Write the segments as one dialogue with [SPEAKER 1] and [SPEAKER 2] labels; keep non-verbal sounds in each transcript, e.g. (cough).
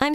[SPEAKER 1] I'm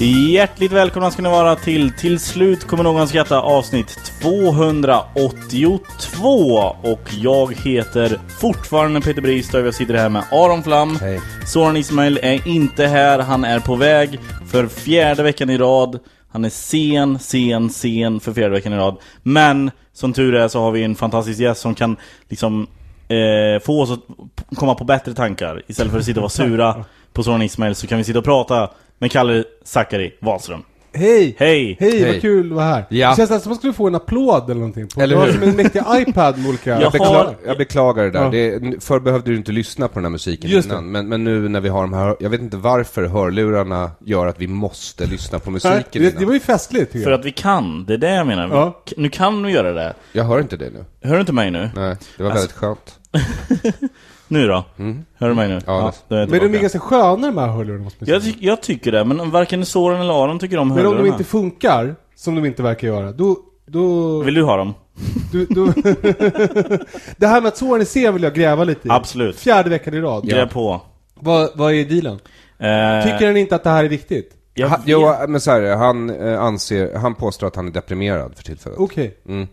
[SPEAKER 2] Hjärtligt välkomna ska ni vara till Till slut kommer någon skratta avsnitt 282 och jag heter fortfarande Peter Bristorp. Jag sitter här med Aron Flam.
[SPEAKER 3] Hej.
[SPEAKER 2] Soran Ismail är inte här, han är på väg för fjärde veckan i rad. Han är sen, sen, sen för fjärde veckan i rad. Men som tur är så har vi en fantastisk gäst som kan liksom eh, få oss att p- komma på bättre tankar. Istället för att sitta och vara sura på Soran Ismail så kan vi sitta och prata med Kalle Zackari Wahlström.
[SPEAKER 4] Hej!
[SPEAKER 2] Hej!
[SPEAKER 4] Hej,
[SPEAKER 3] Hej.
[SPEAKER 4] vad kul att vara här.
[SPEAKER 3] Ja.
[SPEAKER 4] Det känns nästan som att man skulle få en applåd eller någonting. På.
[SPEAKER 3] Eller
[SPEAKER 4] du har
[SPEAKER 3] hur?
[SPEAKER 4] som en mäktig iPad med olika...
[SPEAKER 2] Ja.
[SPEAKER 3] Jag, bekla
[SPEAKER 2] har-
[SPEAKER 3] jag beklagar det där.
[SPEAKER 4] Ja.
[SPEAKER 3] Det, förr behövde du inte lyssna på den här musiken
[SPEAKER 4] Just det.
[SPEAKER 3] innan. Men, men nu när vi har de här, jag vet inte varför hörlurarna gör att vi måste lyssna på musiken
[SPEAKER 4] Nej, det,
[SPEAKER 3] innan.
[SPEAKER 4] det var ju festligt tycker
[SPEAKER 2] För
[SPEAKER 4] jag.
[SPEAKER 2] att vi kan, det är det jag menar. Vi-
[SPEAKER 4] Ja.
[SPEAKER 2] Nu kan vi göra det.
[SPEAKER 3] Jag hör inte det nu.
[SPEAKER 2] Hör du inte mig nu?
[SPEAKER 3] Nej, det
[SPEAKER 4] Alltså,
[SPEAKER 3] var väldigt skönt.
[SPEAKER 2] Nu då? Hör du mig nu?
[SPEAKER 3] Ja,
[SPEAKER 2] då
[SPEAKER 3] det-
[SPEAKER 2] är jag
[SPEAKER 4] Mm. Men de är
[SPEAKER 2] tillbaka.
[SPEAKER 4] ganska sköna de här hörlurarna måste man säga.
[SPEAKER 2] jag, ty- jag tycker det, men varken Soran eller Aron tycker om
[SPEAKER 4] Men om de
[SPEAKER 2] hörlurarna.
[SPEAKER 4] inte funkar, som de inte verkar göra, då... Då...
[SPEAKER 2] Vill du ha dem?
[SPEAKER 4] du, då... (laughs) det här med att såren är sen vill jag gräva lite i.
[SPEAKER 2] Absolut.
[SPEAKER 4] Fjärde veckan i rad.
[SPEAKER 2] Gräv på.
[SPEAKER 4] Vad, vad är dealen?
[SPEAKER 2] Eh,
[SPEAKER 4] Tycker han inte att det här är viktigt?
[SPEAKER 2] jag
[SPEAKER 3] Han,
[SPEAKER 2] vet-
[SPEAKER 3] jo, men så här, han eh, anser, han påstår att han är deprimerad för tillfället.
[SPEAKER 4] Okej.
[SPEAKER 3] Mm.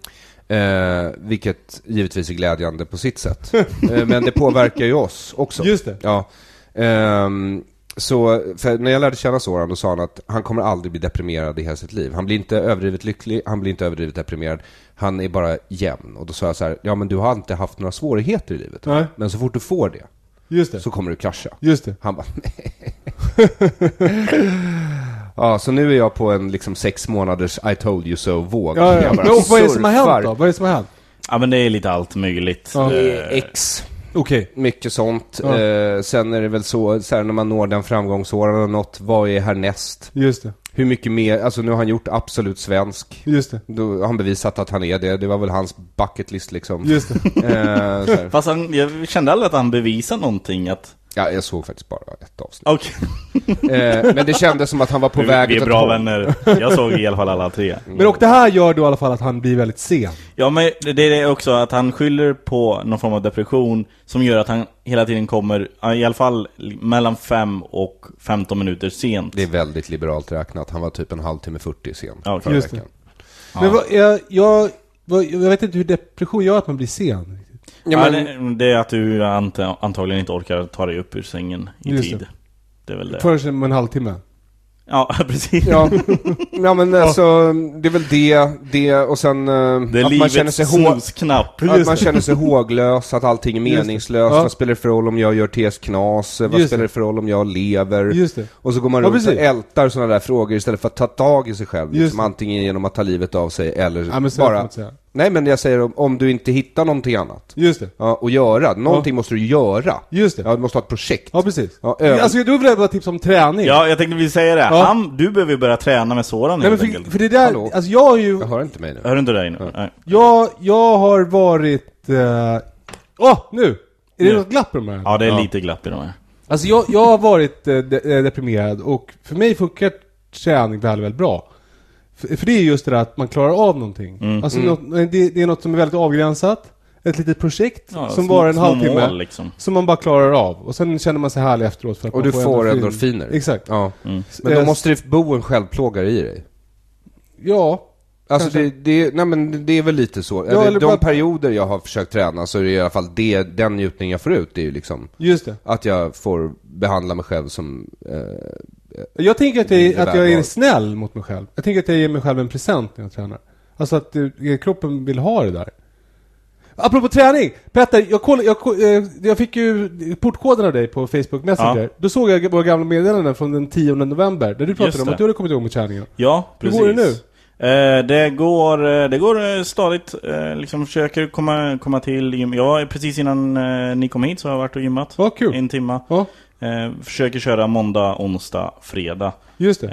[SPEAKER 3] Eh, vilket givetvis är glädjande på sitt sätt. (laughs) eh, men det påverkar ju oss också.
[SPEAKER 4] Just det.
[SPEAKER 3] Ja. Ehm, så, för när jag lärde känna Soran, då sa han att han kommer aldrig bli deprimerad i hela sitt liv. Han blir inte överdrivet lycklig, han blir inte överdrivet deprimerad. Han är bara jämn. Och då sa jag så här, ja men du har inte haft några svårigheter i livet.
[SPEAKER 4] Nej.
[SPEAKER 3] Men så fort du får det,
[SPEAKER 4] Just det.
[SPEAKER 3] så kommer du krascha.
[SPEAKER 4] Just det.
[SPEAKER 3] Han bara, nej. (laughs) ja, så nu är jag på en liksom sex månaders I told you so-våg.
[SPEAKER 4] Ja, ja, ja.
[SPEAKER 3] Jag bara
[SPEAKER 4] Men, och vad är det som har
[SPEAKER 3] surfar.
[SPEAKER 4] hänt då? Vad är det som har hänt?
[SPEAKER 2] Ja men det är lite allt möjligt.
[SPEAKER 4] Ja.
[SPEAKER 2] Eh,
[SPEAKER 3] X.
[SPEAKER 4] Okej.
[SPEAKER 3] Mycket sånt.
[SPEAKER 4] Ja.
[SPEAKER 3] Eh, sen är det väl så, så här, när man når den framgångsåren och nått, vad är härnäst?
[SPEAKER 4] Just det.
[SPEAKER 3] Hur mycket mer, alltså nu har han gjort Absolut Svensk.
[SPEAKER 4] Just det.
[SPEAKER 3] Då har han bevisat att han är det, det var väl hans bucket list liksom.
[SPEAKER 4] Just det.
[SPEAKER 3] Eh, så här.
[SPEAKER 2] Fast han, jag kände aldrig att han bevisade någonting att...
[SPEAKER 3] ja, jag såg faktiskt bara ett avsnitt.
[SPEAKER 2] Okej,
[SPEAKER 3] Eh, men det kändes som att han var på väg
[SPEAKER 2] vi
[SPEAKER 3] åt
[SPEAKER 2] är
[SPEAKER 3] ett
[SPEAKER 2] bra
[SPEAKER 3] håll.
[SPEAKER 2] vänner. Jag såg i alla fall alla tre.
[SPEAKER 4] Men och det här gör då i alla fall att han blir väldigt sen.
[SPEAKER 2] (laughs) Ja men det det är också att han skyller på någon form av depression Som gör att han hela tiden kommer, ja, i alla fall mellan 5 och 15 minuter sent
[SPEAKER 3] Det är väldigt liberalt räknat, han var typ en halvtimme 40 sen
[SPEAKER 2] Ja, okej.
[SPEAKER 3] förra
[SPEAKER 4] Just det.
[SPEAKER 3] veckan.
[SPEAKER 4] Men vad, jag, jag, vad, jag vet inte hur depression gör att man blir sen.
[SPEAKER 2] ja,
[SPEAKER 3] Ja, men,
[SPEAKER 2] det, det är att du ant, antagligen inte orkar ta dig upp ur sängen i
[SPEAKER 4] Just
[SPEAKER 2] tid
[SPEAKER 4] det.
[SPEAKER 2] det. är väl det
[SPEAKER 4] Förrän om en halvtimme.
[SPEAKER 2] Ja (laughs) precis
[SPEAKER 3] ja, (laughs) ja, men alltså, det är väl det, det och sen eh,
[SPEAKER 2] Det är
[SPEAKER 3] att man känner
[SPEAKER 2] livets
[SPEAKER 3] sig hård.
[SPEAKER 2] snusknapp
[SPEAKER 3] Att man känner sig håglös, att allting är
[SPEAKER 4] det.
[SPEAKER 3] meningslöst.
[SPEAKER 4] Ja.
[SPEAKER 3] Vad spelar det för roll om jag gör TS Knas? Vad
[SPEAKER 4] Just
[SPEAKER 3] spelar det för roll om jag lever?
[SPEAKER 4] Just det.
[SPEAKER 3] Och så går man
[SPEAKER 4] Ja,
[SPEAKER 3] runt och
[SPEAKER 4] precis.
[SPEAKER 3] ältar sådana där frågor istället för att ta tag i sig själv.
[SPEAKER 4] Just
[SPEAKER 3] Liksom,
[SPEAKER 4] det.
[SPEAKER 3] antingen genom att ta livet av sig eller
[SPEAKER 4] Ja, men så kan man
[SPEAKER 3] bara...
[SPEAKER 4] inte säga.
[SPEAKER 3] Nej men jag säger om, om du inte hittar någonting annat.
[SPEAKER 4] Just det.
[SPEAKER 3] Ja, och göra. Någonting måste du göra.
[SPEAKER 4] Just det.
[SPEAKER 3] Ja, du måste ha ett projekt.
[SPEAKER 4] Ja, precis.
[SPEAKER 3] Ja, öl.
[SPEAKER 4] alltså, då vill jag bara tipsa om träning.
[SPEAKER 2] Ja jag tänkte vi säga det,
[SPEAKER 4] Ja.
[SPEAKER 2] han, du behöver ju börja träna med Soran
[SPEAKER 4] Nej, men
[SPEAKER 2] helt
[SPEAKER 4] för,
[SPEAKER 2] enkelt
[SPEAKER 4] för det där,
[SPEAKER 3] Hallå?
[SPEAKER 4] alltså jag har ju,
[SPEAKER 3] Jag hör inte mig nu.
[SPEAKER 4] Äh,
[SPEAKER 2] Hör du inte dig nu? Nej.
[SPEAKER 4] jag, jag har varit, eh, åh, nu! Är det något glapp i de här?
[SPEAKER 2] Ja det är lite glapp i de här
[SPEAKER 4] Alltså jag, jag har varit eh, de, eh, deprimerad och för mig funkar träning väldigt, väldigt bra.
[SPEAKER 2] Mm.
[SPEAKER 3] Mm.
[SPEAKER 4] För, för det är just det där att man klarar av någonting. Alltså något, det, det är något som är väldigt avgränsat. ett litet projekt
[SPEAKER 2] Ja,
[SPEAKER 4] som
[SPEAKER 2] små-
[SPEAKER 4] varar en
[SPEAKER 2] små
[SPEAKER 4] halvtimme.
[SPEAKER 2] mål, liksom.
[SPEAKER 4] Som man bara klarar av. Och sen känner man sig härlig efteråt för att
[SPEAKER 3] Och
[SPEAKER 4] man
[SPEAKER 3] du får endorfiner.
[SPEAKER 4] Exakt. eh,
[SPEAKER 3] Ja. Men då måste det bo en självplågare i dig.
[SPEAKER 4] Ja.
[SPEAKER 3] Alltså
[SPEAKER 4] Kanske.
[SPEAKER 3] det, det, nej men det är väl lite så. Eller
[SPEAKER 4] eller
[SPEAKER 3] de
[SPEAKER 4] bara-
[SPEAKER 3] perioder jag har försökt träna så är det i alla fall det, den njutning jag får ut. Det är ju liksom
[SPEAKER 4] Just det.
[SPEAKER 3] att jag får behandla mig själv som... Eh,
[SPEAKER 4] Jag tänker att jag,
[SPEAKER 3] Mindre
[SPEAKER 4] att jag är
[SPEAKER 3] värdval.
[SPEAKER 4] snäll mot mig själv. Jag tänker att jag ger mig själv en present när jag tränar. Alltså att eh, kroppen vill ha det där. Apropå träning! Petter, jag, koll, jag, ko- eh, jag fick ju portkoden av dig på Facebook Messenger.
[SPEAKER 2] Ja.
[SPEAKER 4] Då såg jag våra gamla meddelanden från den 10 november, där du pratade om
[SPEAKER 2] det.
[SPEAKER 4] att du hade kommit igång med träningen.
[SPEAKER 2] Ja,
[SPEAKER 4] Hur
[SPEAKER 2] precis.
[SPEAKER 4] går det
[SPEAKER 2] Eh, det går, eh, det går eh, stadigt. Eh, liksom försöker komma, komma till gym. Ja, precis innan eh, ni kom hit så har jag varit och gymmat.
[SPEAKER 4] Ja, kul.
[SPEAKER 2] En timma.
[SPEAKER 4] Ja,
[SPEAKER 2] Eh, försöker köra måndag, onsdag, fredag.
[SPEAKER 4] just det.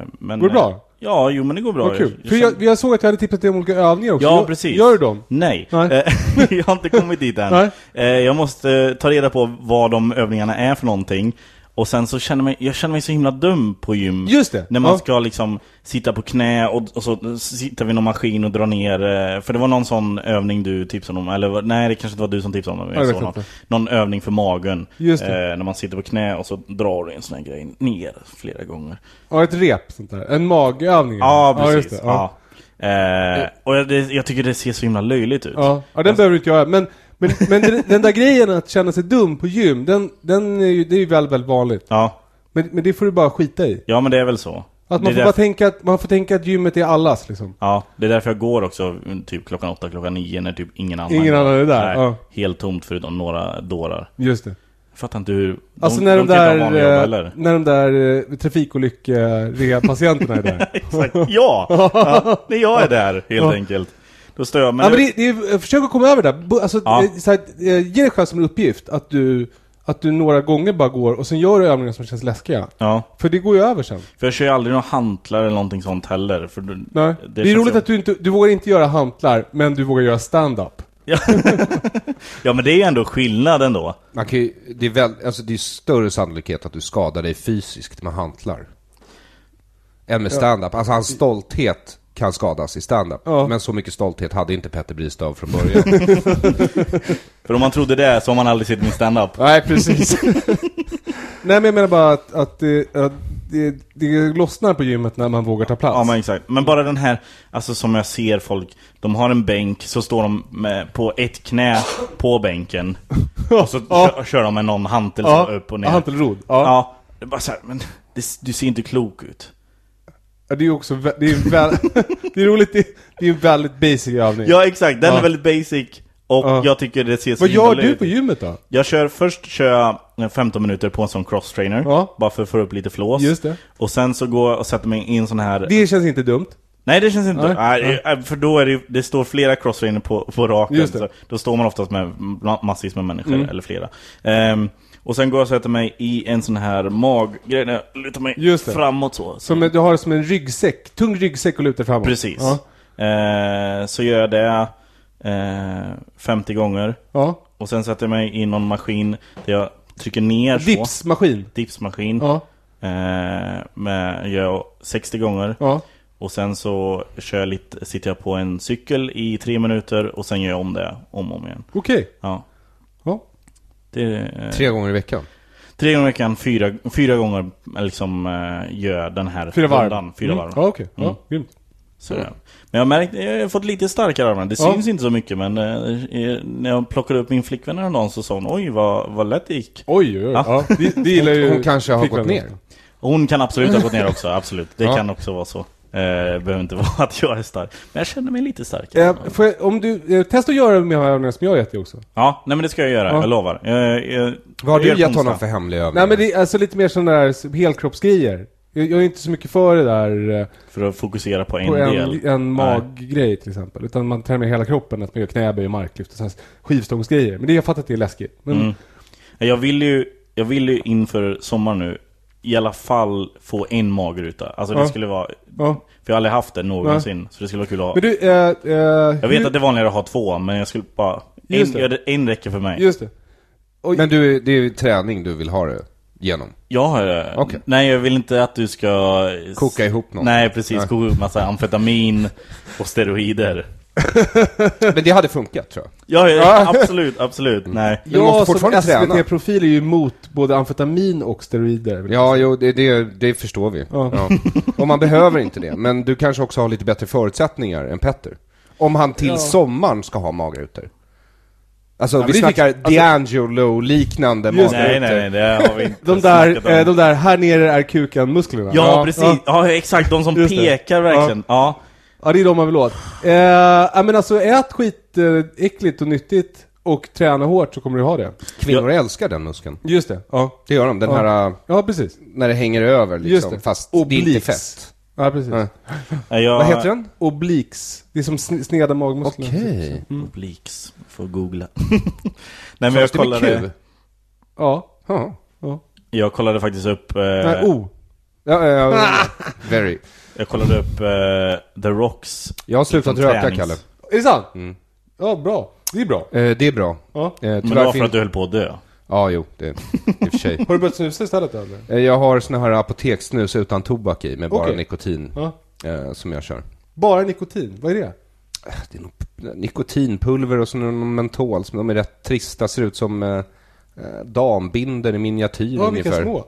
[SPEAKER 2] Eh, men,
[SPEAKER 4] Går det bra?
[SPEAKER 2] eh, Ja, jo men det går bra.
[SPEAKER 4] Vad kul.
[SPEAKER 2] Jag-
[SPEAKER 4] För
[SPEAKER 2] jag-
[SPEAKER 4] jag, jag såg att jag hade tipsat dig om olika övningar också.
[SPEAKER 2] Ja,
[SPEAKER 4] Gör-
[SPEAKER 2] precis.
[SPEAKER 4] Gör du dem?
[SPEAKER 2] Nej.
[SPEAKER 4] Nej.
[SPEAKER 2] Eh, (laughs) jag har inte kommit dit än.
[SPEAKER 4] Nej.
[SPEAKER 2] Eh, Jag måste eh, ta reda på vad de övningarna är för någonting. Och sen så känner mig, jag känner mig så himla dum på gym.
[SPEAKER 4] Just det.
[SPEAKER 2] När man
[SPEAKER 4] Ja.
[SPEAKER 2] ska liksom sitta på knä och, och så sitter vid någon maskin och drar ner. eh, För det var någon sån övning du tipsade om. Eller vad- nej, det kanske inte var du som tipsade om det.
[SPEAKER 4] Ja,
[SPEAKER 2] Jag
[SPEAKER 4] det
[SPEAKER 2] såg
[SPEAKER 4] vet
[SPEAKER 2] någon,
[SPEAKER 4] jag
[SPEAKER 2] någon övning för magen.
[SPEAKER 4] Just det.
[SPEAKER 2] Eh, när man sitter på knä och så drar du en sån här grej ner flera gånger.
[SPEAKER 4] Ja, ett rep sånt där. En magövning.
[SPEAKER 2] Ja,
[SPEAKER 4] just
[SPEAKER 2] precis.
[SPEAKER 4] det.
[SPEAKER 2] Ja, Eh, och jag, det, jag tycker det ser så himla löjligt ut.
[SPEAKER 4] Ja, ja den behöver du inte göra. Men, men, men den- den där grejen att känna sig dum på gym, den, den är ju, det är ju väldigt, väldigt vanligt.
[SPEAKER 2] ja.
[SPEAKER 4] Men, men det får du bara skita i.
[SPEAKER 2] Ja men det är väl så.
[SPEAKER 4] Att
[SPEAKER 2] det är
[SPEAKER 4] man, får bara
[SPEAKER 2] därför,
[SPEAKER 4] tänka att, man får tänka att gymmet är allas liksom.
[SPEAKER 2] ja, det är därför jag går också mm, typ klockan åtta, klockan nio när typ ingen annan
[SPEAKER 4] Ingen
[SPEAKER 2] går.
[SPEAKER 4] annan är där,
[SPEAKER 2] Nej,
[SPEAKER 4] ja.
[SPEAKER 2] Helt tomt förutom några dårar.
[SPEAKER 4] Just det.
[SPEAKER 2] Jag fattar inte hur... De,
[SPEAKER 4] Alltså när de,
[SPEAKER 2] kan inte ha
[SPEAKER 4] där,
[SPEAKER 2] vanliga jobb,
[SPEAKER 4] eh,
[SPEAKER 2] eller?
[SPEAKER 4] när de där eh, trafikolycka-patienterna
[SPEAKER 2] (laughs)
[SPEAKER 4] är där.
[SPEAKER 2] (laughs) Exakt, ja! ja! När jag är där helt
[SPEAKER 4] Ja.
[SPEAKER 2] enkelt. Då stör jag. Men,
[SPEAKER 4] ja, men
[SPEAKER 2] det-
[SPEAKER 4] det, det är, eh, försök att komma över det. Bo- Alltså,
[SPEAKER 2] Ja.
[SPEAKER 4] eh, så här, eh, ge dig själv som en uppgift att du, att du några gånger bara går och sen gör du övningar som känns läskiga.
[SPEAKER 2] ja,
[SPEAKER 4] För det går ju över sen.
[SPEAKER 2] för jag kör ju aldrig några hantlar eller någonting sånt heller. För det,
[SPEAKER 4] Nej. Det, är
[SPEAKER 2] känns
[SPEAKER 4] roligt
[SPEAKER 2] ju-
[SPEAKER 4] att du inte, du vågar inte göra hantlar, men du vågar göra stand-up.
[SPEAKER 2] Ja. ja men det är ändå skillnad ändå.
[SPEAKER 3] man kan ju, det, är väl, alltså det är större sannolikhet att du skadar dig fysiskt med hantlar. Än med stand-up. Alltså hans stolthet kan skadas i stand-up.
[SPEAKER 4] Ja.
[SPEAKER 3] Men så mycket stolthet hade inte Petter Bristav från början.
[SPEAKER 4] (laughs)
[SPEAKER 2] För om man trodde det så har man aldrig sett min standup.
[SPEAKER 3] Nej,
[SPEAKER 4] (laughs)
[SPEAKER 3] precis.
[SPEAKER 4] Nej men jag menar bara att, att, det- att det, det lossnar på gymmet när man vågar ta plats.
[SPEAKER 2] Ja men exakt, men bara den här, alltså som jag ser folk, de har en bänk, så står de med, på ett knä på bänken Och så kör, kör de med någon hantel så
[SPEAKER 4] ja.
[SPEAKER 2] upp och ner
[SPEAKER 4] Hantelrodd. Ja.
[SPEAKER 2] Ja, det är bara så här, men det, du ser inte klok ut
[SPEAKER 4] Ja, Det är ju också, vä- det är,
[SPEAKER 2] (laughs)
[SPEAKER 4] ju väl, det är roligt, det, det är en väldigt basic övning.
[SPEAKER 2] Ja exakt, den
[SPEAKER 4] Ja.
[SPEAKER 2] är väldigt basic och
[SPEAKER 4] Ja.
[SPEAKER 2] jag tycker det ser så
[SPEAKER 4] Vad
[SPEAKER 2] himla
[SPEAKER 4] gör du
[SPEAKER 2] löjligt
[SPEAKER 4] på
[SPEAKER 2] ut.
[SPEAKER 4] gymmet då?
[SPEAKER 2] Jag kör, först kör jag 15 minuter på en sån cross-trainer
[SPEAKER 4] Ja.
[SPEAKER 2] Bara för att få upp lite flås
[SPEAKER 4] Just det.
[SPEAKER 2] Och sen så går jag och sätter mig i en sån här
[SPEAKER 4] Det känns inte dumt.
[SPEAKER 2] Nej det känns inte,
[SPEAKER 4] Nej.
[SPEAKER 2] nej, eh, för då är det ju- det står flera crossfiner på, på raken
[SPEAKER 4] Just det. Mm.
[SPEAKER 2] så Då står man oftast med ma- massvis med människor, eller flera Ehm, Och sen går jag och sätter mig i en sån här maggrej, när jag lutar mig
[SPEAKER 4] Just det.
[SPEAKER 2] framåt så, så
[SPEAKER 4] Som, en- du har det som en ryggsäck, tung ryggsäck och lutar framåt.
[SPEAKER 2] Precis
[SPEAKER 4] Ja.
[SPEAKER 2] Ehm, Så gör jag det eh, 50 gånger
[SPEAKER 4] ja.
[SPEAKER 2] Och sen sätter jag mig i någon maskin där jag trycker ner så
[SPEAKER 4] Dipsmaskin.
[SPEAKER 2] Dipsmaskin
[SPEAKER 4] Ja.
[SPEAKER 2] Ehm, med, Gör jag 60 gånger
[SPEAKER 4] Ja.
[SPEAKER 2] Och sen så kör jag lite, sitter jag på en cykel i tre minuter och sen gör jag om det om och om igen.
[SPEAKER 4] Okej.
[SPEAKER 2] Ja.
[SPEAKER 4] Ja.
[SPEAKER 2] Det är, eh, tre.
[SPEAKER 3] Tre gånger i veckan.
[SPEAKER 2] gånger i veckan, fyra, fyra gånger eh, liksom eh, gör jag den här
[SPEAKER 4] Fyra varv.
[SPEAKER 2] rundan. Fyra
[SPEAKER 4] Mm.
[SPEAKER 2] varv.
[SPEAKER 4] Ja, okej. Ja, grymt.
[SPEAKER 2] Så, ja. Men jag har märkt, jag har fått lite starkare armar. Det
[SPEAKER 4] Ja.
[SPEAKER 2] syns inte så mycket men eh, eh, när jag plockade upp min flickvän häromdagen så sa hon oj vad, vad lätt det gick.
[SPEAKER 4] Oj, oj, oj.
[SPEAKER 2] Ja.
[SPEAKER 4] Ja. Det, det gillar ju
[SPEAKER 3] Hon kanske har
[SPEAKER 4] flickvännen
[SPEAKER 3] gått ner.
[SPEAKER 4] också.
[SPEAKER 2] Hon kan absolut ha gått
[SPEAKER 4] (laughs)
[SPEAKER 2] ner också, absolut. Det
[SPEAKER 3] Ja.
[SPEAKER 2] kan också vara så. Eh, Det behöver inte (laughs) vara att jag är stark. Men jag känner mig lite starkare.
[SPEAKER 4] Eh, får jag, om du, eh, testa att göra de här övningarna som jag har gett dig också.
[SPEAKER 2] Ja, nej men det ska jag göra,
[SPEAKER 4] Ja.
[SPEAKER 2] jag lovar. Jag, jag,
[SPEAKER 3] Vad har
[SPEAKER 2] jag gör det
[SPEAKER 3] du gett
[SPEAKER 2] på
[SPEAKER 3] honom
[SPEAKER 2] onsdag.
[SPEAKER 3] för hemliga övningar?
[SPEAKER 4] Nej men det är alltså lite mer sådana där s- helkroppsgrejer. Jag, jag är inte så mycket för det där eh,
[SPEAKER 2] För att fokusera på en,
[SPEAKER 4] på
[SPEAKER 2] del.
[SPEAKER 4] en, en
[SPEAKER 2] Nej.
[SPEAKER 4] maggrej till exempel. Utan man tränar med hela kroppen, att man gör knäböj och marklyft och sen skivstångsgrejer. Men det, jag fattar att det är läskigt. Men
[SPEAKER 2] Mm. Eh, Jag vill ju, jag vill ju inför sommaren nu i alla fall få en magruta. Alltså det
[SPEAKER 4] Ja.
[SPEAKER 2] skulle vara...
[SPEAKER 4] ja.
[SPEAKER 2] För jag har aldrig haft det någonsin. Så det skulle vara kul att ha.
[SPEAKER 4] Men du, eh, eh,
[SPEAKER 2] jag vet att det är vanligare att ha två, men jag skulle bara... En,
[SPEAKER 4] Just det.
[SPEAKER 2] ja, det- en räcker för mig.
[SPEAKER 4] Just det.
[SPEAKER 3] Men du, det är ju träning du vill ha det (laughs) genom.
[SPEAKER 2] Jag har det.
[SPEAKER 3] Okej.
[SPEAKER 2] Nej, jag vill inte att du ska...
[SPEAKER 3] Koka ihop någonting.
[SPEAKER 2] Nej, precis. Koka ihop massa amfetamin och steroider.
[SPEAKER 3] Men det hade funkat tror
[SPEAKER 2] Ja,
[SPEAKER 3] jag.
[SPEAKER 2] ja absolut, absolut. Nej.
[SPEAKER 3] Ah. Mm. Men du måste fortfarande
[SPEAKER 4] som
[SPEAKER 3] träna.
[SPEAKER 4] SVT-profil är ju emot både amfetamin och steroider.
[SPEAKER 3] Ja, jo, det, det, det förstår vi. Ja. Och man behöver inte det. Men du kanske också har lite bättre förutsättningar än Petter. Om han till sommaren ska ha magrutor. Alltså
[SPEAKER 4] men
[SPEAKER 3] vi
[SPEAKER 4] det
[SPEAKER 3] snackar
[SPEAKER 4] fick- alltså-
[SPEAKER 3] D'Angelo-liknande
[SPEAKER 4] Just det.
[SPEAKER 2] Nej,
[SPEAKER 3] magrutor.
[SPEAKER 2] nej, nej, det har vi inte
[SPEAKER 4] De där,
[SPEAKER 2] snackat om.
[SPEAKER 4] eh, de där, här nere är kuken-musklerna.
[SPEAKER 2] Ja, precis. Ja, exakt. De som
[SPEAKER 4] Just det.
[SPEAKER 2] pekar verkligen. Ja.
[SPEAKER 4] Ja, det är de man vill åt. Eh, ja, men alltså ät skitäckligt eh, äckligt och nyttigt och träna hårt så kommer du ha det.
[SPEAKER 3] Kvinnor älskar den muskeln.
[SPEAKER 4] Just det. Ja,
[SPEAKER 3] Det gör de. Den här, äh,
[SPEAKER 4] ja precis.
[SPEAKER 3] när det hänger över
[SPEAKER 4] Just
[SPEAKER 3] liksom.
[SPEAKER 4] det.
[SPEAKER 3] Fast det är inte
[SPEAKER 4] Obliques.
[SPEAKER 3] fett.
[SPEAKER 4] Ja, precis.
[SPEAKER 3] Ja.
[SPEAKER 2] Nej, jag-
[SPEAKER 3] Vad heter den?
[SPEAKER 4] Obliques. Det är som sn- sneda magmusklerna.
[SPEAKER 3] Okej.
[SPEAKER 2] Obliques. Mm. Får googla. (laughs) Nej, men
[SPEAKER 3] Fast
[SPEAKER 2] jag
[SPEAKER 3] det är med Q.
[SPEAKER 2] kollade,
[SPEAKER 4] Ja.
[SPEAKER 3] Ja.
[SPEAKER 2] jag kollade faktiskt upp... eh,
[SPEAKER 4] Nej, oh. O.
[SPEAKER 3] Ja, ja, ja. Very.
[SPEAKER 2] Jag kollade upp eh, The Rocks.
[SPEAKER 3] Jag har slutat
[SPEAKER 2] liksom
[SPEAKER 3] röka,
[SPEAKER 2] tränings-
[SPEAKER 3] Kalle.
[SPEAKER 4] Är det sant? Ja, bra. Det är bra.
[SPEAKER 3] Eh, det är bra.
[SPEAKER 4] Ja.
[SPEAKER 3] Eh,
[SPEAKER 2] Men det var för
[SPEAKER 3] finns-
[SPEAKER 2] att du höll på att dö.
[SPEAKER 3] Ja, jo, det i och för (laughs) sig.
[SPEAKER 4] Har du börjat snusa istället eller?
[SPEAKER 3] Eh, Jag har såna här apotekssnus utan tobak i med bara
[SPEAKER 4] Okej.
[SPEAKER 3] nikotin
[SPEAKER 4] Ja.
[SPEAKER 3] eh, som jag kör. Eh,
[SPEAKER 4] Bara nikotin, vad är det?
[SPEAKER 3] Det är nog p- nikotinpulver och sån någon mentol som de är rätt trista, ser ut som eh, eh, dambinder i miniatyr
[SPEAKER 4] Ja, vilka
[SPEAKER 3] ungefär.
[SPEAKER 4] små.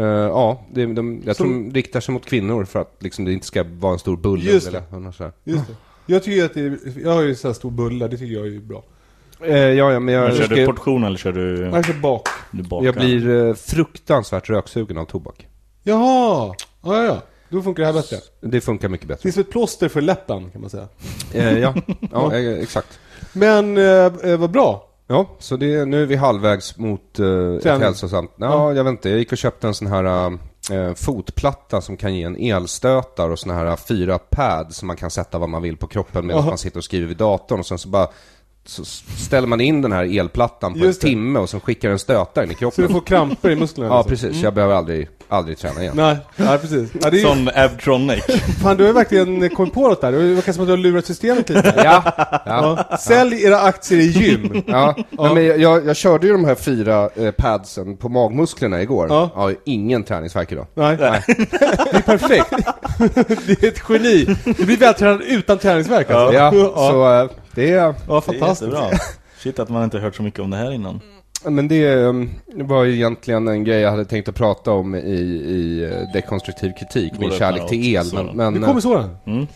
[SPEAKER 3] Eh, ja, det, de, jag
[SPEAKER 4] Som-
[SPEAKER 3] tror de riktar sig mot kvinnor för att liksom, det inte ska vara en stor bulle.
[SPEAKER 4] Just det.
[SPEAKER 3] eller något så här.
[SPEAKER 4] Just det. Jag tycker ju att det är, jag har ju så här stor bulla, det tycker jag är ju bra.
[SPEAKER 3] Eh, ja, ja, men jag,
[SPEAKER 2] Men kör
[SPEAKER 3] ska,
[SPEAKER 2] du portion eller kör du...
[SPEAKER 4] Jag kör bak.
[SPEAKER 2] du bakar?
[SPEAKER 3] jag blir eh, fruktansvärt röksugen av tobak.
[SPEAKER 4] Jaha! Ja, ja, ja. Då funkar det här bättre.
[SPEAKER 3] Det funkar mycket
[SPEAKER 4] Det
[SPEAKER 3] bättre.
[SPEAKER 4] är som ett plåster för läppen kan man säga.
[SPEAKER 3] Eh, ja,
[SPEAKER 4] (laughs)
[SPEAKER 3] ja eh, exakt.
[SPEAKER 4] Men eh, eh, vad bra.
[SPEAKER 3] Ja, så det, nu är vi halvvägs mot uh, ett
[SPEAKER 4] Träning.
[SPEAKER 3] hälsosamt... Ja, jag vet inte. Jag gick och köpte en sån här eh, fotplatta som kan ge en elstötar och såna här eh, fyra pads som man kan sätta vad man vill på kroppen medan
[SPEAKER 4] Aha.
[SPEAKER 3] man sitter och skriver vid datorn och sen så bara så s- ställer man in den här elplattan på
[SPEAKER 4] Just
[SPEAKER 3] en
[SPEAKER 4] det.
[SPEAKER 3] timme och sen skickar den stötaren i
[SPEAKER 4] Så
[SPEAKER 3] kroppen.
[SPEAKER 4] du får kramper i musklerna.
[SPEAKER 3] Ja,
[SPEAKER 4] liksom.
[SPEAKER 3] precis. Jag behöver aldrig, aldrig träna igen.
[SPEAKER 4] Nej, nej precis. Ja, det är, ju-
[SPEAKER 2] Sån Abtronic.
[SPEAKER 4] fan, du har ju verkligen kommit på något där. Det verkar som att du har lurat systemet lite.
[SPEAKER 3] Ja,
[SPEAKER 4] (laughs)
[SPEAKER 3] ja.
[SPEAKER 4] Ja. Sälj era aktier i gym.
[SPEAKER 3] Ja, Nej, men jag- jag, jag körde ju de här fyra eh, padsen på magmusklerna igår.
[SPEAKER 4] Ja.
[SPEAKER 3] Ja. ingen träningsvärk idag.
[SPEAKER 4] Nej. Det är perfekt. Det är ett geni. Du blir vältränad utan träningsvärk alltså.
[SPEAKER 3] Ja, så eh, det är...
[SPEAKER 4] ja
[SPEAKER 2] Det är
[SPEAKER 4] (laughs) fantastiskt.
[SPEAKER 2] jättebra. Shit att man inte hört så mycket om det här innan.
[SPEAKER 3] Men det ehm, var ju egentligen en grej jag hade tänkt att prata om i, i eh, dekonstruktiv kritik, min
[SPEAKER 2] öppna
[SPEAKER 3] kärlek till el.
[SPEAKER 2] åt
[SPEAKER 3] Men,
[SPEAKER 2] solen.
[SPEAKER 3] men, eh,
[SPEAKER 4] Nu kommer sådan.
[SPEAKER 2] Mm.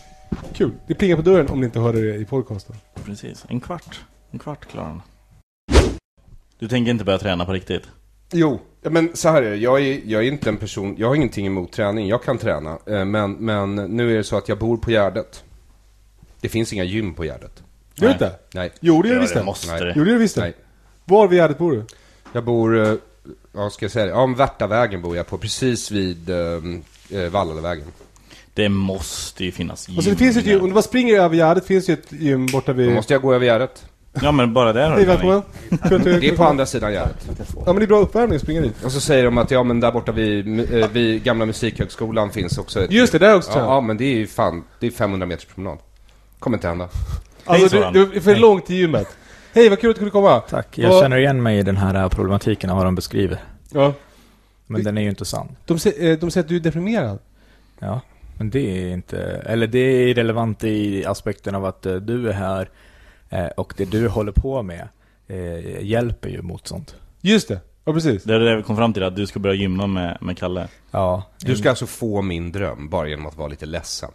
[SPEAKER 4] Kul. Det plingar på dörren om ni inte hörde det i podcasten.
[SPEAKER 2] Precis. En kvart. En kvart klarar han. Du tänker inte börja träna på riktigt?
[SPEAKER 3] Jo, ja, men så här är det. Jag är, jag är inte en person, jag har ingenting emot träning, jag kan träna. Eh, Men, men nu är det så att jag bor på Gärdet. Det finns inga gym på Gärdet.
[SPEAKER 4] Gör du
[SPEAKER 2] Nej.
[SPEAKER 4] inte?
[SPEAKER 3] Nej.
[SPEAKER 4] Jo, det gör
[SPEAKER 2] Ja,
[SPEAKER 4] du
[SPEAKER 2] det
[SPEAKER 4] visst
[SPEAKER 2] måste
[SPEAKER 3] Nej.
[SPEAKER 2] det.
[SPEAKER 4] Jo, det gör du visst det.
[SPEAKER 3] Nej.
[SPEAKER 4] Var vid Gärdet bor du?
[SPEAKER 3] Jag bor, eh, ja ska jag säga det, ja, om Värtavägen bor jag på, precis vid ehm, eh, Vallavägen.
[SPEAKER 2] Det måste ju finnas gym.
[SPEAKER 4] Alltså det finns ju ett gym, om du bara springer över Gärdet finns ju ett gym borta vid...
[SPEAKER 3] Då måste jag gå över Gärdet.
[SPEAKER 2] Ja men bara där har
[SPEAKER 4] Hej
[SPEAKER 2] du träning.
[SPEAKER 4] välkommen. Kul att du-
[SPEAKER 3] Det är på andra sidan Gärdet.
[SPEAKER 4] Ja men det är bra uppvärmning att springa dit.
[SPEAKER 3] Och så säger de att ja men där borta vid, eh, vid gamla musikhögskolan finns också ett...
[SPEAKER 4] Just det, där har jag också
[SPEAKER 3] ja,
[SPEAKER 4] tränat.
[SPEAKER 3] ja men det är ju fan, det är 500 meters promenad. Kommer inte hända.
[SPEAKER 4] Alltså
[SPEAKER 2] Hej,
[SPEAKER 4] det, det är för långt till gymmet. Hej, vad kul att du kunde komma.
[SPEAKER 5] Tack, jag
[SPEAKER 4] Och-
[SPEAKER 5] känner igen mig i den här eh, problematiken av vad de beskriver.
[SPEAKER 4] Ja.
[SPEAKER 5] Men den är ju inte sann.
[SPEAKER 4] De, sä- eh, de säger att du är deprimerad.
[SPEAKER 5] Ja, men det är inte, eller det är irrelevant i aspekten av att eh, du är här eh, och det du håller på med eh, hjälper ju mot sånt.
[SPEAKER 4] Just det. Ja precis.
[SPEAKER 2] Det är det vi kom fram till, att du ska börja gymma med, med Kalle.
[SPEAKER 5] Ja,
[SPEAKER 3] Du ska alltså få min dröm bara genom att vara lite ledsen.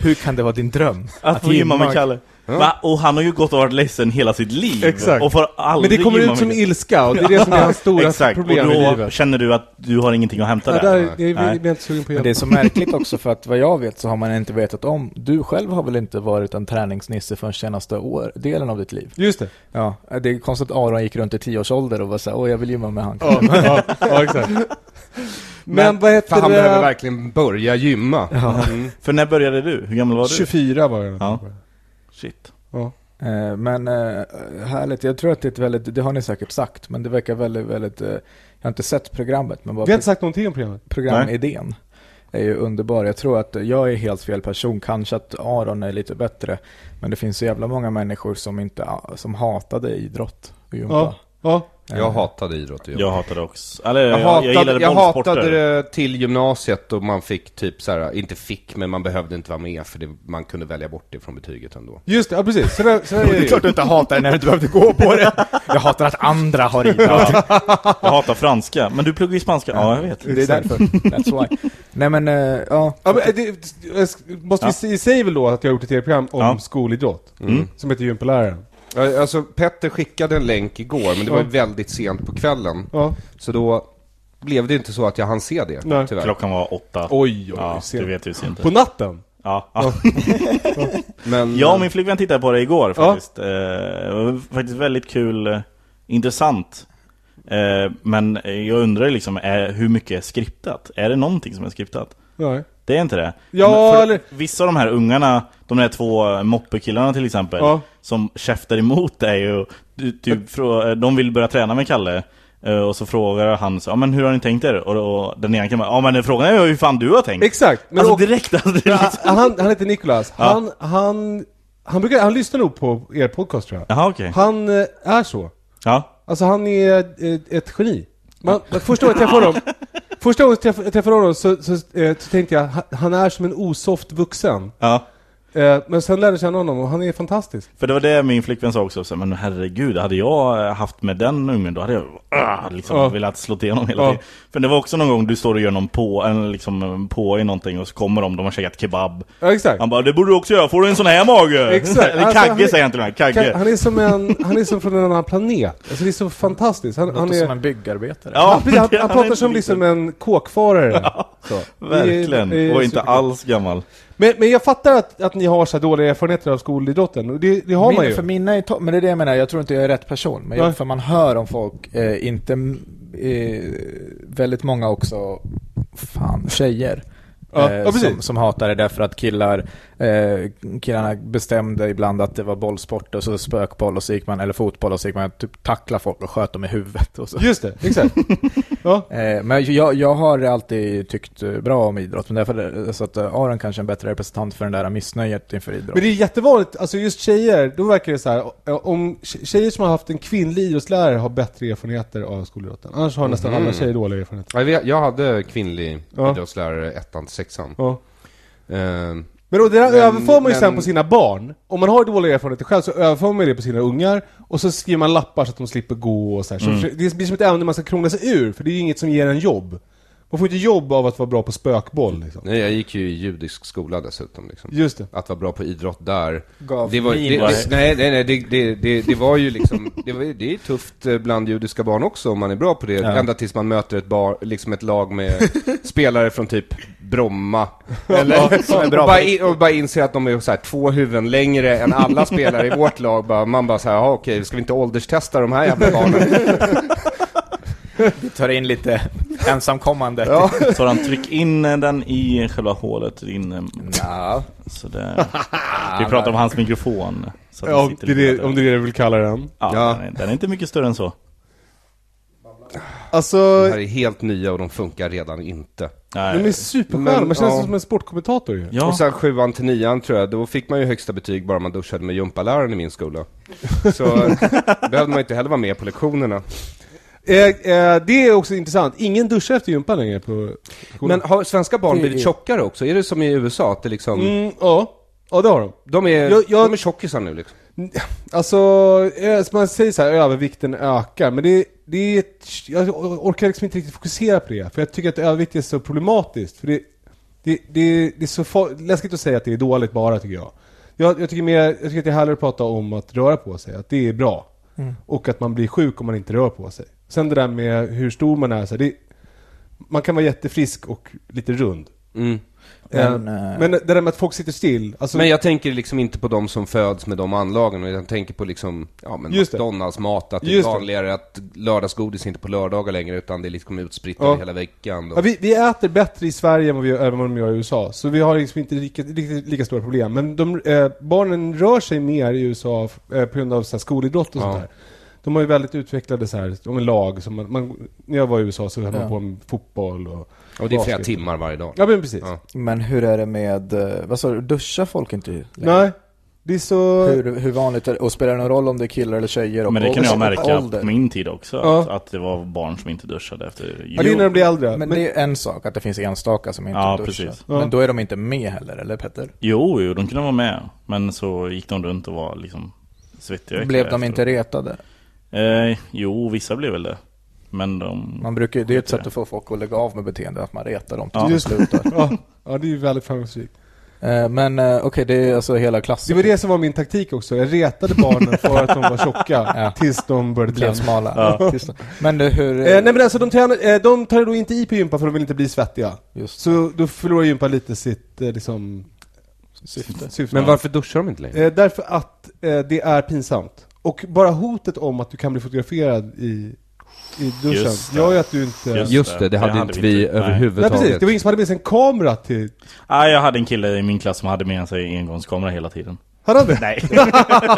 [SPEAKER 5] hur kan det vara din dröm?
[SPEAKER 2] Att få gymma med Kalle. Va? Och han har ju gått och varit ledsen hela sitt liv.
[SPEAKER 4] Exakt.
[SPEAKER 2] Och får aldrig
[SPEAKER 4] Men det kommer
[SPEAKER 2] gymma
[SPEAKER 4] ut som
[SPEAKER 2] med Kalle.
[SPEAKER 4] ilska och det är det som är hans stora
[SPEAKER 2] Exakt.
[SPEAKER 4] problem
[SPEAKER 2] och
[SPEAKER 4] i
[SPEAKER 2] då
[SPEAKER 4] livet.
[SPEAKER 2] känner du att du har ingenting att hämta
[SPEAKER 4] Ja,
[SPEAKER 2] där.
[SPEAKER 4] där, det är, vi
[SPEAKER 2] Nej.
[SPEAKER 4] vi är inte sugen på
[SPEAKER 5] Men
[SPEAKER 4] hjälp.
[SPEAKER 5] det är så märkligt också för att vad jag vet så har man inte vetat om, du själv har väl inte varit en träningsnisse förrän senaste år, delen av ditt liv?
[SPEAKER 4] (laughs) Just det.
[SPEAKER 5] Ja, det är konstigt att Aron gick runt i tioårsålder och var såhär, åh jag vill gymma med han.
[SPEAKER 4] Ja, (laughs) ja, ja exakt. Men, vad heter
[SPEAKER 3] För han
[SPEAKER 4] det?
[SPEAKER 3] behöver verkligen börja gymma. Mm.
[SPEAKER 2] För när började du? Hur gammal var du?
[SPEAKER 4] 24 var jag.
[SPEAKER 2] Ja. Shit.
[SPEAKER 4] Ja.
[SPEAKER 5] Eh, Men eh, härligt, jag tror att det är ett väldigt, det har ni säkert sagt, men det verkar väldigt, väldigt, eh, jag har inte sett programmet, men bara
[SPEAKER 4] Vi har inte sagt någonting om programmet.
[SPEAKER 5] programidén är ju underbar. Jag tror att jag är helt fel person, kanske att Aron är lite bättre, men det finns så jävla många människor som, inte, som hatade ah, idrott och gympa.
[SPEAKER 4] Ja. ja.
[SPEAKER 3] Jag hatade idrott. och jobb.
[SPEAKER 2] Jag hatade också. Eller jag, jag,
[SPEAKER 3] Jag
[SPEAKER 2] gillade
[SPEAKER 3] hatade, jag
[SPEAKER 2] bollsporter.
[SPEAKER 3] hatade det till gymnasiet och man fick typ så här, inte fick, men man behövde inte vara med för det, man kunde välja bort det från betyget ändå.
[SPEAKER 4] Just det, ja precis. Så där, så
[SPEAKER 5] (laughs)
[SPEAKER 4] där är det ju.
[SPEAKER 5] du inte hatar det när du inte behövde gå på det. Jag hatar att andra har idrott.
[SPEAKER 2] Jag hatar franska. Men du pluggar ju spanska. Ja, jag vet.
[SPEAKER 5] Det är därför. That's why. Nej men, eh, ja.
[SPEAKER 4] Ja, men, eh, det, jag sk- måste vi
[SPEAKER 2] Ja.
[SPEAKER 4] se- säga väl då att jag har gjort ett tv-program om
[SPEAKER 2] Ja.
[SPEAKER 4] skolidrott? Som heter Gympeläraren.
[SPEAKER 3] Ja, Alltså, Petter skickade en länk igår, men det var ju väldigt sent på kvällen.
[SPEAKER 4] Ja.
[SPEAKER 3] Så då blev det inte så att jag hann se det,
[SPEAKER 4] Nej.
[SPEAKER 3] tyvärr.
[SPEAKER 2] Klockan var åtta.
[SPEAKER 4] Oj, oj,
[SPEAKER 2] ja,
[SPEAKER 4] sent.
[SPEAKER 2] du vet ju sent.
[SPEAKER 4] På natten?
[SPEAKER 2] Ja, ja. (laughs)
[SPEAKER 3] Men,
[SPEAKER 2] Jag och min flickvän tittade på det igår
[SPEAKER 4] Ja.
[SPEAKER 2] faktiskt. Eh, Det var faktiskt väldigt kul, eh, intressant. Eh, Men jag undrar liksom, är, hur mycket är skriptat? Är det någonting som är skriptat?
[SPEAKER 4] Nej.
[SPEAKER 2] Det är inte det?
[SPEAKER 4] Ja,
[SPEAKER 2] Men för
[SPEAKER 4] eller-
[SPEAKER 2] Vissa av de här ungarna, de där två moppekillarna till exempel,
[SPEAKER 4] Ja.
[SPEAKER 2] som käftar emot dig och du, typ, frå- de vill börja träna med Kalle. Eh, Och så frågar han så, ja men hur har ni tänkt er? Och, då, den ena kan bara, ja men frågan är hur fan du har tänkt?
[SPEAKER 4] Exakt! Men
[SPEAKER 2] alltså
[SPEAKER 4] och,
[SPEAKER 2] direkt alltså, det är
[SPEAKER 4] Ja,
[SPEAKER 2] liksom...
[SPEAKER 4] han, han heter Nikolas. Han, han, han, brukar, han lyssnar nog på er podcast tror jag.
[SPEAKER 2] Jaha okej.
[SPEAKER 4] Han eh, är så.
[SPEAKER 2] Ja.
[SPEAKER 4] Alltså han är eh, ett geni. Man, man- första gången jag
[SPEAKER 2] (laughs)
[SPEAKER 4] träffade honom, första gången jag träff- jag träffade honom så, så, eh, så tänkte jag, han- han är som en osoft vuxen.
[SPEAKER 2] ja.
[SPEAKER 4] Eh, men sen lärde jag känna honom och han är fantastisk.
[SPEAKER 2] För det var det min flickvän sa också, så, här, men herregud, hade jag eh, haft med den ungen då hade jag ah, liksom,
[SPEAKER 4] Ja.
[SPEAKER 2] velat slå till honom hela
[SPEAKER 4] Ja.
[SPEAKER 2] tiden. För det var också någon gång du står och gör någon på, en, liksom, en på i någonting och så kommer de, de har käkat kebab.
[SPEAKER 4] Ja, exakt.
[SPEAKER 2] Han bara 'Det borde du också göra, får du en sån här mage?'
[SPEAKER 4] Exakt.
[SPEAKER 2] Eller
[SPEAKER 4] Alltså,
[SPEAKER 2] kagge
[SPEAKER 4] han är-
[SPEAKER 2] säger han till och med,
[SPEAKER 4] Kan-
[SPEAKER 2] kagge.
[SPEAKER 4] Han är som en, han är som från en annan planet. Alltså det är så fantastiskt. Han, han
[SPEAKER 5] Låter
[SPEAKER 4] är...
[SPEAKER 5] som en byggarbetare.
[SPEAKER 4] Ja, precis, han,
[SPEAKER 2] (laughs) det-
[SPEAKER 4] han
[SPEAKER 2] är
[SPEAKER 4] pratar
[SPEAKER 2] inte
[SPEAKER 4] som
[SPEAKER 2] liten.
[SPEAKER 4] liksom en kåkfarare. Så. Det är-
[SPEAKER 2] Verkligen,
[SPEAKER 4] det är
[SPEAKER 2] och inte
[SPEAKER 4] superkul.
[SPEAKER 2] alls gammal.
[SPEAKER 4] Men, men jag fattar att, att ni har så här dåliga erfarenheter av skolidrotten, och det, det har man
[SPEAKER 5] Mina-
[SPEAKER 4] ju.
[SPEAKER 5] För mina är to- men det är det jag menar, jag tror inte jag är rätt person. Men
[SPEAKER 4] Nej.
[SPEAKER 5] jag, för man hör om folk, eh, inte eh, väldigt många också, fan, tjejer.
[SPEAKER 4] Ja,
[SPEAKER 5] eh,
[SPEAKER 4] ja, precis.
[SPEAKER 5] som, som hatar det därför att killar, eh, killarna bestämde ibland att det var bollsport och så spökboll och så gick man, eller fotboll och så gick man typ tackla folk och sköt dem i huvudet och så.
[SPEAKER 4] Just det, (laughs) exakt. ja.
[SPEAKER 5] Eh, men jag, jag har alltid tyckt eh, bra om idrott, men därför så att eh, Aron kanske är en bättre representant för den där missnöjet inför idrott.
[SPEAKER 4] Men det är jättevanligt, alltså just tjejer, då verkar det så här, eh, om tjejer som har haft en kvinnlig idrottslärare har bättre erfarenheter av skolidrotten. Annars har nästan alla tjejer dåliga erfarenheter.
[SPEAKER 3] eh, jag, vet, jag hade kvinnlig
[SPEAKER 4] Ja.
[SPEAKER 3] idrottslärare ettan till sexan.
[SPEAKER 4] Ja.
[SPEAKER 3] Eh,
[SPEAKER 4] Men och det där
[SPEAKER 3] Men-
[SPEAKER 4] överför man ju sen
[SPEAKER 3] men-
[SPEAKER 4] på sina barn. Om man har dåliga erfarenheter själv så överför man ju det på sina ungar, och så skriver man lappar så att de slipper gå och så, här. så så- Det blir som ett ämne man ska krångla sig ur, för det är ju inget som ger en jobb. Man får inte jobb av att vara bra på spökboll liksom.
[SPEAKER 3] nej, jag gick ju i judisk skola dessutom. Liksom.
[SPEAKER 4] Just det.
[SPEAKER 3] Att vara bra på idrott där.
[SPEAKER 5] Gav
[SPEAKER 3] det var, det,
[SPEAKER 5] min
[SPEAKER 3] det,
[SPEAKER 5] bara-
[SPEAKER 3] nej, nej, nej, det, det, det, det var ju liksom, det, var, ju- det är tufft eh, bland judiska barn också om man är bra på det. Ända tills man möter ett, bar, liksom ett lag
[SPEAKER 5] (laughs)
[SPEAKER 3] med spelare från typ Bromma. Eller,
[SPEAKER 5] som är bra
[SPEAKER 3] och,
[SPEAKER 5] på
[SPEAKER 3] bara in, och bara inser att de är så här, två huvuden längre än alla spelare i vårt lag. Bara, man bara så här, "Jaha, okej, ska vi inte ålderstesta de här jävla
[SPEAKER 5] (laughs)
[SPEAKER 3] barnen?
[SPEAKER 5] tar in
[SPEAKER 4] (laughs)
[SPEAKER 5] lite ensamkommande.
[SPEAKER 2] Så han tryck in eh, den i själva hålet, in, eh,
[SPEAKER 5] Ja.
[SPEAKER 4] (laughs)
[SPEAKER 2] sådär. Vi pratar om hans mikrofon. Så att den
[SPEAKER 4] Ja,
[SPEAKER 2] sitter
[SPEAKER 4] det är
[SPEAKER 2] lite
[SPEAKER 4] det,
[SPEAKER 2] där.
[SPEAKER 4] om det är det du vill kalla den.
[SPEAKER 2] Ja,
[SPEAKER 3] Ja.
[SPEAKER 2] Den, är, den är inte mycket större än så.
[SPEAKER 3] De
[SPEAKER 4] Alltså,
[SPEAKER 3] här är helt nya och de funkar redan inte.
[SPEAKER 2] Nej.
[SPEAKER 4] de är superstjärnor,
[SPEAKER 3] Men,
[SPEAKER 4] man känns
[SPEAKER 3] ja.
[SPEAKER 4] som en sportkommentator ju.
[SPEAKER 2] Ja.
[SPEAKER 3] Och sen sjuan till nian tror jag, då fick man ju högsta betyg bara man duschade med gympaläraren i min skola. Så behövde man inte heller vara med på lektionerna.
[SPEAKER 4] Eh, eh, det är också intressant, ingen duschar efter gympan längre på skolan.
[SPEAKER 3] Men har svenska barn
[SPEAKER 4] Det
[SPEAKER 3] blivit
[SPEAKER 4] är-
[SPEAKER 3] tjockare också? Är det som i USA, att det liksom,
[SPEAKER 4] Mm, ja. ja, det har de.
[SPEAKER 3] de, är,
[SPEAKER 4] Jag- jag-
[SPEAKER 3] de är tjockisar nu liksom?
[SPEAKER 4] Alltså, eh, som man säger så här, övervikten ökar, men det, det är ett, jag orkar liksom inte riktigt fokusera på det, för jag tycker att övervikt är så problematiskt. För det, det, det, det är så far, läskigt att säga att det är dåligt bara, tycker jag. Jag, jag, tycker, mer, jag tycker att det är härligare att prata om att röra på sig, att det är bra.
[SPEAKER 5] Mm.
[SPEAKER 4] Och att man blir sjuk om man inte rör på sig. Sen det där med hur stor man är, så här, det, man kan vara jättefrisk och lite rund.
[SPEAKER 5] Men,
[SPEAKER 4] Eh,
[SPEAKER 5] eh,
[SPEAKER 4] men det där med att folk sitter still, alltså,
[SPEAKER 3] Men jag tänker liksom inte på de som föds med de anlagen, utan jag tänker på liksom, ja men
[SPEAKER 4] Just det.
[SPEAKER 3] McDonalds mat, att det är
[SPEAKER 4] Just det.
[SPEAKER 3] vanligare att lördagsgodis inte på lördagar längre, utan det är liksom utspritt
[SPEAKER 4] Ja.
[SPEAKER 3] över hela veckan.
[SPEAKER 4] Ja,
[SPEAKER 3] Och,
[SPEAKER 4] vi, vi äter bättre i Sverige än vad, vi, än vad de gör i USA, så vi har liksom inte lika, riktigt lika stora problem. Men de, eh, barnen rör sig mer i USA f- eh, på grund av så här, skolidrott och
[SPEAKER 3] Ja.
[SPEAKER 4] sånt där. De har ju väldigt utvecklade så här, de är lag. Som man, man, när jag var i USA så höll man på med fotboll och...
[SPEAKER 3] och det är flera
[SPEAKER 4] basket.
[SPEAKER 3] timmar varje dag.
[SPEAKER 4] Ja, men precis.
[SPEAKER 3] Ja.
[SPEAKER 5] men hur är det med, eh, vad sa du, duschar folk inte längre?
[SPEAKER 4] Nej. Det är så...
[SPEAKER 5] Hur, hur vanligt är det? Och spelar det någon roll om det är killar eller tjejer? Och
[SPEAKER 2] Men det kan
[SPEAKER 5] och-
[SPEAKER 2] jag
[SPEAKER 5] och
[SPEAKER 2] märka
[SPEAKER 5] ålder?
[SPEAKER 2] på min tid också.
[SPEAKER 4] Ja.
[SPEAKER 2] Att, att det var barn som inte duschade efter
[SPEAKER 4] Ja, det är när de blir äldre.
[SPEAKER 6] Men det är en sak att det finns enstaka som inte
[SPEAKER 2] Ja,
[SPEAKER 6] duschar.
[SPEAKER 2] precis.
[SPEAKER 4] Ja.
[SPEAKER 6] Men då är de inte med heller, eller Petter?
[SPEAKER 2] Jo, jo, de kunde vara med. Men så gick de runt och var liksom svettiga. och
[SPEAKER 6] Blev
[SPEAKER 2] äckliga
[SPEAKER 6] de inte
[SPEAKER 2] efteråt.
[SPEAKER 6] retade?
[SPEAKER 2] Eh, jo, vissa blev väl det. Men de...
[SPEAKER 6] Man brukar, det är ett
[SPEAKER 2] Skiter
[SPEAKER 6] sätt att få folk att lägga av med beteende, att man retar dem tills
[SPEAKER 2] Ja.
[SPEAKER 6] de slutar.
[SPEAKER 4] ja, ja, det är ju väldigt framgångsrikt.
[SPEAKER 6] Eh, Men eh, okej, det är alltså hela
[SPEAKER 4] Det
[SPEAKER 6] klassen
[SPEAKER 4] var det som var min taktik också. Jag retade barnen för att de var
[SPEAKER 6] (laughs)
[SPEAKER 4] tjocka tills de började
[SPEAKER 6] blev
[SPEAKER 4] träna.
[SPEAKER 6] smala. Tills de- Men det, hur...
[SPEAKER 4] Eh, nej men alltså de, tränar, eh, de tar då inte i på gympa för de vill inte bli svettiga.
[SPEAKER 6] Just
[SPEAKER 4] Så då förlorar gympa lite sitt eh, liksom,
[SPEAKER 6] syfte.
[SPEAKER 4] syfte.
[SPEAKER 3] Men varför duschar de inte längre?
[SPEAKER 4] Eh, därför att eh, det är pinsamt. Och bara hotet om att du kan bli fotograferad i, i duschen
[SPEAKER 2] Just det.
[SPEAKER 4] gör ju att du inte...
[SPEAKER 2] Just
[SPEAKER 3] Just det, det hade, inte vi
[SPEAKER 2] Nej.
[SPEAKER 4] Nej
[SPEAKER 3] överhuvudtaget.
[SPEAKER 4] precis, det var ingen som hade med sig en kamera till...
[SPEAKER 2] Ah, jag hade en kille i min klass som hade med sig engångskamera hela tiden.
[SPEAKER 4] Hade han det?
[SPEAKER 2] (laughs) Nej,
[SPEAKER 4] Ja,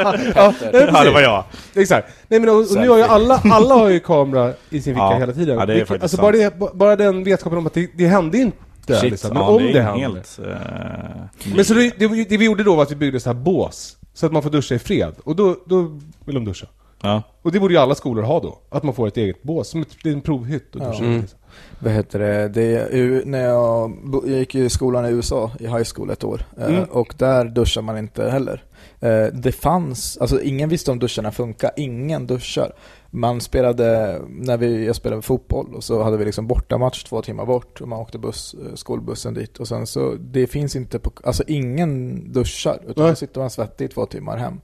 [SPEAKER 4] nej, precis.
[SPEAKER 2] ja, det var jag.
[SPEAKER 4] Exakt. Nej men och, och nu har ju alla, alla har ju kamera i sin ficka
[SPEAKER 2] Ja,
[SPEAKER 4] hela tiden.
[SPEAKER 2] ja, det är
[SPEAKER 4] Vilket-
[SPEAKER 2] faktiskt
[SPEAKER 4] alltså bara, det, ba- bara den vetskapen om att det, det hände inte. liksom. Men
[SPEAKER 2] ja,
[SPEAKER 4] om
[SPEAKER 2] är
[SPEAKER 4] det, hände.
[SPEAKER 2] helt, eh,
[SPEAKER 4] Men så det, det, vi- det vi gjorde då var att vi byggde så här bås. Så att man får duscha i fred. Och då, då vill de duscha.
[SPEAKER 2] ja.
[SPEAKER 4] Och det borde ju alla skolor ha då. Att man får ett eget bås, som ett, det är en provhytt. Och duscha
[SPEAKER 5] Mm.
[SPEAKER 4] i. liksom.
[SPEAKER 5] Vad heter det? det är ju- när jag, bo- jag gick ju i skolan i USA, i high school ett år. eh,
[SPEAKER 4] Mm.
[SPEAKER 5] Och där duschar man inte heller. Eh, Det fanns, alltså ingen visste om duscharna funkar, ingen duschar. Man spelade, när vi, jag spelade fotboll och så hade vi liksom bortamatch två timmar bort och man åkte buss, eh, skolbussen dit och sen så, det finns inte på, alltså ingen duschar utan
[SPEAKER 4] Nej.
[SPEAKER 5] då sitter man svettig i två timmar hem.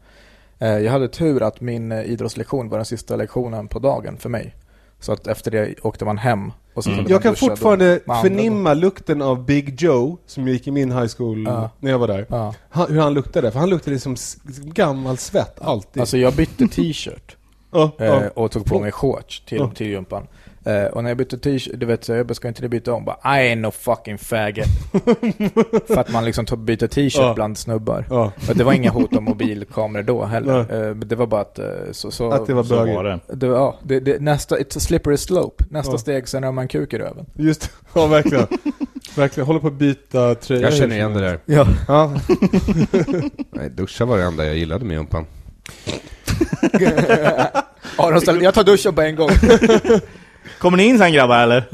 [SPEAKER 5] Eh, Jag hade tur att min eh, idrottslektion var den sista lektionen på dagen för mig. Så att efter det åkte man hem. Och så kunde man
[SPEAKER 4] Jag kan
[SPEAKER 5] duscha då
[SPEAKER 4] fortfarande
[SPEAKER 5] med andra
[SPEAKER 4] förnimma lukten av Big Joe, som gick i min high school
[SPEAKER 5] Ja.
[SPEAKER 4] när jag var där.
[SPEAKER 5] då. Ja.
[SPEAKER 4] Han, hur han luktade. För han luktade som s- gammal svett, alltid.
[SPEAKER 5] Alltså jag bytte
[SPEAKER 4] (laughs)
[SPEAKER 5] t-shirt
[SPEAKER 4] ja,
[SPEAKER 5] eh,
[SPEAKER 4] ja.
[SPEAKER 5] och tog på mig shorts till,
[SPEAKER 4] Ja.
[SPEAKER 5] till gympan. Eh, och när jag bytte t-shirt, du vet så jag ska inte det byta om? Bara, I ain't no
[SPEAKER 4] (laughs)
[SPEAKER 5] fucking faggot. För att man liksom tog- byter t-shirt
[SPEAKER 4] Ja.
[SPEAKER 5] bland snubbar.
[SPEAKER 4] (laughs) Ja.
[SPEAKER 5] Och det var inga hot om mobilkameror då heller.
[SPEAKER 4] Nej.
[SPEAKER 5] Eh, men det var bara att, eh, så, så,
[SPEAKER 4] Att det var
[SPEAKER 2] Så
[SPEAKER 4] bögigt.
[SPEAKER 2] var det.
[SPEAKER 5] det var- ja, det, det, nästa, it's a slippery slope. Nästa
[SPEAKER 4] Ja.
[SPEAKER 5] steg, sen har man kuk i röven.
[SPEAKER 4] Just Ja, verkligen. verkligen. Håller på att byta tröja.
[SPEAKER 3] Jag känner igen det där.
[SPEAKER 5] Ja.
[SPEAKER 4] Ja.
[SPEAKER 3] Nej, duscha var det enda jag gillade med gympan.
[SPEAKER 5] (laughs) Aron ställde, jag tar duschen på en gång.
[SPEAKER 2] Kommer ni in sen grabbar eller?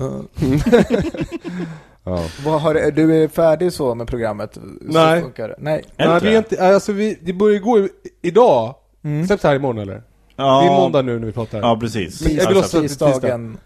[SPEAKER 3] Ja.
[SPEAKER 5] Vad har, du- du är färdig så med programmet? Så
[SPEAKER 4] Nej.
[SPEAKER 5] Funkar det? Nej.
[SPEAKER 2] Är det
[SPEAKER 4] Nej,
[SPEAKER 2] inte
[SPEAKER 4] vi
[SPEAKER 2] det?
[SPEAKER 4] är inte, alltså vi, det börjar ju gå i, idag.
[SPEAKER 5] Mm.
[SPEAKER 4] Släpps det här imorgon eller?
[SPEAKER 2] Ja,
[SPEAKER 4] Det är måndag nu när vi pratar.
[SPEAKER 2] Ja, precis.
[SPEAKER 4] Men jag vill också-
[SPEAKER 5] Tisdagen.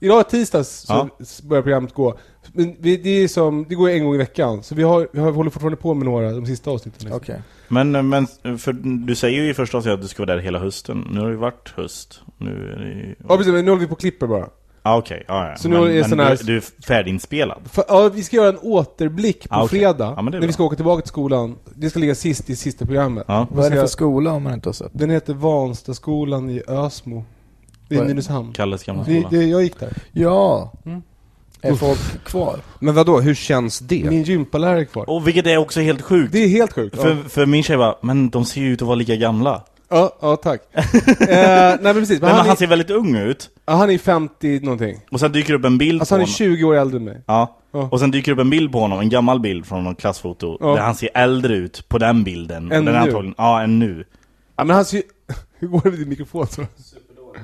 [SPEAKER 4] Idag är tisdags så
[SPEAKER 2] Ja.
[SPEAKER 4] s- börjar programmet gå. Men vi, det är som, det går en gång i veckan. Så vi, har, vi har, håller fortfarande på med några, de sista avsnitten. liksom.
[SPEAKER 5] Okej.
[SPEAKER 2] Men, men för du säger ju i första avsnittet att du ska vara där hela hösten. Nu har det ju varit höst. Nu är det ju...
[SPEAKER 4] Ja precis, men nu håller vi på och klipper bara.
[SPEAKER 2] Ah, okej. Ja, ja.
[SPEAKER 4] Så nu
[SPEAKER 2] Men-
[SPEAKER 4] är det
[SPEAKER 2] men
[SPEAKER 4] sån här-
[SPEAKER 2] du, du är färdiginspelad.
[SPEAKER 4] För, ja, vi ska göra en återblick på
[SPEAKER 2] Ah, okej.
[SPEAKER 4] fredag.
[SPEAKER 2] Ja, men det är
[SPEAKER 4] när vi
[SPEAKER 2] bra.
[SPEAKER 4] ska åka tillbaka till skolan. Det ska ligga sist i sista programmet.
[SPEAKER 2] Ja.
[SPEAKER 5] Vad är det för
[SPEAKER 4] Jag-
[SPEAKER 5] skola om man inte har sett?
[SPEAKER 4] Den heter Vanstaskolan i Ösmo. Det är
[SPEAKER 5] Vad är-
[SPEAKER 4] Nynäshamn.
[SPEAKER 2] Kalles gamla
[SPEAKER 4] Det,
[SPEAKER 2] skola.
[SPEAKER 4] det, jag gick där.
[SPEAKER 5] Ja! Är folk kvar?
[SPEAKER 3] Men vad då? hur känns det?
[SPEAKER 4] Min gympalärare är kvar.
[SPEAKER 2] Och vilket är också helt sjukt.
[SPEAKER 4] Det är helt sjukt. ja.
[SPEAKER 2] För, för min tjej bara, men de ser ju ut att vara lika gamla.
[SPEAKER 4] Ja, ja
[SPEAKER 2] (laughs)
[SPEAKER 4] tack. eh, nej men precis, men
[SPEAKER 2] Men
[SPEAKER 4] han,
[SPEAKER 2] han
[SPEAKER 4] är,
[SPEAKER 2] ser väldigt ung ut.
[SPEAKER 4] ja, han är 50 någonting.
[SPEAKER 2] Och sen dyker upp en bild
[SPEAKER 4] Alltså
[SPEAKER 2] på
[SPEAKER 4] han är
[SPEAKER 2] honom.
[SPEAKER 4] 20 år äldre än mig.
[SPEAKER 2] Ja.
[SPEAKER 4] Ja.
[SPEAKER 2] Och sen dyker upp en bild på honom, en gammal bild från någon klassfoto,
[SPEAKER 4] Ja.
[SPEAKER 2] där han ser äldre ut på den bilden.
[SPEAKER 4] Än
[SPEAKER 2] den
[SPEAKER 4] nu.
[SPEAKER 2] antagligen- Ja, än nu.
[SPEAKER 4] Ja men han ser ju- (laughs) Hur går det med din mikrofon tror du?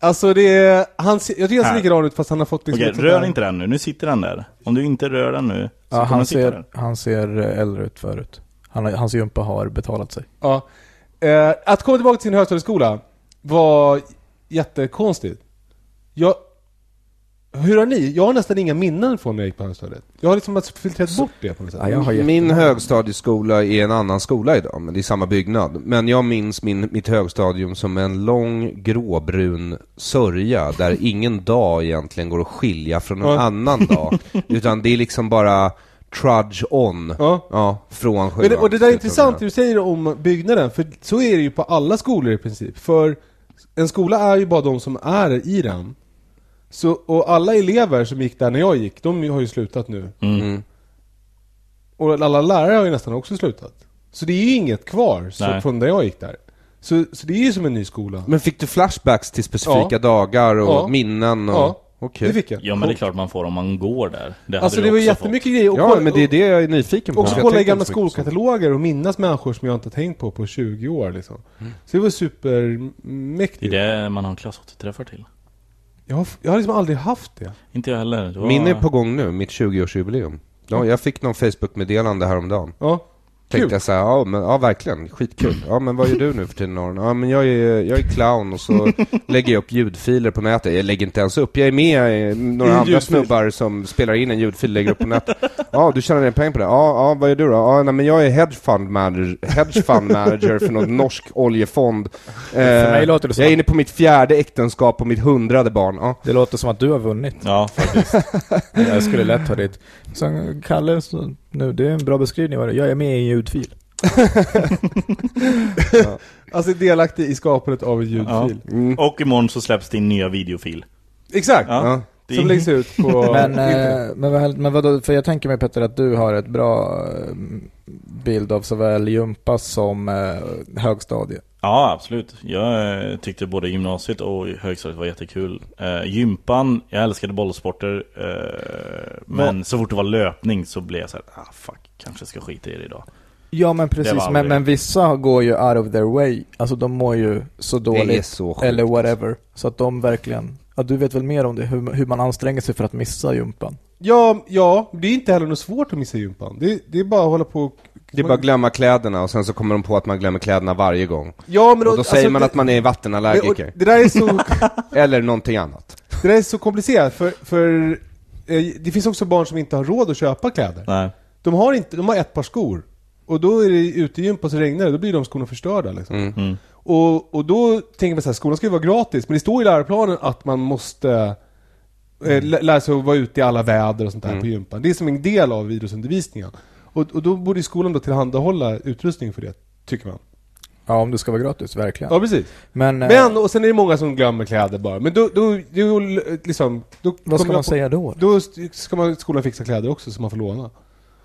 [SPEAKER 4] Alltså det är, han ser, jag tycker han
[SPEAKER 2] Här.
[SPEAKER 4] ser likadan ut fast han har fått liksom
[SPEAKER 2] Okej,
[SPEAKER 4] ett sånt
[SPEAKER 2] rör
[SPEAKER 4] där-
[SPEAKER 2] inte den nu. Nu sitter den där. Om du inte rör den nu, så
[SPEAKER 5] Ja,
[SPEAKER 2] kommer
[SPEAKER 5] han,
[SPEAKER 2] den sitta där.
[SPEAKER 5] ser, han ser eh, äldre ut förut. Han, har- hans gympa har betalat sig.
[SPEAKER 4] Ja. Eh, att komma tillbaka till sin högstadieskola var jättekonstigt. Jag... Hur har ni? Jag har nästan inga minnen från när jag gick på högstadiet. Jag har liksom bara filtrerat bort det på något sätt.
[SPEAKER 5] Ja, jag har jätte-
[SPEAKER 3] Min högstadieskola är en annan skola idag, men det är samma byggnad. Men jag minns min, mitt högstadium som en lång gråbrun sörja
[SPEAKER 4] (laughs)
[SPEAKER 3] där ingen dag egentligen går att skilja från en
[SPEAKER 4] Ja. (laughs)
[SPEAKER 3] annan dag. Utan det är liksom bara trudge on
[SPEAKER 4] Ja.
[SPEAKER 3] Ja, från
[SPEAKER 4] Men det,
[SPEAKER 3] sjuan.
[SPEAKER 4] och det där är
[SPEAKER 3] till
[SPEAKER 4] intressant det
[SPEAKER 3] sjuan.
[SPEAKER 4] du säger om byggnaden, för så är det ju på alla skolor i princip. För en skola är ju bara de som är i den. Så, och alla elever som gick där när jag gick, de har ju slutat nu.
[SPEAKER 2] Mm.
[SPEAKER 3] Mm.
[SPEAKER 4] Och alla lärare har ju nästan också slutat. Så det är ju inget kvar så,
[SPEAKER 2] Nej.
[SPEAKER 4] från där jag gick där. Så, så det är ju som en ny skola.
[SPEAKER 3] Men fick du flashbacks till specifika
[SPEAKER 4] Ja.
[SPEAKER 3] dagar och
[SPEAKER 4] Ja.
[SPEAKER 3] minnen? Och...
[SPEAKER 4] ja.
[SPEAKER 3] okej.
[SPEAKER 4] Det fick jag.
[SPEAKER 2] Ja men det är klart man får om man går där. Det hade
[SPEAKER 4] Alltså
[SPEAKER 2] du
[SPEAKER 4] det var
[SPEAKER 2] också
[SPEAKER 4] jättemycket grejer. Och
[SPEAKER 3] Ja,
[SPEAKER 4] kolla-
[SPEAKER 3] men det är det jag är nyfiken på.
[SPEAKER 4] Och så
[SPEAKER 3] Jag
[SPEAKER 4] kolla i
[SPEAKER 3] tänkte
[SPEAKER 4] gamla
[SPEAKER 3] inte så mycket på sånt.
[SPEAKER 4] skolkataloger och minnas människor som jag inte har tänkt på på 20 år liksom.
[SPEAKER 3] Mm.
[SPEAKER 4] Så det var supermäktigt.
[SPEAKER 2] Fått. Det är det man har klass 80-träffar till.
[SPEAKER 4] Jag, har, jag har liksom aldrig haft det.
[SPEAKER 2] Inte jag heller. Det var...
[SPEAKER 3] Min är på gång nu, mitt 20-årsjubileum. Ja, jag fick någon Facebook-meddelande häromdagen.
[SPEAKER 4] Ja.
[SPEAKER 3] Tänkte
[SPEAKER 4] Kul.
[SPEAKER 3] jag så här, ja, men, ja verkligen, skitkul. Ja men vad gör du nu för tiden Aron? Ja men jag är, jag är clown och så lägger jag upp ljudfiler på nätet. Jag lägger inte ens upp, jag är med i några
[SPEAKER 4] I en
[SPEAKER 3] andra
[SPEAKER 4] ljudfil.
[SPEAKER 3] snubbar som spelar in en ljudfil och lägger upp på nätet. Ja du tjänar en pengar på det? Ja, ja vad gör du då? Ja nej, men jag är hedge fund manager, hedge fund manager för någon norsk oljefond. Eh,
[SPEAKER 5] mig låter det som
[SPEAKER 3] jag är
[SPEAKER 5] att-
[SPEAKER 3] inne på mitt fjärde äktenskap och mitt hundrade barn. Ja.
[SPEAKER 5] Det låter som att du har vunnit.
[SPEAKER 4] (laughs)
[SPEAKER 2] Ja, faktiskt.
[SPEAKER 5] Jag skulle lätt ha dit. Sen Kalle, så, nu, det är en bra beskrivning. vad det- Jag är med i en ljudfil.
[SPEAKER 4] Alltså delaktig i skapandet av en ljudfil.
[SPEAKER 2] Och imorgon så släpps din nya videofil.
[SPEAKER 4] Exakt!
[SPEAKER 2] Ja.
[SPEAKER 3] Mm. Ja.
[SPEAKER 2] Det är-
[SPEAKER 4] Som läggs ut
[SPEAKER 3] (laughs)
[SPEAKER 4] på...
[SPEAKER 5] Men, eh, men, vad, men vadå, för jag tänker mig Petter att du har ett bra eh, bild av såväl gympa som eh, högstadie.
[SPEAKER 2] Ja, absolut. Jag eh, tyckte både gymnasiet och högstadiet var jättekul. Eh, gympan, jag älskade bollsporter. Eh, men så fort det var löpning så blev jag så här, ah fuck, kanske ska skita i det idag.
[SPEAKER 5] Ja men
[SPEAKER 2] Det
[SPEAKER 5] precis,
[SPEAKER 2] var
[SPEAKER 5] men,
[SPEAKER 2] aldrig-
[SPEAKER 5] men vissa går ju out of their way. Alltså de mår ju så
[SPEAKER 3] Det är
[SPEAKER 5] dåligt.
[SPEAKER 3] så sjukt.
[SPEAKER 5] Eller whatever. Så att de verkligen, ja du vet väl mer om det, hur, hur man anstränger sig för att missa gympan?
[SPEAKER 4] ja, ja, det är inte heller något svårt att missa gympan. Det, det är bara att hålla på och...
[SPEAKER 3] Det är bara att glömma kläderna och sen så kommer de på att man glömmer kläderna varje gång.
[SPEAKER 4] Ja, men
[SPEAKER 3] Och då säger
[SPEAKER 4] alltså,
[SPEAKER 3] man
[SPEAKER 4] det-
[SPEAKER 3] att man är
[SPEAKER 4] det, och,
[SPEAKER 3] vattenallergiker.
[SPEAKER 4] det där är så...
[SPEAKER 3] (laughs) Eller någonting
[SPEAKER 5] (laughs)
[SPEAKER 3] annat.
[SPEAKER 4] Det där är så komplicerat för, för eh, det finns också barn som inte har råd att köpa kläder.
[SPEAKER 2] Nej.
[SPEAKER 4] De har, inte, de har ett par skor. Och då är det ute i gympa så regnar det, då blir de skorna förstörda liksom.
[SPEAKER 5] Mm.
[SPEAKER 4] Och, och då tänker man så här, skolan ska ju vara gratis, men det står i läroplanen att man måste eh, lä- lära sig att vara ute i alla väder och sånt där på gympan. Det är som en del av idrottsundervisningen. Och, och då borde ju skolan då tillhandahålla utrustning för det, tycker man.
[SPEAKER 5] Ja om det ska vara gratis, verkligen.
[SPEAKER 4] Ja, precis.
[SPEAKER 5] Men, eh,
[SPEAKER 4] Men, och sen är det många som glömmer kläder bara. Men då, då, då liksom... Då
[SPEAKER 5] vad
[SPEAKER 4] kommer
[SPEAKER 5] ska man
[SPEAKER 4] jag på-
[SPEAKER 5] säga då?
[SPEAKER 4] Då st- ska man skolan fixa kläder också så man får låna.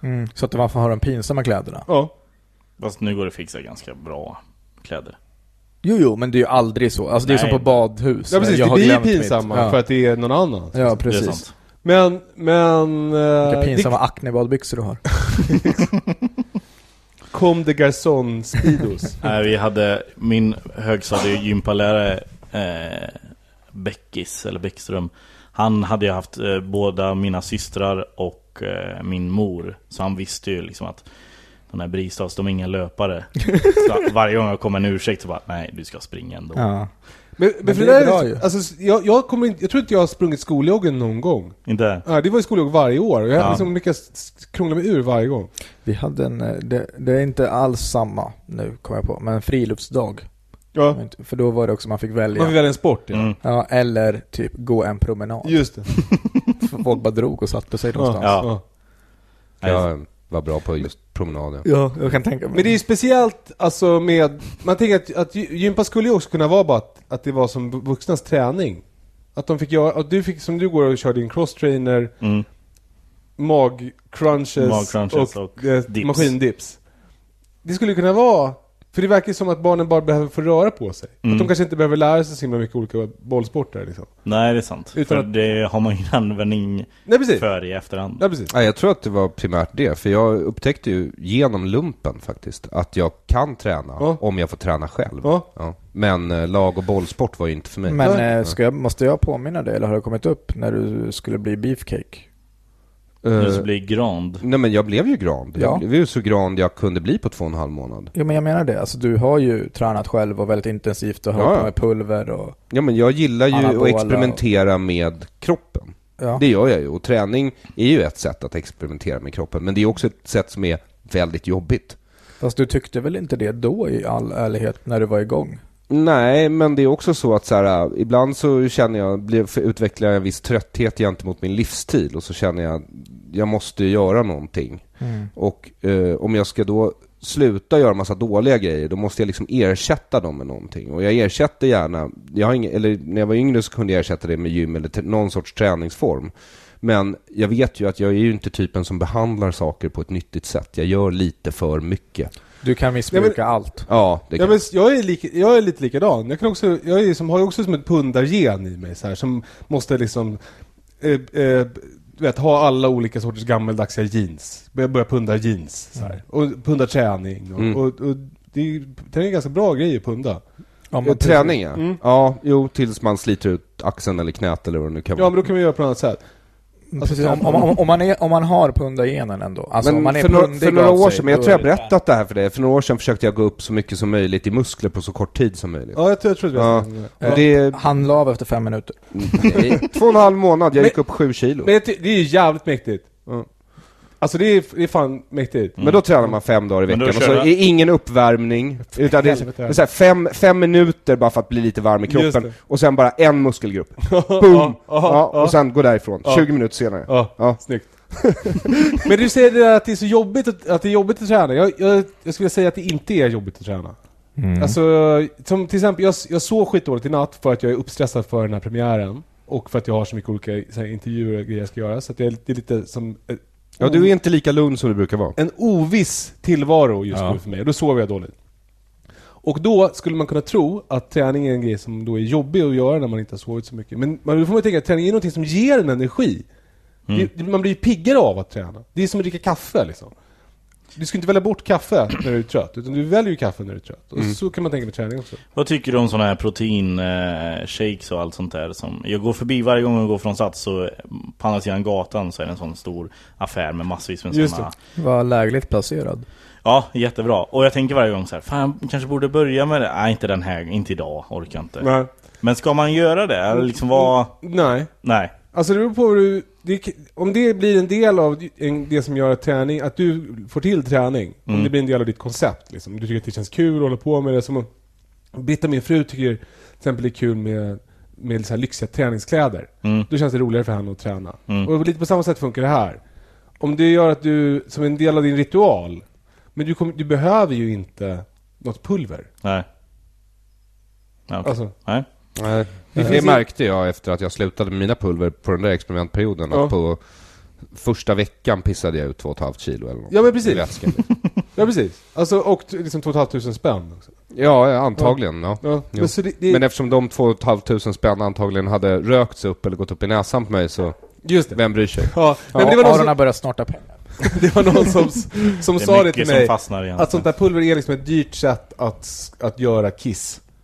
[SPEAKER 5] Mm. Så att man får ha de pinsamma kläderna.
[SPEAKER 4] Ja.
[SPEAKER 2] Fast nu går det att fixa ganska bra kläder.
[SPEAKER 5] Jo, jo, men det är ju aldrig så. Alltså det är
[SPEAKER 2] Nej.
[SPEAKER 5] som på badhus.
[SPEAKER 4] Ja precis,
[SPEAKER 5] Jag
[SPEAKER 4] det
[SPEAKER 5] har
[SPEAKER 4] blir
[SPEAKER 5] glömt mitt.
[SPEAKER 4] pinsamma
[SPEAKER 5] ja.
[SPEAKER 4] för att det är någon annan.
[SPEAKER 5] Ja,
[SPEAKER 2] Det är
[SPEAKER 5] precis.
[SPEAKER 2] sant.
[SPEAKER 4] Men, men... eh,
[SPEAKER 5] Vilka pinsamma
[SPEAKER 4] det-
[SPEAKER 5] aknebadbyxor du har.
[SPEAKER 4] Kom de Garçon
[SPEAKER 5] (laughs)
[SPEAKER 4] Speedos.
[SPEAKER 2] Nej, vi hade min högstadiegympalärare eh, Bäckis, eller Bäckström Han hade ju haft eh, båda mina systrar och eh, min mor Så han visste ju liksom att De här Bristads, de är inga
[SPEAKER 4] (laughs)
[SPEAKER 2] löpare så Varje gång jag kom med en ursäkt så bara Nej, du ska springa ändå
[SPEAKER 5] Ja.
[SPEAKER 4] men, men för
[SPEAKER 5] det
[SPEAKER 4] det
[SPEAKER 5] är
[SPEAKER 4] där,
[SPEAKER 5] bra
[SPEAKER 4] är
[SPEAKER 5] ju.
[SPEAKER 4] alltså, s- jag, jag, kommer inte, jag tror inte jag har sprungit skoljoggen någon gång.
[SPEAKER 2] Inte?
[SPEAKER 4] Ja, det var ju skoljogg varje år och jag har
[SPEAKER 2] Ja.
[SPEAKER 4] liksom lyckats s- krångla mig ur varje gång.
[SPEAKER 5] Vi hade en, eh, det, det är inte alls samma nu, kom jag på, men en friluftsdag.
[SPEAKER 4] Ja.
[SPEAKER 5] För då var det också man fick välja.
[SPEAKER 4] Man vill välja en sport ja.
[SPEAKER 2] Mm.
[SPEAKER 5] Ja, eller typ gå en
[SPEAKER 4] (laughs)
[SPEAKER 5] promenad.
[SPEAKER 4] Just det.
[SPEAKER 5] För Folk bara drog och satte sig någonstans.
[SPEAKER 2] Ja.
[SPEAKER 3] Jag var bra på just promenaden.
[SPEAKER 5] Ja, jag kan tänka mig.
[SPEAKER 4] Men det är ju speciellt alltså med, man tänker att, att gy- gympa skulle ju också kunna vara bara att, att det var som vu- vuxnas träning. Att de fick göra, att du fick, som du går och kör din cross-trainer,
[SPEAKER 2] Mm.
[SPEAKER 4] mag-crunches,
[SPEAKER 2] Mag-crunches
[SPEAKER 4] och,
[SPEAKER 2] och
[SPEAKER 4] eh,
[SPEAKER 2] dips.
[SPEAKER 4] maskindips. Det skulle kunna vara, för det verkar ju som att barnen bara behöver få röra på sig. Att
[SPEAKER 2] Mm.
[SPEAKER 4] de kanske inte behöver lära sig så himla mycket olika bollsporter liksom.
[SPEAKER 2] Nej, det är sant
[SPEAKER 4] Utan
[SPEAKER 2] För
[SPEAKER 4] att-
[SPEAKER 2] det har man ju en användning
[SPEAKER 4] Nej precis.
[SPEAKER 2] för i efterhand
[SPEAKER 4] Ja precis.
[SPEAKER 3] Ja, jag tror att det var primärt det, för jag upptäckte ju genom lumpen faktiskt att jag kan träna
[SPEAKER 4] Ja.
[SPEAKER 3] om jag får träna själv.
[SPEAKER 4] Ja.
[SPEAKER 3] Men eh, lag och bollsport var ju inte för mig.
[SPEAKER 5] Men eh,
[SPEAKER 3] Ja.
[SPEAKER 5] ska jag, måste jag påminna dig, eller har det kommit upp när du skulle bli beefcake?
[SPEAKER 2] Du ska
[SPEAKER 3] Eh,
[SPEAKER 2] bli grand
[SPEAKER 3] Nej men jag blev ju grand.
[SPEAKER 5] Mm. Ja.
[SPEAKER 3] Jag blev ju så grand jag kunde bli på två och en halv månad.
[SPEAKER 5] Jo men jag menar det, alltså du har ju tränat själv och väldigt intensivt och
[SPEAKER 3] Ja,
[SPEAKER 5] hållit på
[SPEAKER 3] ja.
[SPEAKER 5] med pulver och...
[SPEAKER 3] Ja men jag gillar ju
[SPEAKER 5] Anabola och-
[SPEAKER 3] att experimentera med kroppen.
[SPEAKER 5] Ja.
[SPEAKER 3] Det gör jag ju. Och träning är ju ett sätt att experimentera med kroppen. Men det är också ett sätt som är väldigt jobbigt.
[SPEAKER 5] Fast du tyckte väl inte det då i all ärlighet när du var igång?
[SPEAKER 3] Nej, men det är också så att så här, äh, ibland så känner jag, blir, för- utvecklar jag en viss trötthet gentemot min
[SPEAKER 4] Mm.
[SPEAKER 3] livsstil och så känner jag jag måste göra någonting. Och eh, äh, om jag ska då sluta göra massa dåliga grejer, då måste jag liksom ersätta dem med någonting. Och jag ersätter gärna, jag har ingen, eller när jag var yngre så kunde jag ersätta det med gym eller tr- någon sorts träningsform. Men jag vet ju att jag är ju inte typen som behandlar saker på ett nyttigt sätt. Jag gör lite för mycket.
[SPEAKER 7] Du kan missbruka
[SPEAKER 4] Ja,
[SPEAKER 7] allt.
[SPEAKER 3] Ja, det
[SPEAKER 4] Ja,
[SPEAKER 3] kan
[SPEAKER 4] men jag, är lik, jag är lite likadan. Jag, kan också, jag är som, har ju också som ett pundargen i mig så här, som måste liksom eh, eh, du vet, ha alla olika sorters gammeldagsiga jeans. Börja, börja punda jeans. Så här. Och punda träning. Och,
[SPEAKER 3] Mm.
[SPEAKER 4] och, och det är ju träning är ganska bra grej att punda.
[SPEAKER 7] Om
[SPEAKER 3] Ja,
[SPEAKER 7] man
[SPEAKER 3] Eh, träning ja. ja. Jo, tills man sliter ut axeln eller knät eller vad det nu kan
[SPEAKER 4] Ja,
[SPEAKER 3] vara.
[SPEAKER 4] men då kan vi göra på något annat sätt.
[SPEAKER 7] Precis, Alltså, om, om, om, om, man är, om man har pundagenen ändå. Alltså om man är
[SPEAKER 3] för, några,
[SPEAKER 7] pundig
[SPEAKER 3] för några
[SPEAKER 7] av
[SPEAKER 3] år
[SPEAKER 7] sig,
[SPEAKER 3] sedan, men jag
[SPEAKER 7] då
[SPEAKER 3] tror jag
[SPEAKER 7] är det-
[SPEAKER 3] berättat det här för dig, för några år sedan försökte jag gå upp så mycket som möjligt i muskler på så kort tid som möjligt.
[SPEAKER 4] Ja, jag, tror- jag tror att vi
[SPEAKER 3] Ja.
[SPEAKER 4] har sagt det.
[SPEAKER 3] Och det, (laughs)
[SPEAKER 7] Han la av efter fem minuter.
[SPEAKER 3] nej, två och en halv månad, jag gick upp sju kilo.
[SPEAKER 4] Men jag ty- det är ju jävligt mäktigt. Alltså det är, det är fan mäktigt.
[SPEAKER 3] Men då tränar man fem dagar i
[SPEAKER 2] Men då
[SPEAKER 3] veckan och
[SPEAKER 2] kör
[SPEAKER 3] så
[SPEAKER 2] jag-
[SPEAKER 3] är ingen uppvärmning. Utan det är,
[SPEAKER 4] helvete.
[SPEAKER 3] det är så här fem, fem minuter bara för att bli lite varm i
[SPEAKER 4] Just
[SPEAKER 3] kroppen
[SPEAKER 4] det.
[SPEAKER 3] och sen bara en muskelgrupp.
[SPEAKER 4] Ja,
[SPEAKER 3] Boom!
[SPEAKER 4] ja,
[SPEAKER 3] ja, och sen gå därifrån, 20 minuter senare.
[SPEAKER 4] Ja,
[SPEAKER 3] Ja.
[SPEAKER 4] snyggt. (laughs) Men du säger det där att det är så jobbigt att, att det är jobbigt att träna. Jag, jag, jag skulle säga att det inte är jobbigt att träna. Alltså, som till exempel, jag, jag såg skitdåligt i natt för att jag är uppstressad för den här premiären. Och för att jag har så mycket olika så här, intervjuer och grejer jag ska göra. Så att jag är lite, det är lite som eh,
[SPEAKER 3] Ja, du är inte lika lugn som du brukar vara.
[SPEAKER 4] en oviss tillvaro just nu för mig. Och då sover jag dåligt. Och då skulle man kunna tro att träning är en grej som då är jobbig att göra när man inte har sovit så mycket. Men man, då får man ju tänka att träning är någonting som ger en energi. Det, man blir ju piggare av att träna. Det är som att dricka kaffe liksom. Du ska inte välja bort kaffe när du är trött, utan du väljer ju kaffe när du är trött. Och så kan man tänka med träning också.
[SPEAKER 2] Vad tycker du om sådana här protein eh, shakes och allt sånt där? Som, jag går förbi varje gång jag går från Sats så eh, på andra sidan gatan så är det en sån stor affär med massvis med
[SPEAKER 4] Just
[SPEAKER 2] sådana.
[SPEAKER 7] Var lägligt placerad.
[SPEAKER 2] Ja, jättebra. Och jag tänker varje gång så här, fan jag kanske borde börja med det. Nej, inte den här, inte idag, orkar inte.
[SPEAKER 4] Nej.
[SPEAKER 2] Men ska man göra det? Eller liksom vad?
[SPEAKER 4] Nej.
[SPEAKER 2] Nej.
[SPEAKER 4] Alltså det beror på vad du... Det, om det blir en del av en- det som gör att träning, att du får till träning. Om det blir en del av ditt koncept liksom. Du tycker att det känns kul att hålla på med det. Som Britta, min fru, tycker till exempel det är kul med, med så här lyxiga träningskläder. Då känns det roligare för henne att träna. Och lite på samma sätt funkar det här. Om det gör att du, som en del av din ritual, men du, kommer, du behöver ju inte något pulver.
[SPEAKER 2] Nej. Nej, okej.
[SPEAKER 4] Alltså.
[SPEAKER 2] Nej.
[SPEAKER 3] Nej. Det,
[SPEAKER 4] finns ju-
[SPEAKER 3] märkte jag efter att jag slutade med mina pulver på den där experimentperioden.
[SPEAKER 4] Ja.
[SPEAKER 3] Att på första veckan pissade jag ut två och ett halvt kilo eller något.
[SPEAKER 4] Ja, men precis.
[SPEAKER 3] I vätskan.
[SPEAKER 4] (laughs) Ja, precis. Alltså, och t- liksom 2 500 spänn också.
[SPEAKER 3] Ja, ja, antagligen. Ja.
[SPEAKER 4] Ja,
[SPEAKER 3] Jo.
[SPEAKER 4] men så det- det-
[SPEAKER 3] Men eftersom de 2 500 spänn antagligen hade rökts upp eller gått upp i näsan på mig så,
[SPEAKER 4] Just det.
[SPEAKER 3] vem bryr sig?
[SPEAKER 4] Ja,
[SPEAKER 7] Ja,
[SPEAKER 4] men det var någon
[SPEAKER 7] Aron
[SPEAKER 4] som-
[SPEAKER 7] har börjat snorta pengar.
[SPEAKER 4] (laughs) Det var någon som, som
[SPEAKER 2] Det är
[SPEAKER 4] sa det
[SPEAKER 2] mycket
[SPEAKER 4] till
[SPEAKER 2] som alltså.
[SPEAKER 4] mig.
[SPEAKER 2] fastnar igen.
[SPEAKER 4] Att sånt där pulver är liksom ett dyrt sätt att, att göra kiss.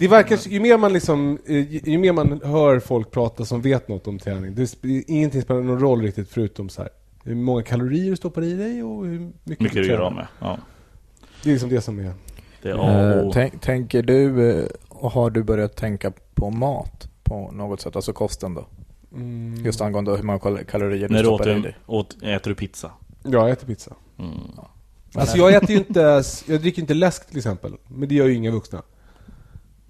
[SPEAKER 4] Det verkar, ju mer man liksom, eh, ju ju mer man hör folk prata som vet något om träning, det sp- ingenting spelar någon roll riktigt förutom så här, hur många kalorier du stoppar i dig och hur mycket,
[SPEAKER 2] Mycket du gör
[SPEAKER 4] tränar.
[SPEAKER 2] av med. Ja.
[SPEAKER 4] Det är liksom det som är...
[SPEAKER 2] Det är A och
[SPEAKER 7] Eh,
[SPEAKER 2] O.
[SPEAKER 7] tänk, tänker du, eh,
[SPEAKER 5] Och har du börjat tänka på mat på något sätt? Alltså kosten då?
[SPEAKER 4] mm.
[SPEAKER 5] Just angående hur många kal- kalorier du
[SPEAKER 2] När du åt,
[SPEAKER 5] stoppar i
[SPEAKER 2] en-
[SPEAKER 5] dig.
[SPEAKER 2] åt, äter du pizza?
[SPEAKER 4] Jag äter pizza.
[SPEAKER 2] Mm.
[SPEAKER 4] Alltså jag äter ju inte, jag dricker inte läsk till exempel. Men det gör ju inga vuxna.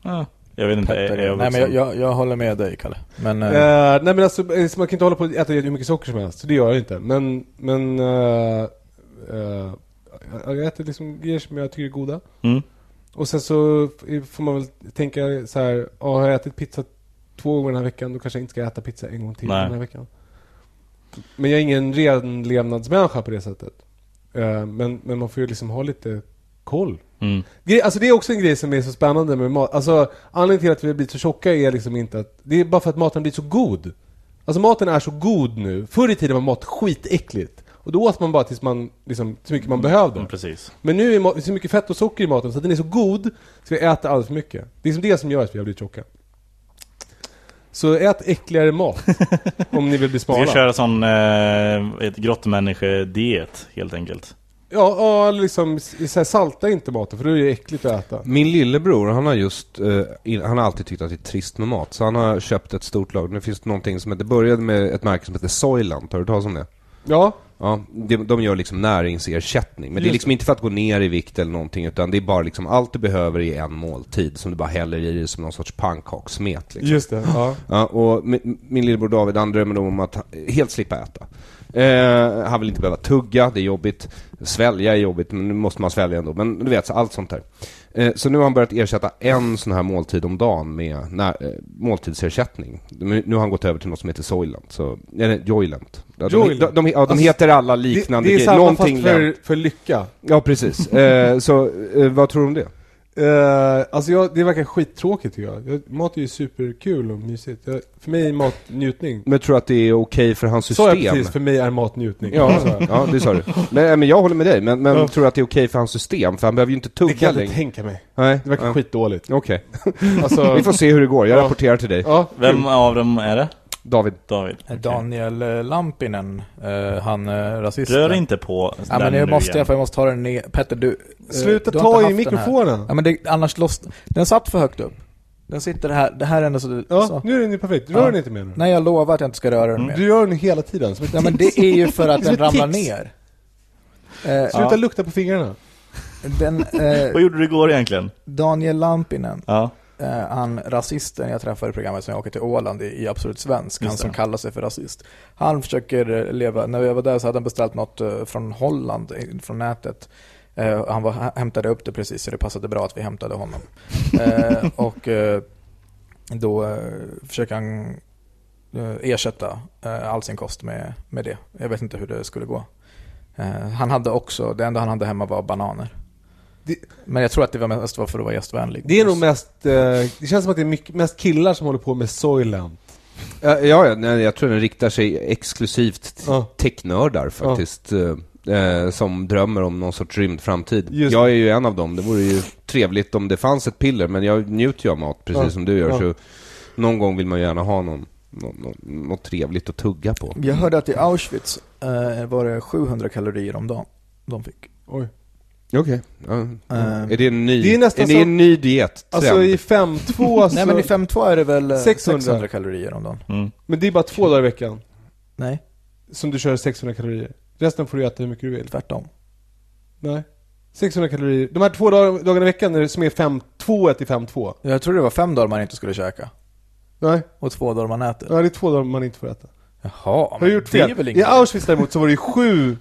[SPEAKER 2] Ah, jag vet inte, är, är jag
[SPEAKER 5] Nej men jag,
[SPEAKER 2] vuxen?
[SPEAKER 5] jag, jag håller med dig Kalle. Men eh,
[SPEAKER 4] Eh, nej men alltså, eh, så man kan inte hålla på och äta hur mycket socker som helst. Så det gör jag inte. Men, men... eh, eh, jag jag äter liksom grejer som jag tycker är goda.
[SPEAKER 2] Mm.
[SPEAKER 4] Och sen så f- får man väl tänka så här, "Ja, har jag ätit pizza två gånger den här veckan, då kanske jag inte ska äta pizza en gång till
[SPEAKER 2] Nej.
[SPEAKER 4] den här veckan. Men jag är ingen ren levnadsmänniska på det sättet. Eh, men, men man får ju liksom ha lite koll.
[SPEAKER 2] Mm.
[SPEAKER 4] Gre- Alltså det är också en grej som är så spännande med mat. Alltså anledningen till att vi har blivit så tjocka är liksom inte att... Det är bara för att maten har blivit så god. Alltså maten är så god nu. Förr i tiden var mat skitäckligt. Och då åt man bara tills man, liksom, så mycket man behövde.
[SPEAKER 2] Mm, precis.
[SPEAKER 4] Men nu är ma- så mycket fett och socker i maten så att den är så god så vi äter alldeles för mycket. Det är liksom det som gör att vi har blivit tjocka. Så ät äckligare mat om ni vill bli
[SPEAKER 2] Vi ska
[SPEAKER 4] smala.
[SPEAKER 2] köra sån eh, ett grottmänniskediet helt enkelt.
[SPEAKER 4] Ja, ja, liksom s- så här, salta inte maten för då är det äckligt att äta.
[SPEAKER 3] Min lillebror, han har just, eh, in, han har alltid tyckt att det är trist med mat. Så han har köpt ett stort lag. Nu finns det någonting som heter, det började med ett märke som heter Soylent. Har du hört talas om det?
[SPEAKER 4] Ja,
[SPEAKER 3] Ja, de, de gör liksom näringsersättning. Men det
[SPEAKER 4] Just
[SPEAKER 3] är liksom inte för att gå ner i vikt eller någonting, utan det är bara liksom allt du behöver i en måltid som du bara häller i dig som någon sorts pannkakssmet. Liksom.
[SPEAKER 4] just det. Ja.
[SPEAKER 3] Ja, och min, min lillebror David, han drömmer då om att ha- helt slippa äta. Eh, han vill inte behöva tugga, det är jobbigt. Svälja är jobbigt, men nu måste man svälja ändå. Men du vet, så allt sånt där. Eh, så nu har han börjat ersätta en sån här måltid om dagen med när, eh, måltidsersättning. Nu nu har han gått över till något som heter Soylent. Så, eller Joylent. Ja, de,
[SPEAKER 4] Joylent.
[SPEAKER 3] de, de, ja, de
[SPEAKER 4] Alltså,
[SPEAKER 3] heter alla
[SPEAKER 4] Det,
[SPEAKER 3] liknande
[SPEAKER 4] det är samma
[SPEAKER 3] Någonting
[SPEAKER 4] fast för,
[SPEAKER 3] lent.
[SPEAKER 4] för lycka.
[SPEAKER 3] Ja, precis. Eh, så eh, vad tror du om det?
[SPEAKER 4] Uh, alltså jag, det verkar skittråkigt tycker jag. jag. Mat är ju superkul och mysigt. Jag, för mig är mat njutning.
[SPEAKER 3] Men jag tror att det är okej för hans
[SPEAKER 4] Sa jag
[SPEAKER 3] system?
[SPEAKER 4] precis, för mig är mat njutning.
[SPEAKER 3] Ja, alltså,
[SPEAKER 4] Sa jag.
[SPEAKER 3] ja, det sa du. Men, men jag håller med dig, men, men
[SPEAKER 4] Ja.
[SPEAKER 3] tror du att det är okej för hans system? För han behöver ju inte
[SPEAKER 4] Det
[SPEAKER 3] tugga
[SPEAKER 4] kan jag inte
[SPEAKER 3] längre.
[SPEAKER 4] tänka mig.
[SPEAKER 3] Nej.
[SPEAKER 4] Det verkar
[SPEAKER 3] ja.
[SPEAKER 4] skitdåligt.
[SPEAKER 3] Okej.
[SPEAKER 4] (laughs) Alltså,
[SPEAKER 3] Vi får se hur det går. Jag
[SPEAKER 4] Ja.
[SPEAKER 3] rapporterar till dig.
[SPEAKER 4] ja, Eh,
[SPEAKER 2] Vem av dem är det?
[SPEAKER 3] David.
[SPEAKER 2] David? Okej.
[SPEAKER 5] Daniel eh, Lampinen, eh, han eh, rasisten.
[SPEAKER 2] Rör inte på
[SPEAKER 5] Ja,
[SPEAKER 2] den
[SPEAKER 5] men jag
[SPEAKER 2] nu
[SPEAKER 5] måste
[SPEAKER 2] igen.
[SPEAKER 5] jag, för jag måste ta den ner. Petter, du... eh,
[SPEAKER 4] Sluta
[SPEAKER 5] du har inte
[SPEAKER 4] ta i
[SPEAKER 5] haft den här.
[SPEAKER 4] mikrofonen.
[SPEAKER 5] Ja, men det, annars loss... Den satt för högt upp. Den sitter här, det här är ändå så...
[SPEAKER 4] Ja,
[SPEAKER 5] så.
[SPEAKER 4] nu är den ju perfekt. Rör
[SPEAKER 5] Ja.
[SPEAKER 4] den inte mer nu.
[SPEAKER 5] Nej, jag lovar att jag inte ska röra den mer.
[SPEAKER 4] Du gör den hela tiden. Som ett
[SPEAKER 5] Ja, men
[SPEAKER 4] tics.
[SPEAKER 5] det är ju för
[SPEAKER 4] Som
[SPEAKER 5] att den
[SPEAKER 4] ett
[SPEAKER 5] ramlar
[SPEAKER 4] tics.
[SPEAKER 5] ner.
[SPEAKER 4] (laughs)
[SPEAKER 5] Eh,
[SPEAKER 4] Sluta lukta på fingrarna.
[SPEAKER 5] den, eh,
[SPEAKER 2] Vad gjorde du igår egentligen?
[SPEAKER 5] Daniel Lampinen,
[SPEAKER 2] Ja.
[SPEAKER 5] eh, han rasisten jag träffade i programmet som jag åker till Åland i, i Absolut Svensk, han
[SPEAKER 2] Just det.
[SPEAKER 5] som kallar sig för rasist. Han försöker eh, leva, när jag var där så hade han beställt något eh, från Holland, eh, från nätet. Eh, Han var, hä- hämtade upp det precis så det passade bra att vi
[SPEAKER 4] (laughs)
[SPEAKER 5] hämtade honom. Eh, Och eh, då eh, försöker han eh, ersätta eh, all sin kost med, med det. Jag vet inte hur det skulle gå. Eh, Han hade också, det enda han hade hemma var bananer.
[SPEAKER 4] Det-
[SPEAKER 5] Men jag tror att det var mest var för att vara gästvänlig.
[SPEAKER 4] Det är nog mest... eh, det känns som att det är mycket, mest killar som håller på med Soylent.
[SPEAKER 3] Ja, ja nej, jag tror den riktar sig exklusivt till
[SPEAKER 4] Ja.
[SPEAKER 3] technördar faktiskt. eh, eh, Som drömmer om någon sorts rymdframtid.
[SPEAKER 4] Just
[SPEAKER 3] jag är ju en av dem. Det vore ju trevligt om det fanns ett piller, men jag njuter ju av mat precis
[SPEAKER 4] Ja.
[SPEAKER 3] som du gör.
[SPEAKER 4] Ja.
[SPEAKER 3] Så någon gång vill man ju gärna ha någon, någon, någon, något trevligt att tugga på.
[SPEAKER 5] Jag hörde att i Auschwitz eh, var det 700 kalorier om dagen de fick.
[SPEAKER 4] Oj.
[SPEAKER 3] Okej. Ja.
[SPEAKER 5] Ehm,
[SPEAKER 3] är det en ny,
[SPEAKER 4] Det är nästan
[SPEAKER 3] det
[SPEAKER 4] som-
[SPEAKER 3] en ny diet?
[SPEAKER 4] Alltså i 5-2 alltså,
[SPEAKER 5] Nej men i 5.2 är det väl eh,
[SPEAKER 4] 600.
[SPEAKER 5] 600, kalorier om dagen?
[SPEAKER 2] Mm.
[SPEAKER 4] Men det är bara två dagar i veckan
[SPEAKER 5] Nej,
[SPEAKER 4] som du kör 600 kalorier. Resten får du äta hur mycket du vill.
[SPEAKER 5] tvärtom.
[SPEAKER 4] Nej. 600 kalorier. De här två dag- dagarna i veckan är det som är 5-2 i 5-2.
[SPEAKER 5] Jag tror det var fem dagar man inte skulle käka
[SPEAKER 4] Nej.
[SPEAKER 5] och två dagar man äter.
[SPEAKER 4] Ja, det är två dagar man inte får äta.
[SPEAKER 5] Jaha,
[SPEAKER 4] Har jag gjort
[SPEAKER 5] det är
[SPEAKER 4] fel?
[SPEAKER 5] väl
[SPEAKER 4] I
[SPEAKER 5] inget.
[SPEAKER 4] Auschwitz däremot så var det ju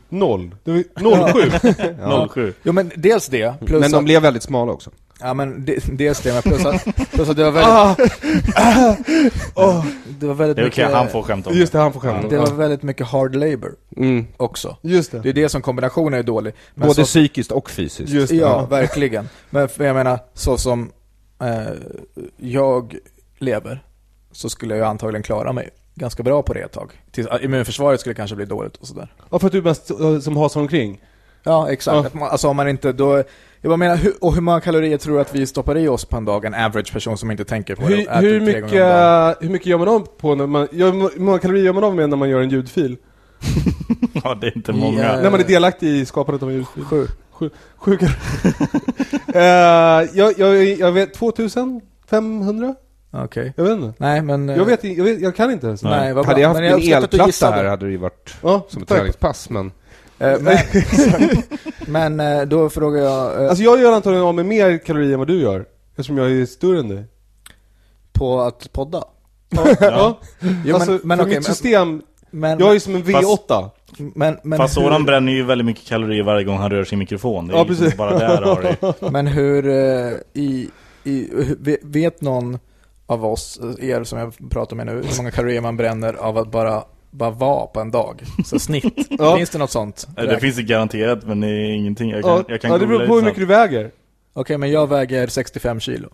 [SPEAKER 4] 7-0. Det var
[SPEAKER 5] (laughs)
[SPEAKER 4] ju 0-7.
[SPEAKER 2] 07.
[SPEAKER 5] Jo men dels det, plus
[SPEAKER 3] Men de
[SPEAKER 5] att,
[SPEAKER 3] blev väldigt smala också.
[SPEAKER 5] ja, men de, dels det, men plus att, plus att det var väldigt, Oh,
[SPEAKER 4] ah,
[SPEAKER 5] (laughs) det var väldigt
[SPEAKER 2] Det är okej,
[SPEAKER 5] mycket,
[SPEAKER 2] han får skämta om
[SPEAKER 4] just
[SPEAKER 2] det.
[SPEAKER 4] det, han får skämta.
[SPEAKER 5] det var
[SPEAKER 4] Ja.
[SPEAKER 5] väldigt mycket hard labor
[SPEAKER 3] Mm.
[SPEAKER 5] också.
[SPEAKER 4] Just det.
[SPEAKER 5] Det är det som kombinationen är dålig. Men
[SPEAKER 3] Både
[SPEAKER 5] så-
[SPEAKER 3] psykiskt och fysiskt.
[SPEAKER 4] Just det.
[SPEAKER 5] Ja, verkligen. Men för jag menar, så som eh, jag lever så skulle jag ju antagligen klara mig ganska bra på det ett tag. Tills, ah, immunförsvaret skulle kanske bli dåligt och sådär.
[SPEAKER 4] Ja, för att du är mest eh, som hasar omkring.
[SPEAKER 5] Ja, exakt.
[SPEAKER 4] Ja.
[SPEAKER 5] Att man, alltså om man inte då... Jag bara menar, hur, och hur många kalorier tror du att vi stoppar i oss på en dag? En average person som inte tänker på det och
[SPEAKER 4] Hur,
[SPEAKER 5] äter
[SPEAKER 4] hur,
[SPEAKER 5] tre gånger om dagen.
[SPEAKER 4] mycket, hur mycket gör man av på när man... Gör, hur många kalorier gör man av med när man gör en ljudfil?
[SPEAKER 2] Ja, det (laughs) är inte många.
[SPEAKER 5] Ja.
[SPEAKER 4] När man är delaktig i skapandet av en ljudfil?
[SPEAKER 5] Sju.
[SPEAKER 4] (laughs) Sju, sju kalorier. Eh, jag, jag, jag vet, 2000? 500?
[SPEAKER 5] Okej.
[SPEAKER 4] Jag vet inte.
[SPEAKER 5] Nej men... eh,
[SPEAKER 4] Jag vet, i- jag vet Jag kan inte ens.
[SPEAKER 5] Nej, vad bra.
[SPEAKER 3] Hade jag haft
[SPEAKER 5] Men jag
[SPEAKER 3] en
[SPEAKER 5] uppskattar att du
[SPEAKER 3] elplatta
[SPEAKER 5] gissade.
[SPEAKER 3] här hade det ju varit
[SPEAKER 4] Ja,
[SPEAKER 3] som ett
[SPEAKER 4] tack.
[SPEAKER 3] träningspass, men...
[SPEAKER 5] Eh, Men, (laughs) men eh, då frågar jag eh,
[SPEAKER 4] Alltså jag gör antagligen av med mer kalorier än vad du gör. Eftersom jag är större än dig.
[SPEAKER 5] på att podda.
[SPEAKER 4] Ja. ja.
[SPEAKER 5] Jo,
[SPEAKER 4] alltså,
[SPEAKER 5] men, men,
[SPEAKER 4] för
[SPEAKER 5] okej,
[SPEAKER 4] mitt
[SPEAKER 5] men-
[SPEAKER 4] system,
[SPEAKER 5] men,
[SPEAKER 4] jag är som en V8.
[SPEAKER 5] men, men,
[SPEAKER 2] Fast
[SPEAKER 5] hur,
[SPEAKER 2] Soran bränner ju väldigt mycket kalorier varje gång han rör sin mikrofon. Det är
[SPEAKER 4] Ja,
[SPEAKER 2] ju liksom
[SPEAKER 4] precis.
[SPEAKER 2] bara där har
[SPEAKER 4] (laughs)
[SPEAKER 2] det.
[SPEAKER 5] men hur eh, i, i, hur- vet någon av oss, eh, er som jag pratar med nu, hur många kalorier man bränner av att bara, bara vara på en dag? Så snitt.
[SPEAKER 4] (laughs) Ja.
[SPEAKER 5] Finns det något sånt?
[SPEAKER 2] Eh, Det finns det garanterat men det är ingenting. Jag kan,
[SPEAKER 4] ja,
[SPEAKER 2] jag kan
[SPEAKER 4] ja, det beror
[SPEAKER 2] googla
[SPEAKER 4] på hur
[SPEAKER 2] snabbt.
[SPEAKER 4] mycket du väger.
[SPEAKER 5] Okej, men jag väger 65 kilo.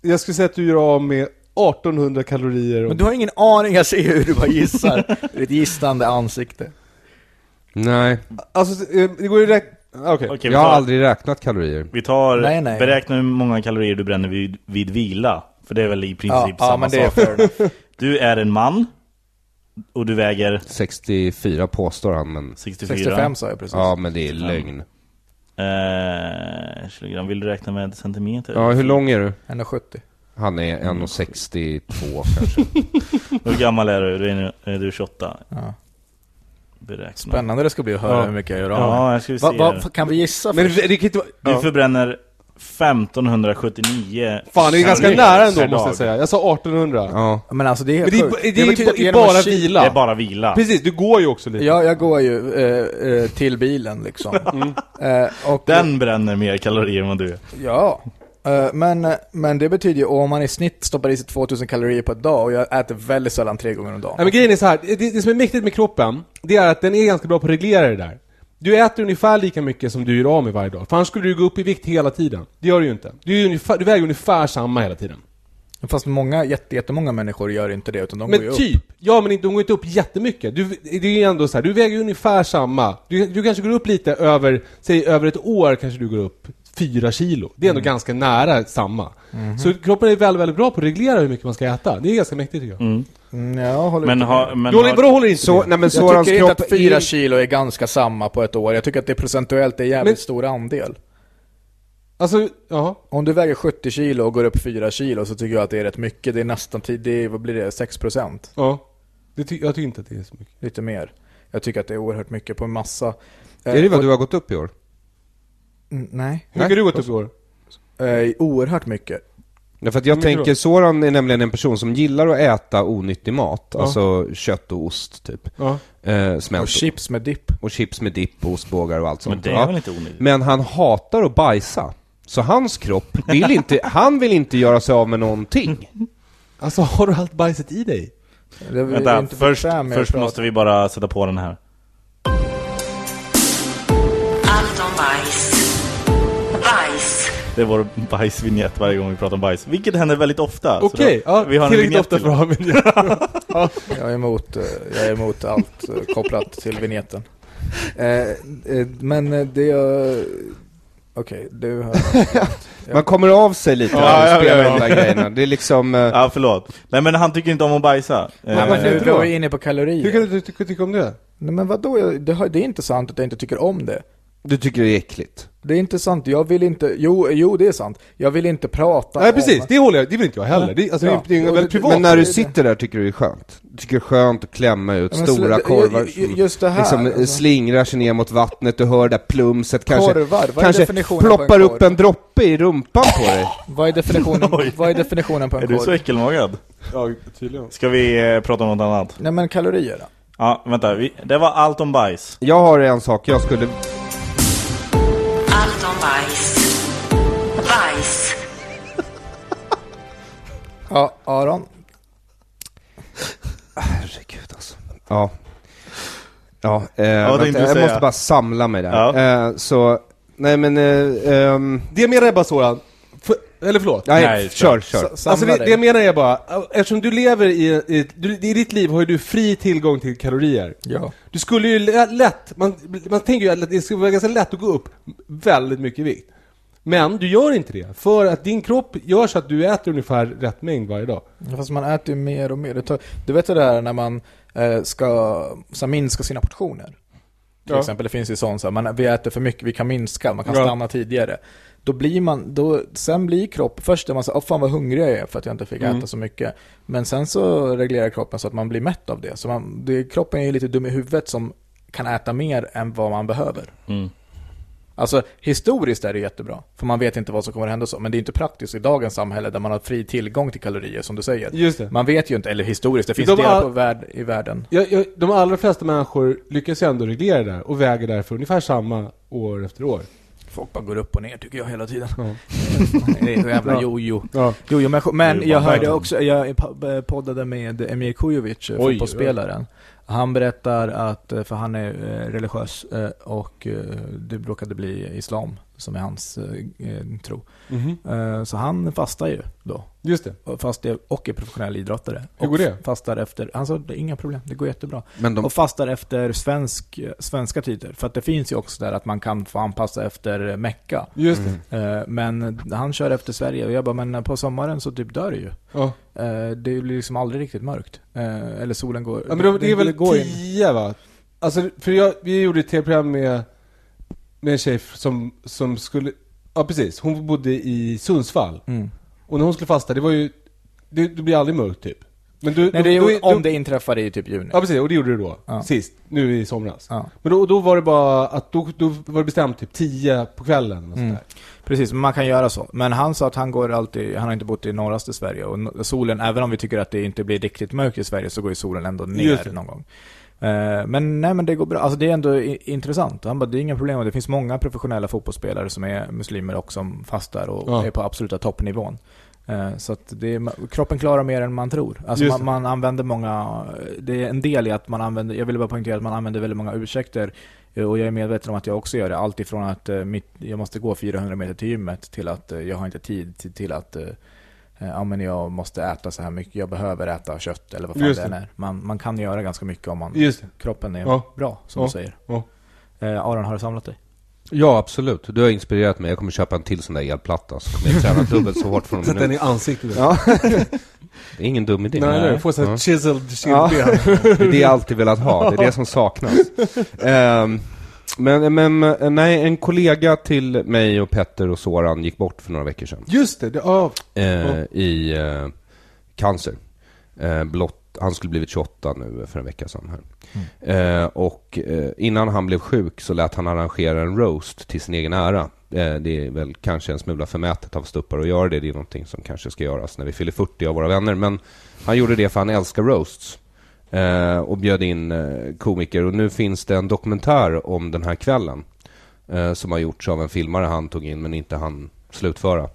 [SPEAKER 4] Jag skulle säga att du gör av med 1800 kalorier. om-
[SPEAKER 5] Men du har ingen aning, jag ser hur du bara gissar. Ditt gissande ansikte.
[SPEAKER 3] Nej,
[SPEAKER 4] Alltså, eh, det går ju rätt... ah, Okej.
[SPEAKER 2] Okej, vi
[SPEAKER 3] jag har
[SPEAKER 2] tar,
[SPEAKER 3] aldrig räknat kalorier.
[SPEAKER 2] vi tar
[SPEAKER 5] Nej, nej.
[SPEAKER 2] beräkna hur många kalorier du bränner vid, vid vila. För det är väl i
[SPEAKER 5] Ja,
[SPEAKER 2] princip
[SPEAKER 5] ja,
[SPEAKER 2] samma
[SPEAKER 5] men det är
[SPEAKER 2] sak.
[SPEAKER 5] fair enough.
[SPEAKER 2] Du är en man och du väger
[SPEAKER 3] 64 påstår han, men...
[SPEAKER 2] 64.
[SPEAKER 5] 65 sa jag precis.
[SPEAKER 3] Ja, men det är
[SPEAKER 2] 65.
[SPEAKER 3] lögn.
[SPEAKER 2] Eh, kilogram. Vill du räkna med centimeter?
[SPEAKER 3] Ja, hur lång är du?
[SPEAKER 5] 170.
[SPEAKER 3] Han är
[SPEAKER 4] Mm.
[SPEAKER 3] 1,62 kanske. (laughs)
[SPEAKER 2] Hur gammal är du? Du är, nu, är du 28?
[SPEAKER 5] Ja.
[SPEAKER 2] Beräkna.
[SPEAKER 5] Spännande det ska bli att höra
[SPEAKER 2] Ja.
[SPEAKER 5] hur mycket jag gör av mig.
[SPEAKER 2] Ja, jag ska vi se.
[SPEAKER 5] Va,
[SPEAKER 2] här.
[SPEAKER 5] va, kan vi gissa
[SPEAKER 4] Men
[SPEAKER 5] först?
[SPEAKER 4] det, det kan inte vara...
[SPEAKER 2] Du förbränner 1579
[SPEAKER 4] Fan, det är ganska
[SPEAKER 2] kalorier
[SPEAKER 4] nära ändå
[SPEAKER 2] per
[SPEAKER 4] måste
[SPEAKER 2] dag.
[SPEAKER 4] jag säga. Jag sa 1800.
[SPEAKER 3] Ja.
[SPEAKER 5] Men alltså det är
[SPEAKER 4] Men
[SPEAKER 5] helt
[SPEAKER 4] det är,
[SPEAKER 5] sjukt.
[SPEAKER 4] det är, ju
[SPEAKER 5] betyder
[SPEAKER 4] ba- i
[SPEAKER 5] genom att
[SPEAKER 4] bara
[SPEAKER 5] ki-
[SPEAKER 4] vila.
[SPEAKER 2] Det är bara vila.
[SPEAKER 4] Precis, du går ju också lite.
[SPEAKER 5] Ja, jag går ju eh, eh, till bilen
[SPEAKER 4] (laughs)
[SPEAKER 5] liksom.
[SPEAKER 4] Mm.
[SPEAKER 5] Eh, och,
[SPEAKER 2] Den bränner mer kalorier än vad du gör.
[SPEAKER 5] Ja. Eh, men, men det betyder ju, om man i snitt stoppar i sig 2000 kalorier på ett dag, och jag äter väldigt sällan tre gånger om dagen.
[SPEAKER 4] Nej, men grejen är så här. Det, det som är mäktigt med kroppen, det är att den är ganska bra på att reglera det där. Du äter ungefär lika mycket som du gör av med varje dag. För annars skulle du gå upp i vikt hela tiden. Det gör du ju inte. Du, är ungefär, du väger ungefär samma hela tiden.
[SPEAKER 5] Fast många, jätte, jättemånga människor gör inte det, utan de går ju
[SPEAKER 4] Men
[SPEAKER 5] upp.
[SPEAKER 4] typ, ja men inte, de går inte upp jättemycket. Du, det är ju ändå så här, du väger ju ungefär samma. Du, du kanske går upp lite över, säg över ett år kanske du går upp fyra kilo. Det är
[SPEAKER 5] Mm.
[SPEAKER 4] ändå ganska nära samma.
[SPEAKER 5] Mhm.
[SPEAKER 4] Så kroppen är väldigt, väldigt bra på att reglera hur mycket man ska äta. Det är ganska mäktigt tycker jag.
[SPEAKER 5] Mm, jag håller
[SPEAKER 2] Men,
[SPEAKER 5] inte med.
[SPEAKER 2] ha, men
[SPEAKER 4] Du håller,
[SPEAKER 2] har,
[SPEAKER 4] vadå håller inte
[SPEAKER 3] Så,
[SPEAKER 4] med?
[SPEAKER 3] nej men
[SPEAKER 5] Jag
[SPEAKER 3] Sorans
[SPEAKER 5] tycker inte
[SPEAKER 3] kropp
[SPEAKER 5] att fyra
[SPEAKER 3] är...
[SPEAKER 5] kilo är ganska samma på ett år. Jag tycker att det procentuellt är en jävligt
[SPEAKER 4] Men-
[SPEAKER 5] stor andel.
[SPEAKER 4] Alltså, ja.
[SPEAKER 5] Om du väger 70 kilo och går upp 4 kilo så tycker jag att det är rätt mycket. Det är nästan, ti- det är, vad blir det, 6%?
[SPEAKER 4] ja. Det ty, jag tycker inte att det är så mycket.
[SPEAKER 5] Lite mer. Jag tycker att det är oerhört mycket på en massa. Eh,
[SPEAKER 3] Är det vad
[SPEAKER 5] och-
[SPEAKER 3] du har gått upp i år?
[SPEAKER 5] Mm, Nej.
[SPEAKER 4] Hur mycket har du gått upp i år?
[SPEAKER 5] Eh, oerhört mycket.
[SPEAKER 3] Ja, för att jag
[SPEAKER 4] Mycket
[SPEAKER 3] tänker,
[SPEAKER 4] då.
[SPEAKER 3] Soran är nämligen en person som gillar att äta onyttig mat, alltså kött och ost typ.
[SPEAKER 4] Ja.
[SPEAKER 3] Eh, smält
[SPEAKER 4] Alltså-
[SPEAKER 5] Och chips med dipp.
[SPEAKER 3] och chips med dipp och ostbågar och allt sånt.
[SPEAKER 2] men det
[SPEAKER 3] Ja.
[SPEAKER 2] är väl inte onödigt?
[SPEAKER 3] Men han hatar att bajsa. Så hans kropp
[SPEAKER 2] (laughs)
[SPEAKER 3] vill inte, han vill inte göra sig av med någonting.
[SPEAKER 4] Alltså har du allt bajset i dig?
[SPEAKER 5] Det är vi
[SPEAKER 2] Vänta,
[SPEAKER 5] inte
[SPEAKER 2] först,
[SPEAKER 5] bekväm med att
[SPEAKER 2] först
[SPEAKER 5] prata.
[SPEAKER 2] måste vi bara sätta på den här.
[SPEAKER 8] Allt om bajs. Bajs.
[SPEAKER 2] Det är vår bajsvinjett varje gång vi pratar om bajs. Vilket händer väldigt ofta. så
[SPEAKER 4] Okej,
[SPEAKER 2] då-
[SPEAKER 4] ja,
[SPEAKER 2] Alltså, vi har en vinjett
[SPEAKER 4] tillräckligt ofta
[SPEAKER 2] till.
[SPEAKER 4] för att ha en vinjett.
[SPEAKER 5] Jag är emot, eh, jag är emot allt eh, kopplat till vignetten. Eh, eh, men eh, det jag... Okej,
[SPEAKER 4] (laughs)
[SPEAKER 5] du har...
[SPEAKER 3] Man kommer av sig lite när
[SPEAKER 2] Ja,
[SPEAKER 3] man
[SPEAKER 2] ja,
[SPEAKER 3] spelar
[SPEAKER 2] ja, ja.
[SPEAKER 3] de där grejerna. Det är liksom... eh,
[SPEAKER 2] Ja, förlåt. Nej men han tycker inte om att bajsa.
[SPEAKER 5] Ja,
[SPEAKER 2] Eh,
[SPEAKER 5] men nu,
[SPEAKER 4] inte
[SPEAKER 5] vi
[SPEAKER 4] då?
[SPEAKER 5] var ju inne på kalorier.
[SPEAKER 4] Hur kan du ty- tycka om det?
[SPEAKER 5] Nej men vadå, Jag- det, har- det är inte sant att jag inte tycker om det.
[SPEAKER 3] Du tycker det är äckligt.
[SPEAKER 5] Det är inte sant, jag vill inte, jo, jo det är sant. Jag vill inte prata
[SPEAKER 4] Nej
[SPEAKER 5] om...
[SPEAKER 4] precis, det håller jag, det vill inte jag heller. Det, alltså,
[SPEAKER 5] Ja.
[SPEAKER 4] det är ju
[SPEAKER 5] Och
[SPEAKER 4] väldigt
[SPEAKER 5] det-
[SPEAKER 4] privat.
[SPEAKER 3] Men när
[SPEAKER 5] det
[SPEAKER 3] du
[SPEAKER 5] är det.
[SPEAKER 3] sitter där tycker du det är skönt. Du tycker det är skönt att klämma ut
[SPEAKER 5] Ja, men
[SPEAKER 3] stora
[SPEAKER 5] slä-
[SPEAKER 3] korvar
[SPEAKER 5] ju- ju-
[SPEAKER 3] som
[SPEAKER 5] just det här,
[SPEAKER 3] liksom eh,
[SPEAKER 5] alltså.
[SPEAKER 3] slingrar sig ner mot vattnet, du hör det där plumset, kanske,
[SPEAKER 5] Korvar, vad är
[SPEAKER 3] kanske
[SPEAKER 5] definitionen på en
[SPEAKER 3] ploppar upp
[SPEAKER 5] korv?
[SPEAKER 3] en droppe i rumpan på dig.
[SPEAKER 5] Vad
[SPEAKER 2] (laughs)
[SPEAKER 5] är definitionen, vad är definitionen på en
[SPEAKER 2] är du så
[SPEAKER 5] korv?
[SPEAKER 2] äckelmagad?
[SPEAKER 4] Ja, tydligen.
[SPEAKER 2] Ska vi eh, prata om något annat?
[SPEAKER 5] Nej men kalorier då?
[SPEAKER 2] Ja, vänta. Vi, det var allt om bajs.
[SPEAKER 3] Jag har en sak jag skulle...
[SPEAKER 8] Allt om bajs. Bajs.
[SPEAKER 5] Ja, Aron?
[SPEAKER 3] Herregud alltså. Ja. Ja, eh,
[SPEAKER 2] tänkte
[SPEAKER 3] vänta,
[SPEAKER 2] du
[SPEAKER 3] jag
[SPEAKER 2] säga.
[SPEAKER 3] måste bara samla mig där.
[SPEAKER 2] Ja.
[SPEAKER 3] Eh, så, nej men... Eh, ehm,
[SPEAKER 4] Det menar jag bara Soran. För, eller förlåt.
[SPEAKER 3] nej,
[SPEAKER 2] Nej,
[SPEAKER 3] kör, kör.
[SPEAKER 5] S- samla
[SPEAKER 4] Alltså det,
[SPEAKER 5] dig.
[SPEAKER 4] det jag menar är bara, eftersom du lever i, i, du, i ditt liv har ju du fri tillgång till kalorier.
[SPEAKER 5] Ja.
[SPEAKER 4] Du skulle ju lä- lätt, man, man tänker ju att det skulle vara ganska lätt att gå upp väldigt mycket i vikt. Men du gör inte det, för att din kropp gör så att du äter ungefär rätt mängd varje dag.
[SPEAKER 5] Ja, Fast man äter ju mer och mer. Det tar, du vet det där när man eh, ska, ska minska sina portioner. till
[SPEAKER 4] Ja.
[SPEAKER 5] exempel. Det finns ju sånt så här, man, vi äter för mycket, vi kan minska, man kan
[SPEAKER 4] Ja.
[SPEAKER 5] stanna tidigare. Då blir man, då, sen blir kropp, först är man så här, "Åh, fan vad hungrig jag är för att jag inte fick
[SPEAKER 4] Mm.
[SPEAKER 5] äta så mycket. Men sen så reglerar kroppen så att man blir mätt av det. Så man, det, kroppen är ju lite dum i huvudet som kan äta mer än vad man behöver.
[SPEAKER 4] Mm.
[SPEAKER 5] Alltså historiskt är det jättebra, för man vet inte vad som kommer att hända så. Men det är inte praktiskt i dagens samhälle där man har fri tillgång till kalorier som du säger.
[SPEAKER 4] Just det.
[SPEAKER 5] Man vet ju inte, eller historiskt, det finns
[SPEAKER 4] De
[SPEAKER 5] delar
[SPEAKER 4] all-
[SPEAKER 5] på värld, i världen.
[SPEAKER 4] Jag, jag, de allra flesta människor lyckas ju ändå reglera det där och väger därför ungefär samma år efter år.
[SPEAKER 5] Folk bara går upp och ner tycker jag hela tiden.
[SPEAKER 4] Ja.
[SPEAKER 5] (laughs) det är så jävla
[SPEAKER 4] Ja.
[SPEAKER 5] jojo.
[SPEAKER 4] Ja.
[SPEAKER 5] Jo, jo, men, men
[SPEAKER 2] Det är
[SPEAKER 5] jag
[SPEAKER 2] bara
[SPEAKER 5] hörde
[SPEAKER 2] världen.
[SPEAKER 5] också, jag po- poddade med Emir Kujovic, eh,
[SPEAKER 4] Oj,
[SPEAKER 5] fotbollsspelaren. Han berättar att, eh, för han är eh, religiös eh, och eh, det råkade bli islam som är hans eh, eh, tro.
[SPEAKER 4] Mhm.
[SPEAKER 5] Eh, Så han fastar ju då.
[SPEAKER 4] Just det.
[SPEAKER 5] Och Fast det, och är professionell idrottare.
[SPEAKER 4] Hur
[SPEAKER 5] Och
[SPEAKER 4] går det?
[SPEAKER 5] Fastar efter, han sa det är inga problem, det går jättebra.
[SPEAKER 3] Men de,
[SPEAKER 5] Och fastar efter svensk, eh, svenska tider. För att det finns ju också där att man kan få anpassa efter Mecka.
[SPEAKER 4] Just det.
[SPEAKER 5] Eh, Men han kör efter Sverige och jag bara, men på sommaren så typ dör det ju.
[SPEAKER 4] Ja.
[SPEAKER 5] Eh, Det blir liksom aldrig riktigt mörkt. Eh, Eller solen går...
[SPEAKER 4] ja men de, det är
[SPEAKER 5] den
[SPEAKER 4] väl
[SPEAKER 5] går in.
[SPEAKER 4] tio va? Alltså, för jag, vi gjorde ett tv-program med, med en tjej som, som skulle... Ja, precis. Hon bodde i Sundsvall.
[SPEAKER 5] Mm.
[SPEAKER 4] Och när hon skulle fasta, det var ju... Det, det blir aldrig mörkt typ. Men du,
[SPEAKER 5] Nej, det är
[SPEAKER 4] då-
[SPEAKER 5] ju,
[SPEAKER 4] då-
[SPEAKER 5] om det inträffar i typ juni.
[SPEAKER 4] Ja precis, och det gjorde du då.
[SPEAKER 5] Ja.
[SPEAKER 4] Sist, nu i somras.
[SPEAKER 5] Ja.
[SPEAKER 4] Men då, då var det bara att, då, då var det bestämt typ 10 på kvällen och
[SPEAKER 5] Mm.
[SPEAKER 4] sådär.
[SPEAKER 5] Precis, men man kan göra så. Men han sa att han går alltid, han har inte bott i norraste Sverige och no- solen, även om vi tycker att det inte blir riktigt mörkt i Sverige så går ju solen ändå
[SPEAKER 4] Just
[SPEAKER 5] ner
[SPEAKER 4] det.
[SPEAKER 5] någon gång. Eh, Men nej men det går bra, alltså det är ändå i- intressant. Han bara, det är inga problem, det finns många professionella fotbollsspelare som är muslimer och som fastar och
[SPEAKER 4] Ja.
[SPEAKER 5] är på absoluta toppnivån. Eh, Så att det är, ma- kroppen klarar mer än man tror. Alltså
[SPEAKER 4] Just
[SPEAKER 5] man, man använder många, det är en del i att man använder, jag vill bara poängtera att man använder väldigt många ursäkter Eh, Och jag är medveten om att jag också gör det. Allt ifrån att eh, mitt, jag måste gå 400 meter till gymmet till att eh, jag har inte tid till, till att eh, eh, ja, men jag måste äta så här mycket, jag behöver äta kött eller vad fan
[SPEAKER 4] Just
[SPEAKER 5] det än
[SPEAKER 4] det.
[SPEAKER 5] är. Man, man kan göra ganska mycket om man,
[SPEAKER 4] Just det.
[SPEAKER 5] kroppen är
[SPEAKER 4] Ja.
[SPEAKER 5] bra, som
[SPEAKER 4] Ja.
[SPEAKER 5] du säger.
[SPEAKER 4] Ja.
[SPEAKER 5] Eh, Aron, har du samlat dig?
[SPEAKER 3] ja, absolut. Du har inspirerat mig. Jag kommer köpa en till sån där elplatta så kommer jag träna dubbelt
[SPEAKER 4] (laughs)
[SPEAKER 3] så hårt från
[SPEAKER 4] Sätt
[SPEAKER 3] nu.
[SPEAKER 4] den i ansiktet.
[SPEAKER 3] Ja. Det är ingen dum idé.
[SPEAKER 4] Nej, nej, få såhär
[SPEAKER 3] Ja.
[SPEAKER 4] chiseled
[SPEAKER 3] Ja. (laughs)
[SPEAKER 4] kindben.
[SPEAKER 3] Det är det jag alltid velat ha, det är det
[SPEAKER 4] (laughs)
[SPEAKER 3] som saknas. Ehm, men, men eh, nej, en kollega till mig och Petter och Soran gick bort för några veckor sedan.
[SPEAKER 4] Just det, det ja.
[SPEAKER 3] eh,
[SPEAKER 4] Ja.
[SPEAKER 3] I eh, cancer. Eh, blott, han skulle blivit 28 nu eh, för en vecka sedan. Här. Eh, och eh, innan han blev sjuk så lät han arrangera en roast till sin egen ära. Eh, det är väl kanske en smula förmätet av Stuppar att göra det. Det är någonting som kanske ska göras när vi fyller 40 av våra vänner. Men han gjorde det för han älskar roasts. Eh, och bjöd in eh, komiker. Och nu finns det en dokumentär om den här kvällen. Eh, som har gjorts av en filmare han tog in men inte han slutföra.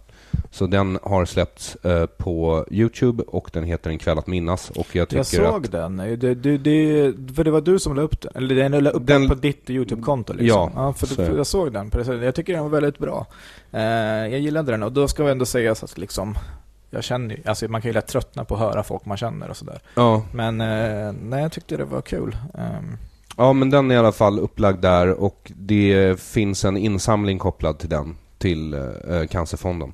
[SPEAKER 3] Så den har släppts eh, på Youtube och den heter En kväll att minnas. Och jag tycker
[SPEAKER 5] Jag såg
[SPEAKER 3] att
[SPEAKER 5] den. Det, det, det, för det var du som la upp den. Eller den la upp den
[SPEAKER 3] Den-
[SPEAKER 5] på ditt YouTube-konto liksom.
[SPEAKER 3] Ja,
[SPEAKER 5] ja för,
[SPEAKER 3] så
[SPEAKER 5] för
[SPEAKER 3] är det.
[SPEAKER 5] jag såg den. precis. Jag tycker den var väldigt bra. Eh, jag gillade den och då ska vi ändå säga att liksom, jag känner ju, alltså man kan ju lätt tröttna på att höra folk man känner och sådär.
[SPEAKER 3] ja,
[SPEAKER 5] Men eh, nej, jag tyckte det var kul. Ehm,
[SPEAKER 3] Ja, men den är i alla fall upplagd där och det finns en insamling kopplad till den, till eh, Cancerfonden.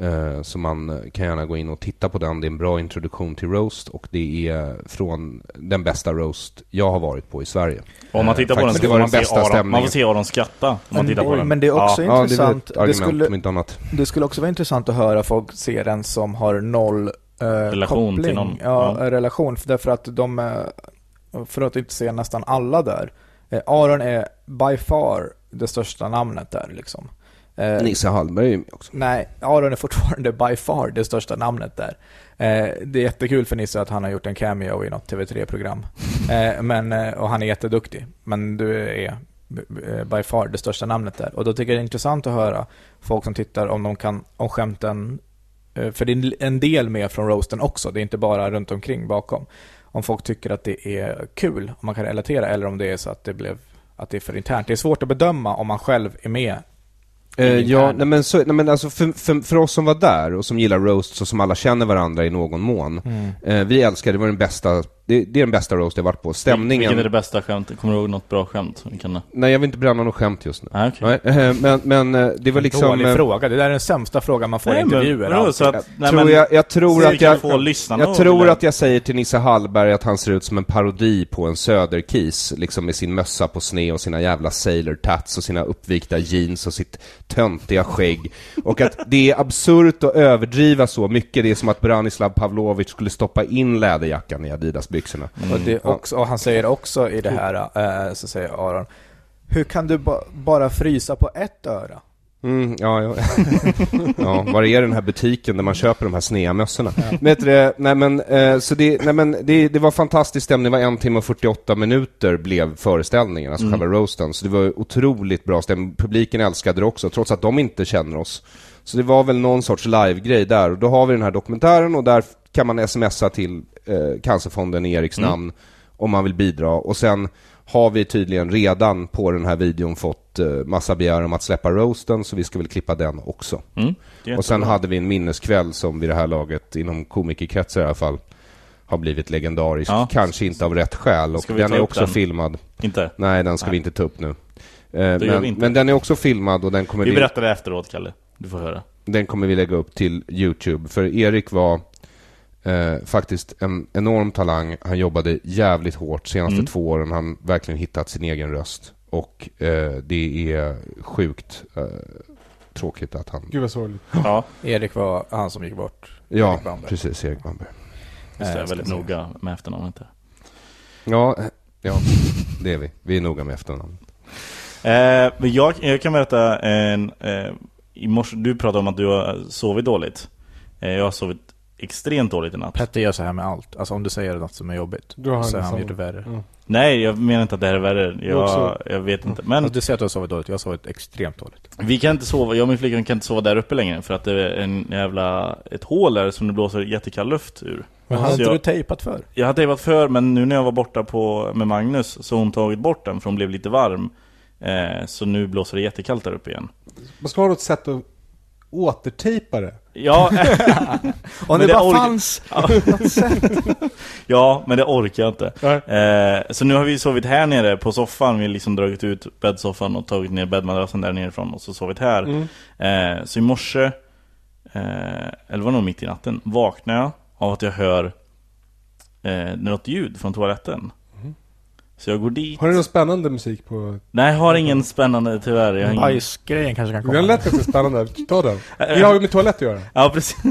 [SPEAKER 3] Eh, så man eh, kan gärna gå in och titta på den. Det är en bra introduktion till roast och det är från den bästa roast jag har varit på i Sverige.
[SPEAKER 2] Om man tittar på den
[SPEAKER 3] Faktiskt,
[SPEAKER 2] så får
[SPEAKER 3] det var
[SPEAKER 2] man,
[SPEAKER 3] den
[SPEAKER 2] se
[SPEAKER 3] bästa
[SPEAKER 2] Aron, man
[SPEAKER 3] stämningen.
[SPEAKER 2] får se Aron skratta om man
[SPEAKER 5] men,
[SPEAKER 2] tittar på den.
[SPEAKER 5] men det är också
[SPEAKER 3] Ja, det är väl
[SPEAKER 5] intressant.
[SPEAKER 3] ett argument
[SPEAKER 5] skulle,
[SPEAKER 3] om inte annat.
[SPEAKER 5] Det skulle också vara intressant att höra folk se den som har noll eh,
[SPEAKER 2] Relation till
[SPEAKER 5] koppling.
[SPEAKER 2] någon.
[SPEAKER 5] Ja,
[SPEAKER 2] Ja.
[SPEAKER 5] relation. För därför att de, eh, för att inte se nästan alla där. Eh, Aron är by far det största namnet där liksom. Eh,
[SPEAKER 3] Nisse Hallberg är ju med också.
[SPEAKER 5] Nej, Aron är fortfarande by far det största namnet där. Eh, det är jättekul för Nisse att han har gjort en cameo i något TV3-program. Eh, men, eh, och han är jätteduktig. Men du är b- b- by far det största namnet där. Och då tycker jag det är intressant att höra folk som tittar om de kan, om skämten, eh, för det är en del med från roasten också, det är inte bara runt omkring bakom. Om folk tycker att det är kul, om man kan relatera, eller om det är så att det blev, att det är för internt. Det är svårt att bedöma om man själv är med.
[SPEAKER 3] Eh,
[SPEAKER 5] i
[SPEAKER 3] ja,
[SPEAKER 5] internen.
[SPEAKER 3] nej men, så, nej men alltså för, för, för oss som
[SPEAKER 5] Mm.
[SPEAKER 3] var där och som gillar roasts och som alla känner varandra i någon mån. Eh, vi älskade, det var den bästa det, det är den bästa roast jag varit på. Stämningen...
[SPEAKER 2] Vilket är det bästa skämtet? Kommer du ihåg något bra skämt? Vi kan...
[SPEAKER 3] Nej, jag vill inte bränna något skämt just nu.
[SPEAKER 2] Nej, Ah, okej.
[SPEAKER 3] Nej, eh, men, men eh, det var liksom...
[SPEAKER 5] Dålig
[SPEAKER 3] eh,
[SPEAKER 5] fråga. Det där är den sämsta frågan man får i
[SPEAKER 2] Nej, men-
[SPEAKER 5] intervjuer. alltså.
[SPEAKER 2] vadå,
[SPEAKER 5] alltid.
[SPEAKER 2] så att- nej,
[SPEAKER 3] tror
[SPEAKER 2] men-
[SPEAKER 3] jag, jag tror
[SPEAKER 2] så
[SPEAKER 3] att
[SPEAKER 2] vi kan
[SPEAKER 3] jag,
[SPEAKER 2] få lyssnarna
[SPEAKER 3] jag
[SPEAKER 2] att-
[SPEAKER 3] tror att jag säger till Nisse Hallberg att han ser ut som en parodi på en söderkis, liksom med sin mössa på sne och sina jävla sailor tats och sina uppvikta jeans och sitt töntiga skägg. Och att det är absurt att överdriva så mycket, det är som att Branislav Pavlovic skulle stoppa in läderjackan i Adidas-byxorna.
[SPEAKER 5] Och, det är också, och han säger också i det här, eh, så säger Aron, hur kan du ba- bara frysa på ett öra?
[SPEAKER 3] Mm, ja, (laughs) ja. ja, var är den här butiken där man köper de här snea mössorna? Men vet du det, nej men, eh, så det, nej men det, det var fantastisk stämning, det var en timme och 48 minuter blev föreställningen, alltså själva roasten. Så det var otroligt bra stämning, publiken älskade det också, trots att de inte känner oss. Så det var väl någon sorts live-grej där, och då har vi den här dokumentären och där kan man smsa till eh, Cancerfonden i Eriks namn om man vill bidra. Och sen har vi tydligen redan på den här videon fått eh, massa begär om att släppa roasten, så vi ska väl klippa den också.
[SPEAKER 2] det är
[SPEAKER 3] och sen
[SPEAKER 2] jättebra.
[SPEAKER 3] hade vi en minneskväll som vid det här laget, inom komikerkretsar i alla fall, har blivit legendarisk.
[SPEAKER 2] Ja.
[SPEAKER 3] Kanske inte av rätt skäl, och
[SPEAKER 2] Ska vi
[SPEAKER 3] den
[SPEAKER 2] ta
[SPEAKER 3] är
[SPEAKER 2] upp
[SPEAKER 3] också
[SPEAKER 2] den?
[SPEAKER 3] filmad.
[SPEAKER 2] Inte?
[SPEAKER 3] Nej, den ska vi inte ta upp nu. Eh,
[SPEAKER 2] gör vi
[SPEAKER 3] Men,
[SPEAKER 2] inte.
[SPEAKER 3] men den är också filmad och den kommer
[SPEAKER 2] Vi berättar det efteråt, Kalle. Du får höra.
[SPEAKER 3] den kommer vi lägga upp till YouTube. För Erik var eh, faktiskt en enorm talang. Han jobbade jävligt hårt senaste två åren. Han har verkligen hittat sin egen röst. Och eh, det är sjukt eh, tråkigt att han...
[SPEAKER 4] Gud vad sorgligt.
[SPEAKER 2] Ja,
[SPEAKER 5] Erik var han som gick bort.
[SPEAKER 3] Ja,
[SPEAKER 5] Erik Bamberg.
[SPEAKER 3] precis. Erik Bamberg.
[SPEAKER 2] just det. Jag är
[SPEAKER 5] ska
[SPEAKER 2] väldigt
[SPEAKER 5] jag
[SPEAKER 2] noga med efternamnet där.
[SPEAKER 3] Ja, eh, ja, det är vi. Vi är noga med efternamn.
[SPEAKER 2] Eh, men jag, jag kan berätta en... Eh, i morse, du pratade om att du har sovit dåligt. Eh, jag har sovit extremt dåligt i natt.
[SPEAKER 5] Petter gör så här med allt. Alltså om du säger något som är jobbigt,
[SPEAKER 4] Då har han liksom-
[SPEAKER 5] så har han
[SPEAKER 4] samma.
[SPEAKER 5] gjort det värre.
[SPEAKER 4] Ja.
[SPEAKER 2] Nej, jag menar inte att det här är värre.
[SPEAKER 4] Jag
[SPEAKER 2] Jag,
[SPEAKER 4] också.
[SPEAKER 2] jag vet inte. Men
[SPEAKER 5] Alltså, du säger att du har sovit dåligt, jag har sovit extremt dåligt.
[SPEAKER 2] vi kan inte sova, jag och min flickvän kan inte sova där uppe längre för att det är en jävla... Ett hål där som det blåser jättekall luft ur.
[SPEAKER 5] Men
[SPEAKER 2] Så
[SPEAKER 5] hade inte
[SPEAKER 2] Alltså, jag-
[SPEAKER 5] du tejpat för?
[SPEAKER 2] Jag hade tejpat för men nu när jag var borta på, med Magnus så har hon tagit bort den för hon blev lite varm. Eh, så nu blåser det jättekallt där uppe igen.
[SPEAKER 4] Man ska ha något sätt att återtejpa det.
[SPEAKER 2] (laughs) Ja,
[SPEAKER 5] Om
[SPEAKER 2] Men
[SPEAKER 5] det
[SPEAKER 2] det
[SPEAKER 5] bara
[SPEAKER 2] ork-
[SPEAKER 5] fanns!
[SPEAKER 2] ja men det orkar jag inte.
[SPEAKER 4] Nej.
[SPEAKER 2] Eh, så nu har vi sovit här nere på soffan. Vi har liksom dragit ut bäddsoffan och tagit ner bäddmadrassen där nerifrån och så sovit här.
[SPEAKER 5] Mm.
[SPEAKER 2] Eh, så i morse, eh, eller var det nog mitt i natten, vaknar jag av att jag hör eh, något ljud från toaletten.
[SPEAKER 5] Mm.
[SPEAKER 2] Så jag går dit.
[SPEAKER 4] Har ni någon spännande musik på...
[SPEAKER 2] Nej, jag har ingen spännande tyvärr. Jag har ingen...
[SPEAKER 5] Bajsgrejen kanske kan komma.
[SPEAKER 4] Den lät ganska spännande. Ta den. Vi har ju med toalett att göra.
[SPEAKER 2] Ja, precis.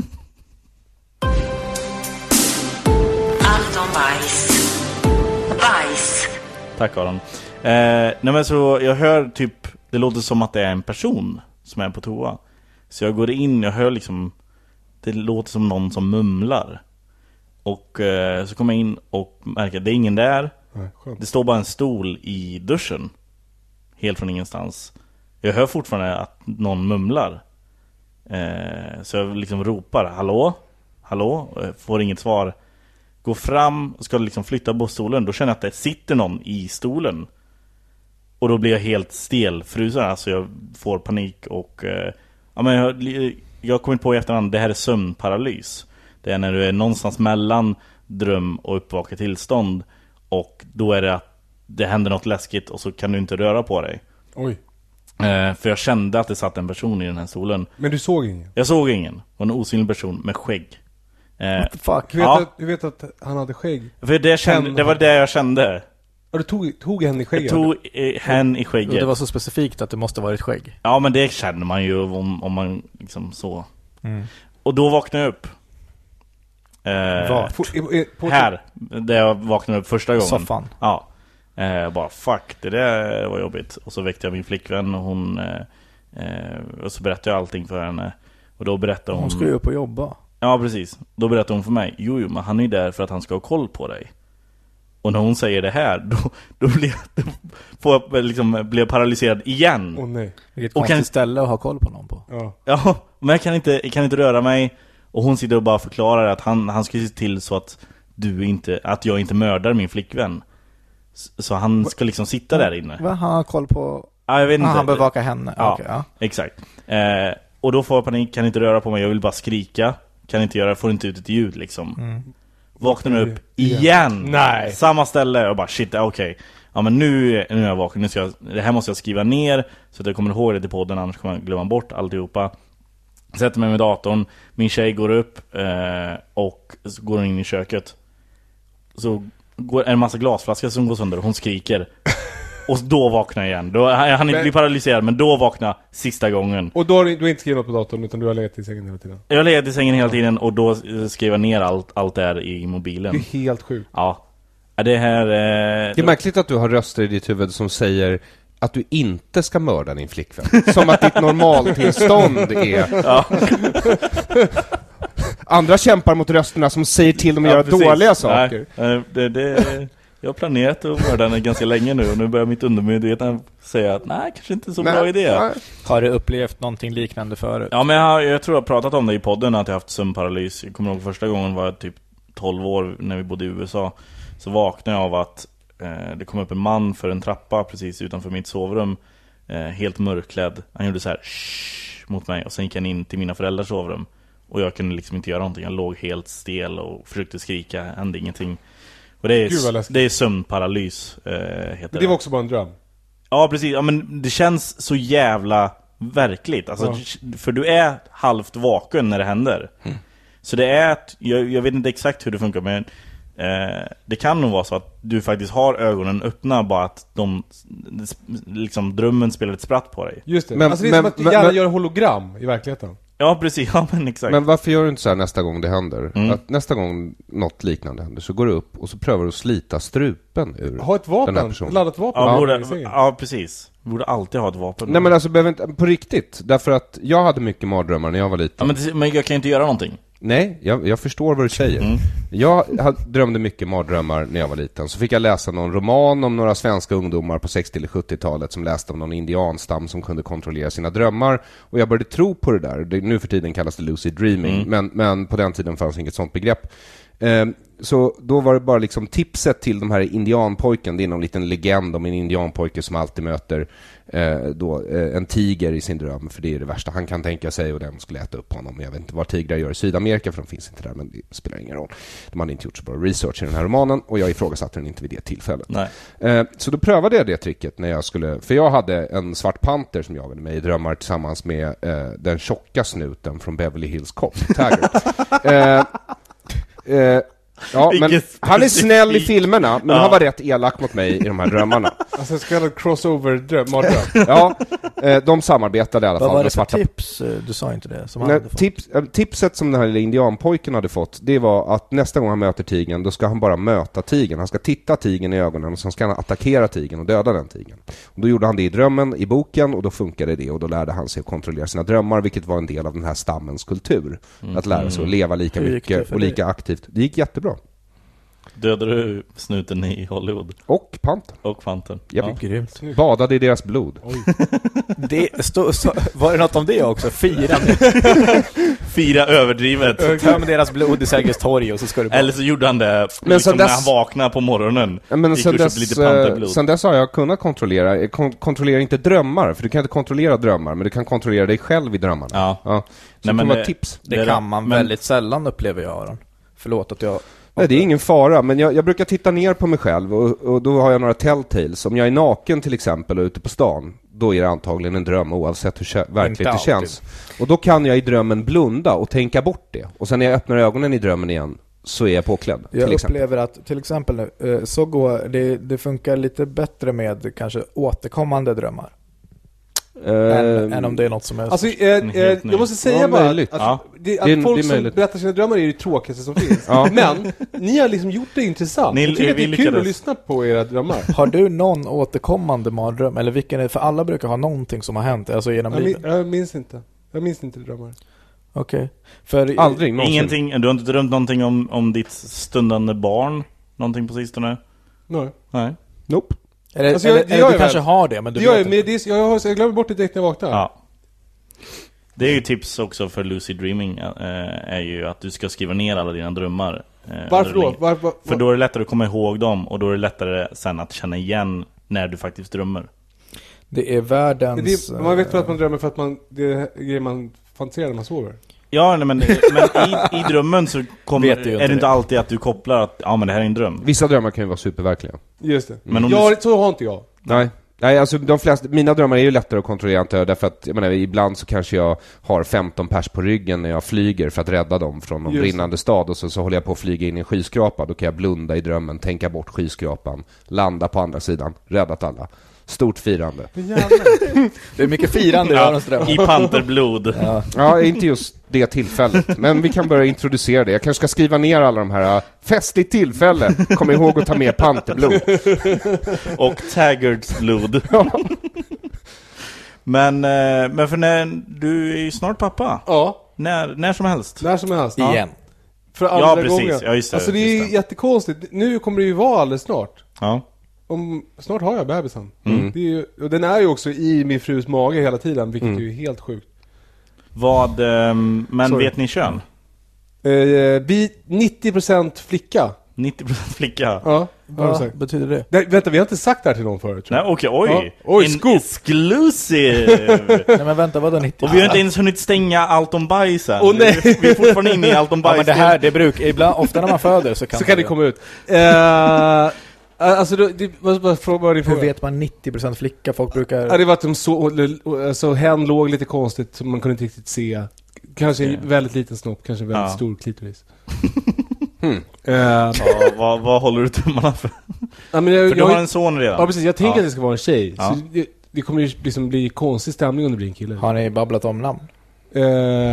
[SPEAKER 8] Allt om bajs. Bajs.
[SPEAKER 2] Tack Aron. Eh, nej men så jag hör typ, det låter som att det är en person som är på toa. Så jag går in, jag hör liksom, det låter som någon som mumlar. Och eh, så kommer jag in och märker att det är ingen där.
[SPEAKER 4] Nej, skönt.
[SPEAKER 2] Det står bara en stol i duschen. Helt från ingenstans. Jag hör fortfarande att någon mumlar. Eh, så jag liksom ropar hallå? Hallå? Eh, Får inget svar. Går fram och ska liksom flytta på stolen. Då känner jag att det sitter någon i stolen. Och då blir jag helt stelfrusen. Alltså jag får panik och... Eh, ja, men jag, jag har kommit på i efterhand det här är sömnparalys. Det är när du är någonstans mellan dröm och uppvaket tillstånd. Och då är det att det händer något läskigt och så kan du inte röra på dig.
[SPEAKER 4] Oj.
[SPEAKER 2] Eh, för jag kände att det satt en person i den här stolen.
[SPEAKER 4] Men du såg ingen?
[SPEAKER 2] Jag såg ingen. Det var en osynlig person med skägg. Eh,
[SPEAKER 5] Fuck.
[SPEAKER 4] Du vet,
[SPEAKER 2] Ja.
[SPEAKER 4] att, du vet att han hade skägg?
[SPEAKER 2] för det, kände, det var det jag kände.
[SPEAKER 4] Ja, du tog, tog henne i
[SPEAKER 2] Jag
[SPEAKER 4] skägget?
[SPEAKER 2] tog eh, hen i
[SPEAKER 5] Och det
[SPEAKER 2] skägget.
[SPEAKER 5] var så specifikt att det måste varit skägg.
[SPEAKER 2] Ja men det känner man ju om, om man liksom så. Och då vaknade jag upp. Eh,
[SPEAKER 5] Vart?
[SPEAKER 4] På, i- i- på,
[SPEAKER 2] Här, där jag vaknade upp första gången.
[SPEAKER 5] Soffan.
[SPEAKER 2] Ja. Eh, bara fuck, det där var jobbigt. Och så väckte jag min flickvän och hon... Eh, eh, och så berättade jag allting för henne. Och då berättade hon...
[SPEAKER 5] Hon ska ju upp och jobba.
[SPEAKER 2] Ja precis. Då berättade hon för mig. Jo, jo men han är ju där för att han ska ha koll på dig. Och när hon säger det här, (laughs) då, då blir jag, då får jag liksom, blir jag paralyserad igen.
[SPEAKER 4] Åh nej.
[SPEAKER 5] Vilket
[SPEAKER 2] Och kan-
[SPEAKER 5] konstigt ställe att ha koll på någon på.
[SPEAKER 4] Ja.
[SPEAKER 2] Ja, men jag kan inte, jag kan inte röra mig Och hon sitter och bara förklarar att han, han ska se till så att du inte, att jag inte mördar min flickvän S- Så han ska liksom sitta där inne
[SPEAKER 5] Va? Han har koll på...
[SPEAKER 2] ja, jag vet
[SPEAKER 5] Ah,
[SPEAKER 2] inte.
[SPEAKER 5] han bevakar henne.
[SPEAKER 2] Ja,
[SPEAKER 5] Okej, ja.
[SPEAKER 2] exakt eh,
[SPEAKER 5] Mm.
[SPEAKER 2] Och då får jag panik, kan inte röra på mig, jag vill bara skrika Kan inte göra, får inte ut ett ljud liksom Vaknar upp igen!
[SPEAKER 4] Nej.
[SPEAKER 2] Samma ställe och bara shit, okej. Ja men nu, nu är jag vaken, nu ska jag, det här måste jag skriva ner så att jag kommer ihåg det till podden annars kommer jag glömma bort alltihopa. Sätter mig med datorn, min tjej går upp eh, och så går hon in i köket. Så går en massa glasflaskor som går sönder och hon skriker. Och då vaknar jag igen. Då, han han blir paralyserad men då vaknar sista gången.
[SPEAKER 4] Och då har du, du har inte skrivit något på datorn utan du har legat i sängen hela tiden.
[SPEAKER 2] Jag led i sängen hela tiden och då eh, skrev jag ner allt, allt det här i mobilen.
[SPEAKER 4] Det (laughs) är helt sjukt.
[SPEAKER 2] Ja. Ja, Det här... Eh,
[SPEAKER 3] Det är märkligt att du har röster i ditt huvud som säger att du inte ska mörda din flickvän. Som att ditt normaltillstånd är... (laughs) Andra kämpar mot rösterna som säger till dem att
[SPEAKER 2] ja,
[SPEAKER 3] göra
[SPEAKER 2] precis.
[SPEAKER 3] dåliga saker.
[SPEAKER 2] Nej, eh, det, det, jag har planerat att mörda henne ganska länge nu och nu börjar mitt undermedvetna säga att nej, kanske inte så bra idé.
[SPEAKER 3] nej.
[SPEAKER 5] Har du upplevt någonting liknande förut?
[SPEAKER 2] Ja men jag, har- jag tror jag har pratat om det i podden att jag har haft sömnparalys Jag kommer ihåg första gången var jag typ 12 år när vi bodde i USA Så vaknade jag av att eh, det kom upp en man för en trappa precis utanför mitt sovrum eh, Helt mörkklädd Han gjorde så här "Shh" mot mig och sen gick han in till mina föräldrars sovrum Och jag kunde liksom inte göra någonting, jag låg helt stel och försökte skrika, hände ingenting och det
[SPEAKER 4] Gud, vad
[SPEAKER 2] är,
[SPEAKER 4] läskigt.
[SPEAKER 2] det är sömnparalys eh, heter
[SPEAKER 4] Men det var också bara en dröm.
[SPEAKER 2] Ja precis, ja, men det känns så jävla verkligt. Alltså, För du är halvt vaken när det händer. Så det är, att- jag, jag vet inte exakt hur det funkar men eh, det kan nog vara så att du faktiskt har ögonen öppna bara att de, liksom drömmen spelar ett spratt på dig.
[SPEAKER 4] Just det.
[SPEAKER 3] Men-
[SPEAKER 4] alltså det är
[SPEAKER 3] men-
[SPEAKER 4] som att
[SPEAKER 3] men-
[SPEAKER 4] hjärnan
[SPEAKER 3] men-
[SPEAKER 4] gör hologram i verkligheten.
[SPEAKER 2] Ja precis, (laughs) ja men exakt.
[SPEAKER 3] Men varför gör du inte så här nästa gång det händer?
[SPEAKER 2] Mm.
[SPEAKER 3] Att nästa gång något liknande händer så går du upp och så prövar du att slita strupen ur
[SPEAKER 4] Ha ett vapen.
[SPEAKER 3] den här personen.
[SPEAKER 4] Laddat vapen.
[SPEAKER 2] ja,
[SPEAKER 4] i
[SPEAKER 2] borde,
[SPEAKER 4] sängen.
[SPEAKER 2] ja precis. Borde alltid ha ett vapen.
[SPEAKER 3] Nej men alltså, behöver inte, på riktigt. Därför att jag hade mycket mardrömmar när jag var
[SPEAKER 2] ja,
[SPEAKER 3] liten.
[SPEAKER 2] men, det- men jag kan ju inte göra någonting.
[SPEAKER 3] Nej, jag, jag förstår vad du säger. Jag ha- drömde mycket mardrömmar när jag var liten. Så fick jag läsa någon roman om några svenska ungdomar på 60 eller 70-talet som läste om någon indianstam som kunde kontrollera sina drömmar. Och jag började tro på det där. Det, nu för tiden kallas det lucid dreaming, men, men på den tiden fanns inget sånt begrepp. Ehm, Så då var det bara liksom tipset till de här indianpojken, det är någon liten legend om en indianpojke som alltid möter eh, då, eh, en tiger i sin dröm, för det är det värsta han kan tänka sig och den skulle äta upp honom. Jag vet inte vad tigrar gör i Sydamerika, för de finns inte där, men det spelar ingen roll. De hade inte gjort så bra research i den här romanen och jag ifrågasatte den inte vid det tillfället.
[SPEAKER 2] Nej.
[SPEAKER 3] Eh, Så då prövade jag det tricket när jag skulle, för jag hade en svart panter som jagade mig i drömmar tillsammans med eh, den tjocka snuten från Beverly Hills Cop, Taggart. eh, eh, ja, men
[SPEAKER 2] Vilken
[SPEAKER 3] han är snäll i
[SPEAKER 2] specifik-
[SPEAKER 3] filmerna, men
[SPEAKER 2] Ja.
[SPEAKER 3] han var rätt elak mot mig i de här drömmarna.
[SPEAKER 4] Alltså en så kallad crossover-dröm, mardröm.
[SPEAKER 3] Ja, eh, de samarbetade i alla fall.
[SPEAKER 7] Vad var
[SPEAKER 3] den
[SPEAKER 7] det
[SPEAKER 5] Alltså,
[SPEAKER 7] för
[SPEAKER 3] svarta
[SPEAKER 7] tips? eh, Du sa inte det. Som han
[SPEAKER 3] Nej,
[SPEAKER 7] hade fått.
[SPEAKER 3] tips, eh, tipset som den här lilla indianpojken hade fått, det var att nästa gång han möter tigern, då ska han bara möta tigern. Han ska titta tigern i ögonen och sen ska han attackera tigern och döda den tigern. Och då gjorde han det i drömmen, i boken, och då funkade det och då lärde han sig att kontrollera sina drömmar, vilket var en del av den här stammens kultur.
[SPEAKER 2] Mm.
[SPEAKER 3] Att lära sig att leva lika
[SPEAKER 7] Mm. Hur gick det
[SPEAKER 3] mycket
[SPEAKER 7] för
[SPEAKER 3] och
[SPEAKER 7] dig?
[SPEAKER 3] lika aktivt. Det gick jättebra.
[SPEAKER 2] Dödade du snuten i Hollywood?
[SPEAKER 3] Och panten.
[SPEAKER 2] Och fanten?
[SPEAKER 3] Japp.
[SPEAKER 2] Ja.
[SPEAKER 7] Grymt.
[SPEAKER 3] Badade i deras blod.
[SPEAKER 5] Det, stå, så, var det något om det också? Fira (laughs) med,
[SPEAKER 2] Fira
[SPEAKER 3] (laughs)
[SPEAKER 2] överdrivet!
[SPEAKER 5] töm deras blod i Sergels torg och så ska du bara...
[SPEAKER 2] Eller så gjorde han det
[SPEAKER 3] Men
[SPEAKER 2] liksom
[SPEAKER 3] sen
[SPEAKER 2] när
[SPEAKER 3] dess-
[SPEAKER 2] han vaknade på morgonen.
[SPEAKER 3] Ja, Men
[SPEAKER 2] gick och
[SPEAKER 3] sen
[SPEAKER 2] köpte lite
[SPEAKER 3] dess, eh,
[SPEAKER 2] panterblod.
[SPEAKER 3] sen dess har jag kunnat kontrollera, eh, kon kontrollera inte drömmar, för du kan inte kontrollera drömmar, men du kan kontrollera dig själv i drömmarna.
[SPEAKER 2] Ja.
[SPEAKER 3] Så det
[SPEAKER 2] men eh,
[SPEAKER 3] kan vara
[SPEAKER 2] det-
[SPEAKER 3] tips.
[SPEAKER 2] Det är
[SPEAKER 5] det
[SPEAKER 2] det.
[SPEAKER 5] kan man
[SPEAKER 2] Men-
[SPEAKER 5] väldigt sällan upplever jag Aron. Förlåt att jag...
[SPEAKER 3] Nej, det är ingen fara, men jag, jag brukar titta ner på mig själv och, och då har jag några telltales. Om jag är naken till exempel och ute på stan, då är det antagligen en dröm oavsett hur kä- verkligt det
[SPEAKER 5] alltid.
[SPEAKER 3] känns. Och då kan jag i drömmen blunda och tänka bort det. Och sen när jag öppnar ögonen i drömmen igen, så är jag påklädd.
[SPEAKER 5] Jag
[SPEAKER 3] till exempel.
[SPEAKER 5] upplever att till exempel nu, eh, så går det, det funkar lite bättre med kanske återkommande drömmar. än,
[SPEAKER 3] Eh,
[SPEAKER 5] än om det är något som är...
[SPEAKER 4] (laughs) Alltså, eh, eh,
[SPEAKER 2] Helt ny.
[SPEAKER 4] jag måste säga
[SPEAKER 3] Ja,
[SPEAKER 4] bara att, att,
[SPEAKER 3] möjligt. Ja.
[SPEAKER 4] det, att
[SPEAKER 3] Det är-
[SPEAKER 4] folk
[SPEAKER 3] det är
[SPEAKER 4] som
[SPEAKER 3] möjligt.
[SPEAKER 4] berättar sina drömmar är ju det tråkigaste
[SPEAKER 3] (laughs)
[SPEAKER 4] som finns. Men, ni har liksom gjort det intressant.
[SPEAKER 2] Ni-
[SPEAKER 4] jag tycker att det
[SPEAKER 2] vi
[SPEAKER 4] är kul
[SPEAKER 2] lyckades.
[SPEAKER 4] att lyssna på era
[SPEAKER 3] (laughs)
[SPEAKER 4] drömmar.
[SPEAKER 5] har du någon återkommande mardröm? Eller vilken är För alla brukar ha någonting som har hänt, alltså genom
[SPEAKER 4] Jag, min,
[SPEAKER 5] livet.
[SPEAKER 4] jag minns inte. Jag minns inte drömmar.
[SPEAKER 5] Okej. För...
[SPEAKER 3] Eh, Aldrig någonsin.
[SPEAKER 2] Ingenting, du har inte drömt någonting om, om ditt stundande barn? Någonting på sistone?
[SPEAKER 4] Nej.
[SPEAKER 2] Nej?
[SPEAKER 3] Nope.
[SPEAKER 5] Eller,
[SPEAKER 4] Alltså, jag-
[SPEAKER 5] eller,
[SPEAKER 4] det
[SPEAKER 5] eller
[SPEAKER 4] gör
[SPEAKER 5] du
[SPEAKER 4] jag
[SPEAKER 5] kanske
[SPEAKER 4] väl.
[SPEAKER 5] har det, men du
[SPEAKER 4] Det gör
[SPEAKER 5] vet
[SPEAKER 4] jag, men
[SPEAKER 5] inte.
[SPEAKER 4] det är, jag, har- jag glömmer bort det direkt när jag vaknar.
[SPEAKER 2] Ja. Det är ju tips också för lucid dreaming, eh, är ju att du ska skriva ner alla dina drömmar. eh,
[SPEAKER 4] Varför
[SPEAKER 2] under
[SPEAKER 4] då?
[SPEAKER 2] din-
[SPEAKER 4] Varför, var,
[SPEAKER 2] För då är det lättare att komma ihåg dem, och då är det lättare sen att känna igen när du faktiskt drömmer.
[SPEAKER 5] Det är världens...
[SPEAKER 4] det, man vet för
[SPEAKER 5] eh,
[SPEAKER 4] att man drömmer för att man, det är grejer man fantiserar när man sover.
[SPEAKER 2] Ja, nej, men, men i, i drömmen så kommer,
[SPEAKER 5] Vet du ju
[SPEAKER 2] är
[SPEAKER 5] inte
[SPEAKER 2] det inte
[SPEAKER 5] det.
[SPEAKER 2] alltid att du kopplar att ja, men det här är en dröm.
[SPEAKER 3] Vissa drömmar kan ju vara superverkliga.
[SPEAKER 4] Just det.
[SPEAKER 2] Men om
[SPEAKER 4] jag,
[SPEAKER 2] du-
[SPEAKER 4] har- Så har inte jag.
[SPEAKER 3] Nej. Nej, alltså de flesta, mina drömmar är ju lättare att kontrollera antar jag, därför att jag menar, ibland så kanske jag har 15 pers på ryggen när jag flyger för att rädda dem från någon
[SPEAKER 4] Just det.
[SPEAKER 3] brinnande stad och så, så håller jag på att flyga in i en skyskrapa, då kan jag blunda i drömmen, tänka bort skyskrapan, landa på andra sidan, räddat alla. Stort firande.
[SPEAKER 5] Det är mycket firande i Örons dröm.
[SPEAKER 2] I panterblod.
[SPEAKER 3] Ja, inte just det tillfället, men vi kan börja introducera det. Jag kanske ska skriva ner alla de här, äh, festligt tillfälle, kom ihåg att ta med panterblod.
[SPEAKER 2] Och Taggards blod. men, eh, men för när, du är ju snart pappa.
[SPEAKER 4] Ja.
[SPEAKER 2] När, när som helst.
[SPEAKER 4] När som helst.
[SPEAKER 5] Igen.
[SPEAKER 4] För andra
[SPEAKER 2] Ja, precis.
[SPEAKER 4] gången.
[SPEAKER 2] Ja, just det,
[SPEAKER 4] alltså det är
[SPEAKER 2] just det.
[SPEAKER 4] jättekonstigt. Nu kommer det ju vara alldeles snart.
[SPEAKER 2] Ja.
[SPEAKER 4] Om, snart har jag bebisen.
[SPEAKER 2] Mm.
[SPEAKER 4] Det är ju, och den är ju också i min frus mage hela tiden,
[SPEAKER 2] Mm.
[SPEAKER 4] vilket ju är helt sjukt.
[SPEAKER 2] Vad, ehm, men
[SPEAKER 4] Sorry.
[SPEAKER 2] vet ni kön?
[SPEAKER 4] Eh, vi, 90% flicka.
[SPEAKER 2] 90% flicka.
[SPEAKER 4] Ja, har de
[SPEAKER 5] Vad
[SPEAKER 4] sagt.
[SPEAKER 5] betyder det?
[SPEAKER 4] Nej, vänta, vi har inte sagt det här till någon förut tror
[SPEAKER 2] Nej,
[SPEAKER 4] jag.
[SPEAKER 2] okej, oj!
[SPEAKER 4] Ja. Oj,
[SPEAKER 2] En
[SPEAKER 4] scoop.
[SPEAKER 2] exclusive!
[SPEAKER 5] Nej men vänta, vadå 90?
[SPEAKER 2] Och vi har inte ens hunnit stänga allt om bajs än.
[SPEAKER 4] Åh, nej.
[SPEAKER 2] Vi är fortfarande inne i allt om
[SPEAKER 5] Ja
[SPEAKER 2] bajs.
[SPEAKER 5] men det här, det brukar, ibland, ofta när man föder så kan
[SPEAKER 4] Så (laughs) kan det komma ut. Eh, (laughs) alltså, då, det, vad, vad, vad var din
[SPEAKER 5] Hur
[SPEAKER 4] fråga?
[SPEAKER 5] vet man 90% flicka? Folk
[SPEAKER 4] Ja,
[SPEAKER 5] brukar...
[SPEAKER 4] det var att de så, alltså hen låg lite konstigt, så man kunde inte riktigt se. Kanske en väldigt liten snopp, kanske en väldigt
[SPEAKER 2] Ja.
[SPEAKER 4] stor
[SPEAKER 2] (laughs)
[SPEAKER 4] klitoris. Eh,
[SPEAKER 2] Ja, vad, vad håller du tummarna för?
[SPEAKER 4] ja, men jag,
[SPEAKER 2] För du
[SPEAKER 4] jag,
[SPEAKER 2] har en son redan.
[SPEAKER 4] Ja precis, jag tänker
[SPEAKER 2] Ja.
[SPEAKER 4] att det ska vara en tjej.
[SPEAKER 2] Ja.
[SPEAKER 4] Så det, det kommer ju liksom bli konstig stämning om det blir en kille.
[SPEAKER 5] Har ni babblat om namn?
[SPEAKER 4] Eh,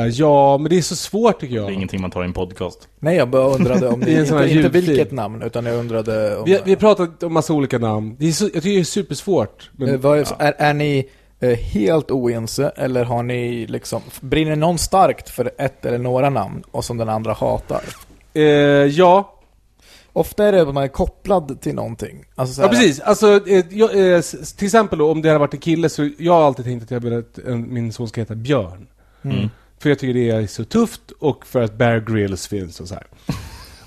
[SPEAKER 4] ja, men det är så svårt tycker jag.
[SPEAKER 2] Det är ingenting man tar i en podcast.
[SPEAKER 5] Nej jag bara undrade
[SPEAKER 4] (laughs)
[SPEAKER 5] om
[SPEAKER 4] Det
[SPEAKER 5] ni,
[SPEAKER 4] är en
[SPEAKER 5] inte,
[SPEAKER 4] sån här
[SPEAKER 5] inte
[SPEAKER 4] ljudfil.
[SPEAKER 5] vilket namn, utan jag undrade om...
[SPEAKER 4] Vi, vi har pratat om massa olika namn. Det är så, jag tycker det är supersvårt. Men,
[SPEAKER 5] Eh, vad är, är, är ni eh, helt oense eller har ni liksom, brinner någon starkt för ett eller några namn och som den andra hatar?
[SPEAKER 4] eh, ja.
[SPEAKER 5] Ofta är det att man är kopplad till någonting. Alltså så
[SPEAKER 4] ja,
[SPEAKER 5] här,
[SPEAKER 4] precis. Alltså, eh, jag, eh, s- till exempel då, om det hade varit en kille så jag har alltid tänkt att jag vill att en, min son ska heta Björn.
[SPEAKER 2] Mm.
[SPEAKER 4] För jag tycker det är så tufft och för att Bear Grylls finns och så här.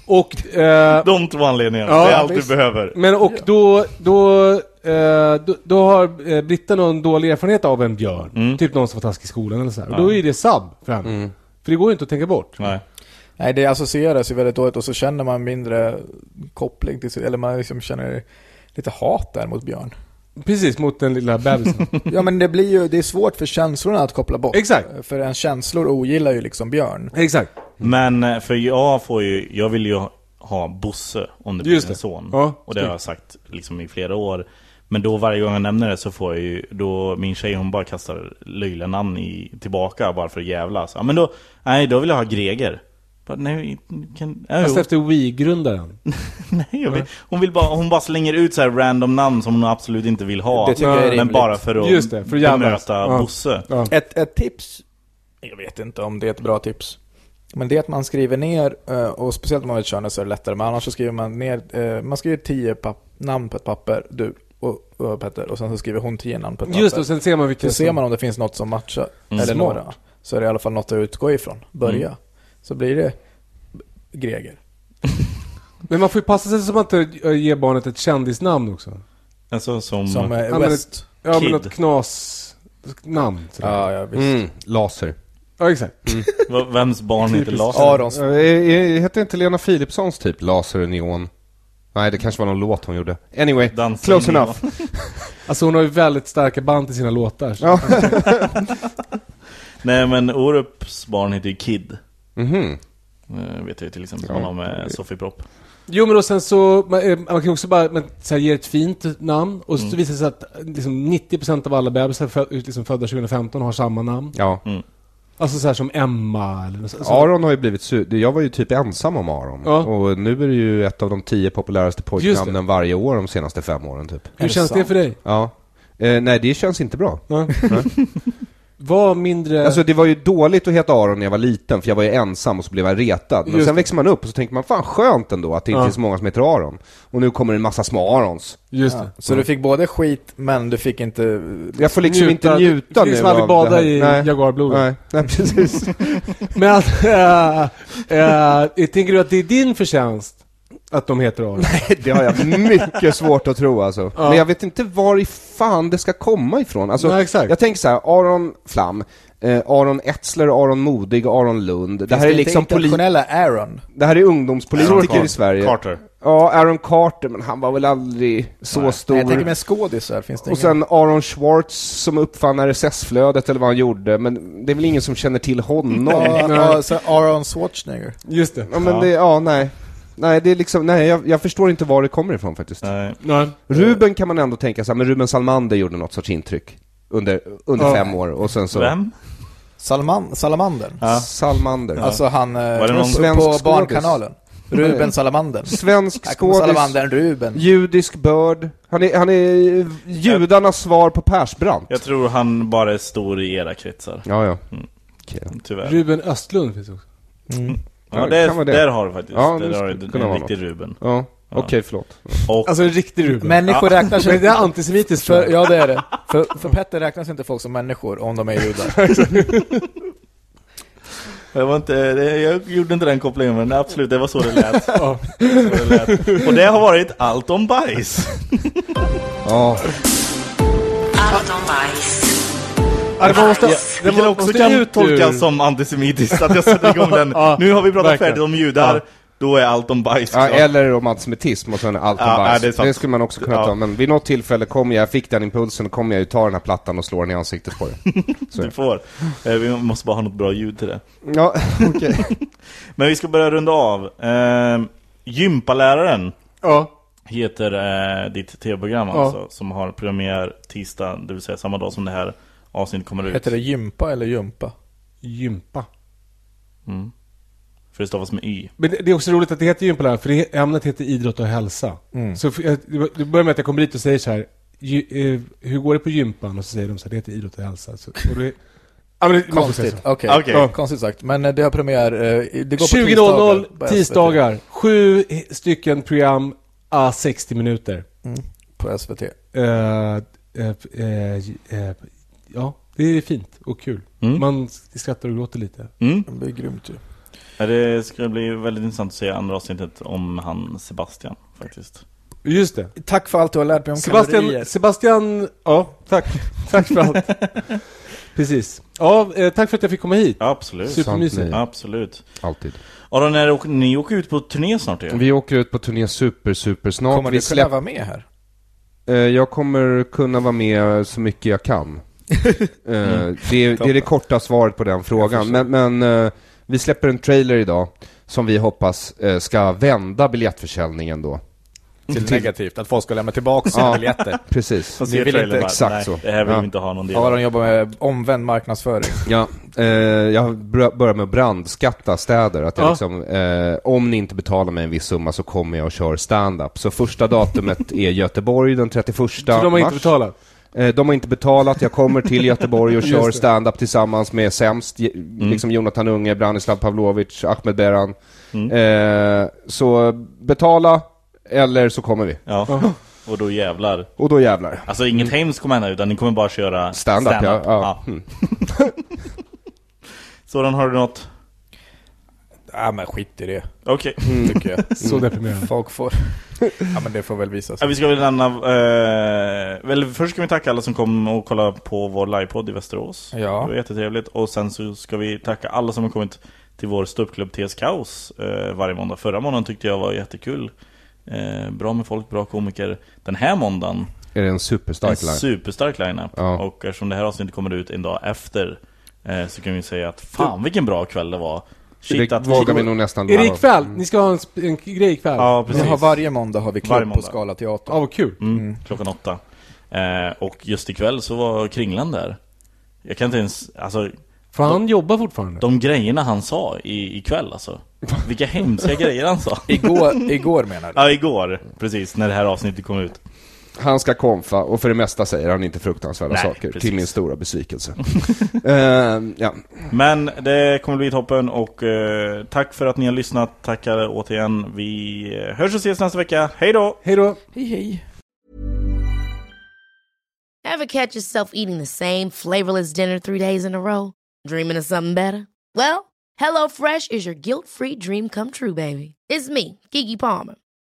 [SPEAKER 4] Och...
[SPEAKER 2] (laughs)
[SPEAKER 4] Eh,
[SPEAKER 2] De två anledningarna,
[SPEAKER 4] Ja,
[SPEAKER 2] det är allt
[SPEAKER 4] visst.
[SPEAKER 2] du behöver.
[SPEAKER 4] Men och då, då, eh, då, då har eh, Britta någon dålig erfarenhet av en björn. Typ någon som var taskig i skolan eller så här. Och då är det sub för
[SPEAKER 3] Mm.
[SPEAKER 4] henne. För det går ju inte att tänka bort.
[SPEAKER 2] Nej.
[SPEAKER 5] Nej, det associeras ju väldigt dåligt och så känner man mindre koppling till sig, eller man liksom känner lite hat där mot
[SPEAKER 4] (laughs)
[SPEAKER 5] Björn.
[SPEAKER 4] Precis, mot den lilla bebisen.
[SPEAKER 5] Ja men det blir ju, det är svårt för känslorna att koppla bort.
[SPEAKER 4] Exakt.
[SPEAKER 5] För ens känslor ogillar ju liksom Björn.
[SPEAKER 4] Exakt.
[SPEAKER 2] Men eh, för jag får ju, jag vill ju ha- ha Bosse om det blir
[SPEAKER 4] Just
[SPEAKER 2] en
[SPEAKER 4] det.
[SPEAKER 2] son.
[SPEAKER 4] Ja,
[SPEAKER 2] och det har jag sagt liksom i flera år. Men då varje gång jag nämner det så får jag ju, då min tjej hon bara kastar löjliga namn i, tillbaka bara för att jävlas. Ja men då, nej då vill jag ha Greger. Bara, nej, kan, ja,
[SPEAKER 4] Fast
[SPEAKER 2] jo.
[SPEAKER 4] efter Wii-grundaren.
[SPEAKER 2] (laughs) nej, jag vill, hon, vill bara, hon bara slänger ut så här random namn som hon absolut inte vill ha.
[SPEAKER 5] Det tycker jag är
[SPEAKER 2] men
[SPEAKER 5] rimligt.
[SPEAKER 2] bara för att,
[SPEAKER 4] Just det, för att jävlas.
[SPEAKER 2] bemöta
[SPEAKER 4] Ja.
[SPEAKER 2] Bosse.
[SPEAKER 4] Ja.
[SPEAKER 5] Ett, ett tips, jag vet inte om det är ett bra tips, men det är att man skriver ner, eh, och speciellt om man vill köra så är det lättare, men annars så skriver man ner, eh, man skriver tio papp- namn på ett papper, du och, och Petter, och sen så skriver hon tio namn på ett papper.
[SPEAKER 4] Just det, och sen ser man vilken
[SPEAKER 5] så ser
[SPEAKER 4] som-
[SPEAKER 5] man om det finns något som matchar,
[SPEAKER 3] Mm.
[SPEAKER 5] eller
[SPEAKER 4] Smart.
[SPEAKER 5] några. Så är det i alla fall något att utgå ifrån, börja. Så blir det Greger.
[SPEAKER 4] Men man får ju passa sig så att man inte eh, ger barnet ett kändisnamn också.
[SPEAKER 2] Alltså som,
[SPEAKER 3] Mm.
[SPEAKER 5] Som
[SPEAKER 4] Ja,
[SPEAKER 5] eh,
[SPEAKER 4] men
[SPEAKER 5] West.
[SPEAKER 4] Ja,
[SPEAKER 2] Kid.
[SPEAKER 4] men något knasnamn. sådär.
[SPEAKER 5] Ja, ja, visst.
[SPEAKER 3] Mm, laser.
[SPEAKER 4] Ja, exakt.
[SPEAKER 2] (laughs) v- vems barn heter
[SPEAKER 4] Typiskt.
[SPEAKER 2] Laser?
[SPEAKER 5] Arons.
[SPEAKER 3] Eh, eh, Hette inte Lena Philipssons typ Laser och Neon? Nej, det kanske var någon låt hon gjorde. Anyway,
[SPEAKER 2] Dansen
[SPEAKER 3] close
[SPEAKER 2] neon.
[SPEAKER 3] enough.
[SPEAKER 4] Alltså hon har ju väldigt starka band till sina låtar. Så.
[SPEAKER 2] Nej men Orups barn heter ju Kid.
[SPEAKER 3] Mhm.
[SPEAKER 2] Eh, Vet jag ju till exempel som han har med Sofie Propp.
[SPEAKER 4] Jo men och sen så, man, eh, man kan ju också bara man, så här, ge ett fint namn och så visar det sig att eh, liksom, 90% av alla bebisar fö, liksom, födda 2015 har samma namn.
[SPEAKER 3] Ja.
[SPEAKER 4] Alltså så här som Emma eller något sånt. Så-
[SPEAKER 3] Aron har ju blivit su- Jag var ju typ ensam om Aron.
[SPEAKER 4] Alltså- Ja.
[SPEAKER 3] Och nu är det ju ett av de tio populäraste
[SPEAKER 4] Just det.
[SPEAKER 3] pojknamnen varje år de senaste fem åren typ.
[SPEAKER 4] Hur känns det för dig?
[SPEAKER 3] Ja. Eh, nej, det känns inte bra.
[SPEAKER 4] Var mindre...
[SPEAKER 3] Alltså det var ju dåligt att heta Aron när jag var liten, för jag var ju ensam och så blev jag retad. Men
[SPEAKER 4] Just
[SPEAKER 3] sen
[SPEAKER 4] det.
[SPEAKER 3] växer man upp och så tänker man, fan skönt ändå att det inte
[SPEAKER 4] Ja.
[SPEAKER 3] är så många som heter Aron. Och nu kommer det en massa små Arons.
[SPEAKER 4] just
[SPEAKER 5] Ja,
[SPEAKER 4] det.
[SPEAKER 5] så du fick både skit, men du fick inte...
[SPEAKER 3] Jag får liksom
[SPEAKER 4] Njuta-
[SPEAKER 3] inte
[SPEAKER 4] du får
[SPEAKER 3] njuta nu
[SPEAKER 4] liksom aldrig
[SPEAKER 3] av
[SPEAKER 4] bada
[SPEAKER 3] det här.
[SPEAKER 4] i
[SPEAKER 3] Nej.
[SPEAKER 4] jaguarblodet.
[SPEAKER 3] Nej, nej (laughs) precis.
[SPEAKER 4] Men äh, äh, tänker du att det är din förtjänst att de heter Aron?
[SPEAKER 3] Det har jag mycket svårt att tro alltså. Men jag vet inte var i fan det ska komma ifrån. Alltså,
[SPEAKER 4] Nej, exakt.
[SPEAKER 3] Jag tänker så här, Aron Flam, eh, Aron Etzler, Aron Modig, Aron Lund. Det här är
[SPEAKER 5] inte
[SPEAKER 3] liksom poli-
[SPEAKER 5] internationella Aaron.
[SPEAKER 3] det här är ungdomspolitiker
[SPEAKER 2] Carter.
[SPEAKER 3] i Sverige.
[SPEAKER 2] Eh, Carter.
[SPEAKER 3] Ja, Aaron Carter, men han var väl aldrig så stor.
[SPEAKER 5] Nej, jag tänker med skådisar, finns det
[SPEAKER 3] Och sen
[SPEAKER 5] ingen?
[SPEAKER 3] Aron Schwartz som uppfann RSS-flödet eller vad han gjorde, men det är väl ingen som känner till
[SPEAKER 5] (laughs)
[SPEAKER 3] honom.
[SPEAKER 5] (laughs) Ja,
[SPEAKER 3] Men-
[SPEAKER 4] Mm.
[SPEAKER 5] ja, så Aaron Schwarzenegger.
[SPEAKER 4] Just det.
[SPEAKER 3] Ja, men det, ja, nej. Nej, det är liksom, nej, jag, jag förstår inte var det kommer ifrån faktiskt.
[SPEAKER 2] Nej.
[SPEAKER 4] Nej.
[SPEAKER 3] Ruben kan man ändå tänka sig, men Ruben Salmander gjorde något sorts intryck under, under
[SPEAKER 4] Ja.
[SPEAKER 3] fem år och sen så...
[SPEAKER 2] Vem?
[SPEAKER 5] Salman, Salamandern.
[SPEAKER 3] Salmander.
[SPEAKER 5] Alltså han eh,
[SPEAKER 2] det någon
[SPEAKER 5] på
[SPEAKER 3] svensk skådis?
[SPEAKER 5] Barnkanalen. Ruben Salamandern.
[SPEAKER 3] Svensk
[SPEAKER 5] Här kommer
[SPEAKER 3] skådis,
[SPEAKER 5] Salamandern Ruben.
[SPEAKER 3] judisk börd. Han är, han är judarnas svar på Persbrandt.
[SPEAKER 2] Jag tror Mm. han bara är stor i era kretsar,
[SPEAKER 3] Ja, ja.
[SPEAKER 2] tyvärr.
[SPEAKER 4] Ruben Östlund finns också.
[SPEAKER 2] Ja,
[SPEAKER 3] det kan
[SPEAKER 2] där,
[SPEAKER 3] vara det.
[SPEAKER 2] där har du faktiskt.
[SPEAKER 3] Ja, det
[SPEAKER 2] där har
[SPEAKER 3] skulle
[SPEAKER 2] du en
[SPEAKER 3] kunna vara
[SPEAKER 2] riktig Ruben.
[SPEAKER 3] Ja, okej, förlåt.
[SPEAKER 2] Och
[SPEAKER 4] Alltså en riktig Ruben.
[SPEAKER 5] Människor räknar sig...
[SPEAKER 3] (laughs)
[SPEAKER 4] Men det är antisemitiskt tror
[SPEAKER 5] För,
[SPEAKER 4] jag.
[SPEAKER 5] ja det är det. För, för Petter räknas inte folk som människor om de är judar.
[SPEAKER 2] jag, var inte, det- jag gjorde inte den kopplingen, men absolut, det var så det
[SPEAKER 3] (laughs)
[SPEAKER 2] lät. Ja, så det lät. Och det har varit allt om bajs.
[SPEAKER 3] Ja.
[SPEAKER 8] Allt om bajs.
[SPEAKER 4] Ja, det måste,
[SPEAKER 2] Det kan också kan uttolkas som antisemitiskt, att jag sätter igång
[SPEAKER 3] (laughs)
[SPEAKER 2] den.
[SPEAKER 4] Ja,
[SPEAKER 2] nu har vi pratat
[SPEAKER 4] verkligen.
[SPEAKER 2] färdigt om judar,
[SPEAKER 4] Ja.
[SPEAKER 2] då är allt om bajs.
[SPEAKER 3] Ja,
[SPEAKER 2] klart.
[SPEAKER 3] eller om antisemitism och sen allt om
[SPEAKER 2] Ja, ja,
[SPEAKER 3] bajs.
[SPEAKER 2] det är
[SPEAKER 3] det,
[SPEAKER 2] sant.
[SPEAKER 3] skulle man också kunna
[SPEAKER 2] Ja.
[SPEAKER 3] ta, men vid något tillfälle kom jag, jag fick den impulsen, och kom jag ju ta den här plattan och slå den i ansiktet på det.
[SPEAKER 2] Du får. Eh, Vi måste bara ha något bra ljud till det.
[SPEAKER 3] Ja, okej.
[SPEAKER 2] Men vi ska börja runda av. Eh, gympaläraren
[SPEAKER 4] Ja.
[SPEAKER 2] heter eh, ditt tv-program
[SPEAKER 4] Ja.
[SPEAKER 2] alltså, som har premiär tisdag, det vill säga samma dag som det här avsnittet kommer ut.
[SPEAKER 5] Heter det gympa eller jumpa?
[SPEAKER 4] Gympa.
[SPEAKER 2] Mm. För det stavas med y.
[SPEAKER 4] Men det det är också roligt att det heter gympaläraren, för det, ämnet heter idrott och hälsa. Så f- jag, det var- det börjar med att jag kommer dit och säger så här, "Gy- eh, hur går det på gympan? Och så säger de så här, det heter idrott och hälsa. Så, och det, ja, men det, man får säga
[SPEAKER 5] Konstigt.
[SPEAKER 4] så.
[SPEAKER 5] Okej,
[SPEAKER 2] Okej.
[SPEAKER 5] Ja, konstigt sagt. Men eh, det har premiär... eh, i- Det går på tisdagar.
[SPEAKER 4] 20.00 tisdagar, sju he- stycken program, ah, 60 minuter.
[SPEAKER 5] På SVT.
[SPEAKER 4] Eh, eh, eh, eh, ja, det är fint och kul.
[SPEAKER 2] Mm.
[SPEAKER 4] Man skrattar och gråter lite.
[SPEAKER 2] Mm.
[SPEAKER 5] Det blir grymt ju.
[SPEAKER 2] Ja, Det ska bli väldigt intressant att se andra avsnittet om han Sebastian faktiskt.
[SPEAKER 4] Just det.
[SPEAKER 5] Tack för allt du har lärt mig om
[SPEAKER 4] Sebastian,
[SPEAKER 5] kalorier.
[SPEAKER 4] Sebastian, ja, tack. Tack för allt. Precis. Ja, eh, tack för att jag fick komma hit.
[SPEAKER 2] Ja, absolut.
[SPEAKER 3] Sant
[SPEAKER 4] Supermysigt.
[SPEAKER 3] ni.
[SPEAKER 2] Absolut.
[SPEAKER 3] Alltid.
[SPEAKER 2] Aron, när åker, ni åker ut på turné snart ju.
[SPEAKER 3] Vi åker ut på turné super, super snart.
[SPEAKER 5] Kommer
[SPEAKER 3] vi
[SPEAKER 5] du kunna
[SPEAKER 3] släpp...
[SPEAKER 5] vara med här?
[SPEAKER 3] eh, jag kommer kunna vara med så mycket jag kan. Eh, det, är- det är det korta svaret på den frågan. Men, men eh, vi släpper en trailer idag som vi hoppas eh, ska vända biljettförsäljningen då.
[SPEAKER 5] Till negativt, att folk ska lämna tillbaka sina
[SPEAKER 3] Ja.
[SPEAKER 5] biljetter.
[SPEAKER 3] Precis.
[SPEAKER 2] Får se
[SPEAKER 5] Ni vill
[SPEAKER 2] trailern
[SPEAKER 5] inte-
[SPEAKER 3] exakt
[SPEAKER 2] nej,
[SPEAKER 3] så.
[SPEAKER 2] Det här vill
[SPEAKER 3] Ja.
[SPEAKER 2] vi inte ha någon del av.
[SPEAKER 5] Aron jobbar med omvänd marknadsföring.
[SPEAKER 3] Ja, eh, jag bör- börjar med att brandskatta städer. Att jag
[SPEAKER 4] Ja.
[SPEAKER 3] liksom, eh, om ni inte betalar mig en viss summa så kommer jag och kör stand-up. Så första datumet är Göteborg den 31
[SPEAKER 4] Så de har inte
[SPEAKER 3] mars.
[SPEAKER 4] betalat.
[SPEAKER 3] Eh, de har inte betalat, jag kommer till Göteborg och kör
[SPEAKER 4] Just det.
[SPEAKER 3] stand-up tillsammans med sämst, Je-
[SPEAKER 2] Mm.
[SPEAKER 3] liksom Jonathan Unge, Branislav Pavlovic, Ahmed Beran.
[SPEAKER 2] Mm.
[SPEAKER 3] Eh, så betala, eller så kommer vi.
[SPEAKER 2] Ja. Och då jävlar.
[SPEAKER 3] Och då jävlar.
[SPEAKER 2] Alltså inget hemskt kommer hända utan ni kommer bara köra
[SPEAKER 3] Mm. Stand-up, ja. ja. Mm.
[SPEAKER 2] (laughs) Sådan har du något?
[SPEAKER 5] Ja men skit i det,
[SPEAKER 2] Okej.
[SPEAKER 5] tycker jag.
[SPEAKER 4] Så
[SPEAKER 2] Mm.
[SPEAKER 4] deprimerande.
[SPEAKER 5] Folk får... Ja men det får väl visa
[SPEAKER 2] Ja,
[SPEAKER 5] sig.
[SPEAKER 2] vi ska väl lämna... Eh, väl, först ska vi tacka alla som kom och kollade på vår livepodd i Västerås. Det
[SPEAKER 5] Ja.
[SPEAKER 2] var jättetrevligt. Och sen så ska vi tacka alla som har kommit till vår ståuppklubb TS Kaos eh, varje måndag. Förra måndagen tyckte jag var jättekul. Eh, bra med folk, bra komiker. Den här måndagen,
[SPEAKER 3] Är det en superstark
[SPEAKER 2] en
[SPEAKER 3] line?
[SPEAKER 2] superstark lineup.
[SPEAKER 3] Ja.
[SPEAKER 2] Och eftersom det här avsnittet kommer ut en dag efter eh, så kan vi säga att fan vilken bra kväll det var. Shit
[SPEAKER 3] det
[SPEAKER 2] att
[SPEAKER 3] vågar vi nog nästan
[SPEAKER 4] Är det ikväll? Ni ska ha en, sp- en grej ikväll?
[SPEAKER 2] Ja,
[SPEAKER 5] Vi
[SPEAKER 2] precis.
[SPEAKER 5] har varje måndag har vi
[SPEAKER 2] Varje
[SPEAKER 5] klubb på
[SPEAKER 2] måndag.
[SPEAKER 5] Skala Teater.
[SPEAKER 4] Ja, vad kul.
[SPEAKER 2] Mm, Klockan åtta. Eh, och just ikväll så var Kringlan där. Jag kan inte ens, alltså
[SPEAKER 4] För han jobbar fortfarande.
[SPEAKER 2] de grejerna han sa i, ikväll alltså. Vilka hemska grejer han sa.
[SPEAKER 5] Igår, igår menar du?
[SPEAKER 2] Ja, igår. Precis, när det här avsnittet kom ut.
[SPEAKER 3] Han ska konfa och för det mesta säger han inte fruktansvärda
[SPEAKER 2] Nej,
[SPEAKER 3] saker.
[SPEAKER 2] precis.
[SPEAKER 3] Till min
[SPEAKER 2] (laughs)
[SPEAKER 3] stora besvikelse. Ehm, ja.
[SPEAKER 2] Men det kommer bli toppen och eh, tack för att ni har lyssnat. Tackar återigen. Vi eh, hörs och ses nästa vecka. Hej då!
[SPEAKER 4] Hej då.
[SPEAKER 5] Hej hej.
[SPEAKER 9] Ever catch yourself eating the same flavorless dinner three days in a row? Dreaming of something better? Well, HelloFresh is your guilt free dream come true, baby. It's me, Gigi Palmer.